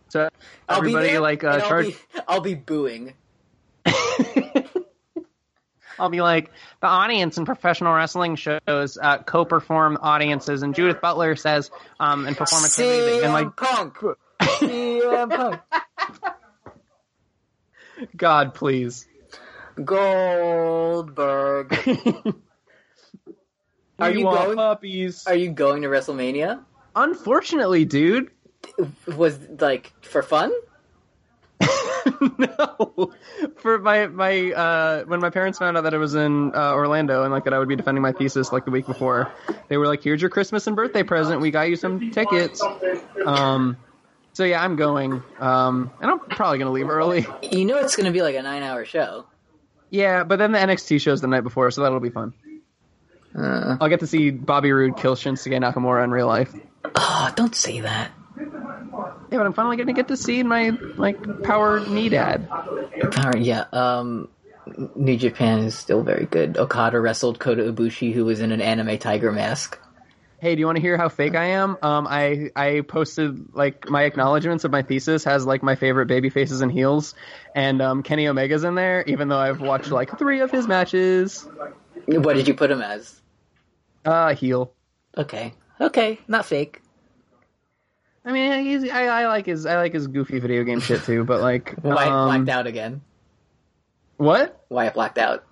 [SPEAKER 3] So
[SPEAKER 2] I'll be
[SPEAKER 3] everybody
[SPEAKER 2] there,
[SPEAKER 3] like uh,
[SPEAKER 2] and I'll
[SPEAKER 3] charge.
[SPEAKER 2] Be, I'll be booing.
[SPEAKER 3] I'll be like the audience in professional wrestling shows uh, co-perform audiences, and Judith Butler says um, and perform a
[SPEAKER 2] CM
[SPEAKER 3] and like
[SPEAKER 2] Punk. CM Punk.
[SPEAKER 3] God, please.
[SPEAKER 2] Goldberg. Are
[SPEAKER 3] We
[SPEAKER 2] you
[SPEAKER 3] want
[SPEAKER 2] going?
[SPEAKER 3] puppies?
[SPEAKER 2] Are you going to WrestleMania?
[SPEAKER 3] Unfortunately, dude.
[SPEAKER 2] Was like for fun?
[SPEAKER 3] no, for my my uh, when my parents found out that I was in uh, Orlando and like that I would be defending my thesis like the week before, they were like, "Here's your Christmas and birthday present. We got you some tickets." Um, so yeah, I'm going, um, and I'm probably gonna leave early.
[SPEAKER 2] You know it's going to be like a nine-hour show.
[SPEAKER 3] Yeah, but then the NXT show's the night before, so that'll be fun. I'll get to see Bobby Roode kill Shinsuke Nakamura in real life.
[SPEAKER 2] Oh, don't say that.
[SPEAKER 3] Yeah, but I'm finally gonna get to see my like power knee dad.
[SPEAKER 2] All right, yeah. Um, New Japan is still very good. Okada wrestled Kota Ibushi, who was in an anime tiger mask.
[SPEAKER 3] Hey, do you want to hear how fake I am? Um, I I posted like my acknowledgments of my thesis has like my favorite baby faces and heels, and um, Kenny Omega's in there, even though I've watched like three of his matches.
[SPEAKER 2] What did you put him as?
[SPEAKER 3] Uh, heel.
[SPEAKER 2] Okay, okay, not fake.
[SPEAKER 3] I mean, he's, I I like his I like his goofy video game shit too, but like
[SPEAKER 2] Wyatt
[SPEAKER 3] um,
[SPEAKER 2] blacked out again.
[SPEAKER 3] What?
[SPEAKER 2] Wyatt blacked out.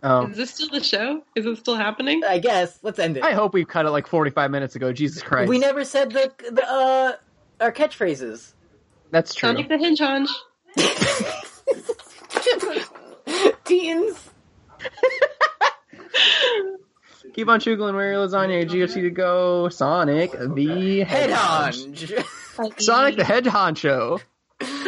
[SPEAKER 3] Oh,
[SPEAKER 4] Is this still the show? Is it still happening?
[SPEAKER 2] I guess. Let's end it.
[SPEAKER 3] I hope we cut it like forty five minutes ago. Jesus Christ,
[SPEAKER 2] We never said the, the uh our catchphrases.
[SPEAKER 3] That's true.
[SPEAKER 4] Sonic the Hinge Honge.
[SPEAKER 2] Teens.
[SPEAKER 3] Keep on chugging, wear your lasagna, GFC to go, Sonic the
[SPEAKER 2] Head
[SPEAKER 3] Hedgehog.
[SPEAKER 2] hunch.
[SPEAKER 3] Sonic the Hedgehog show.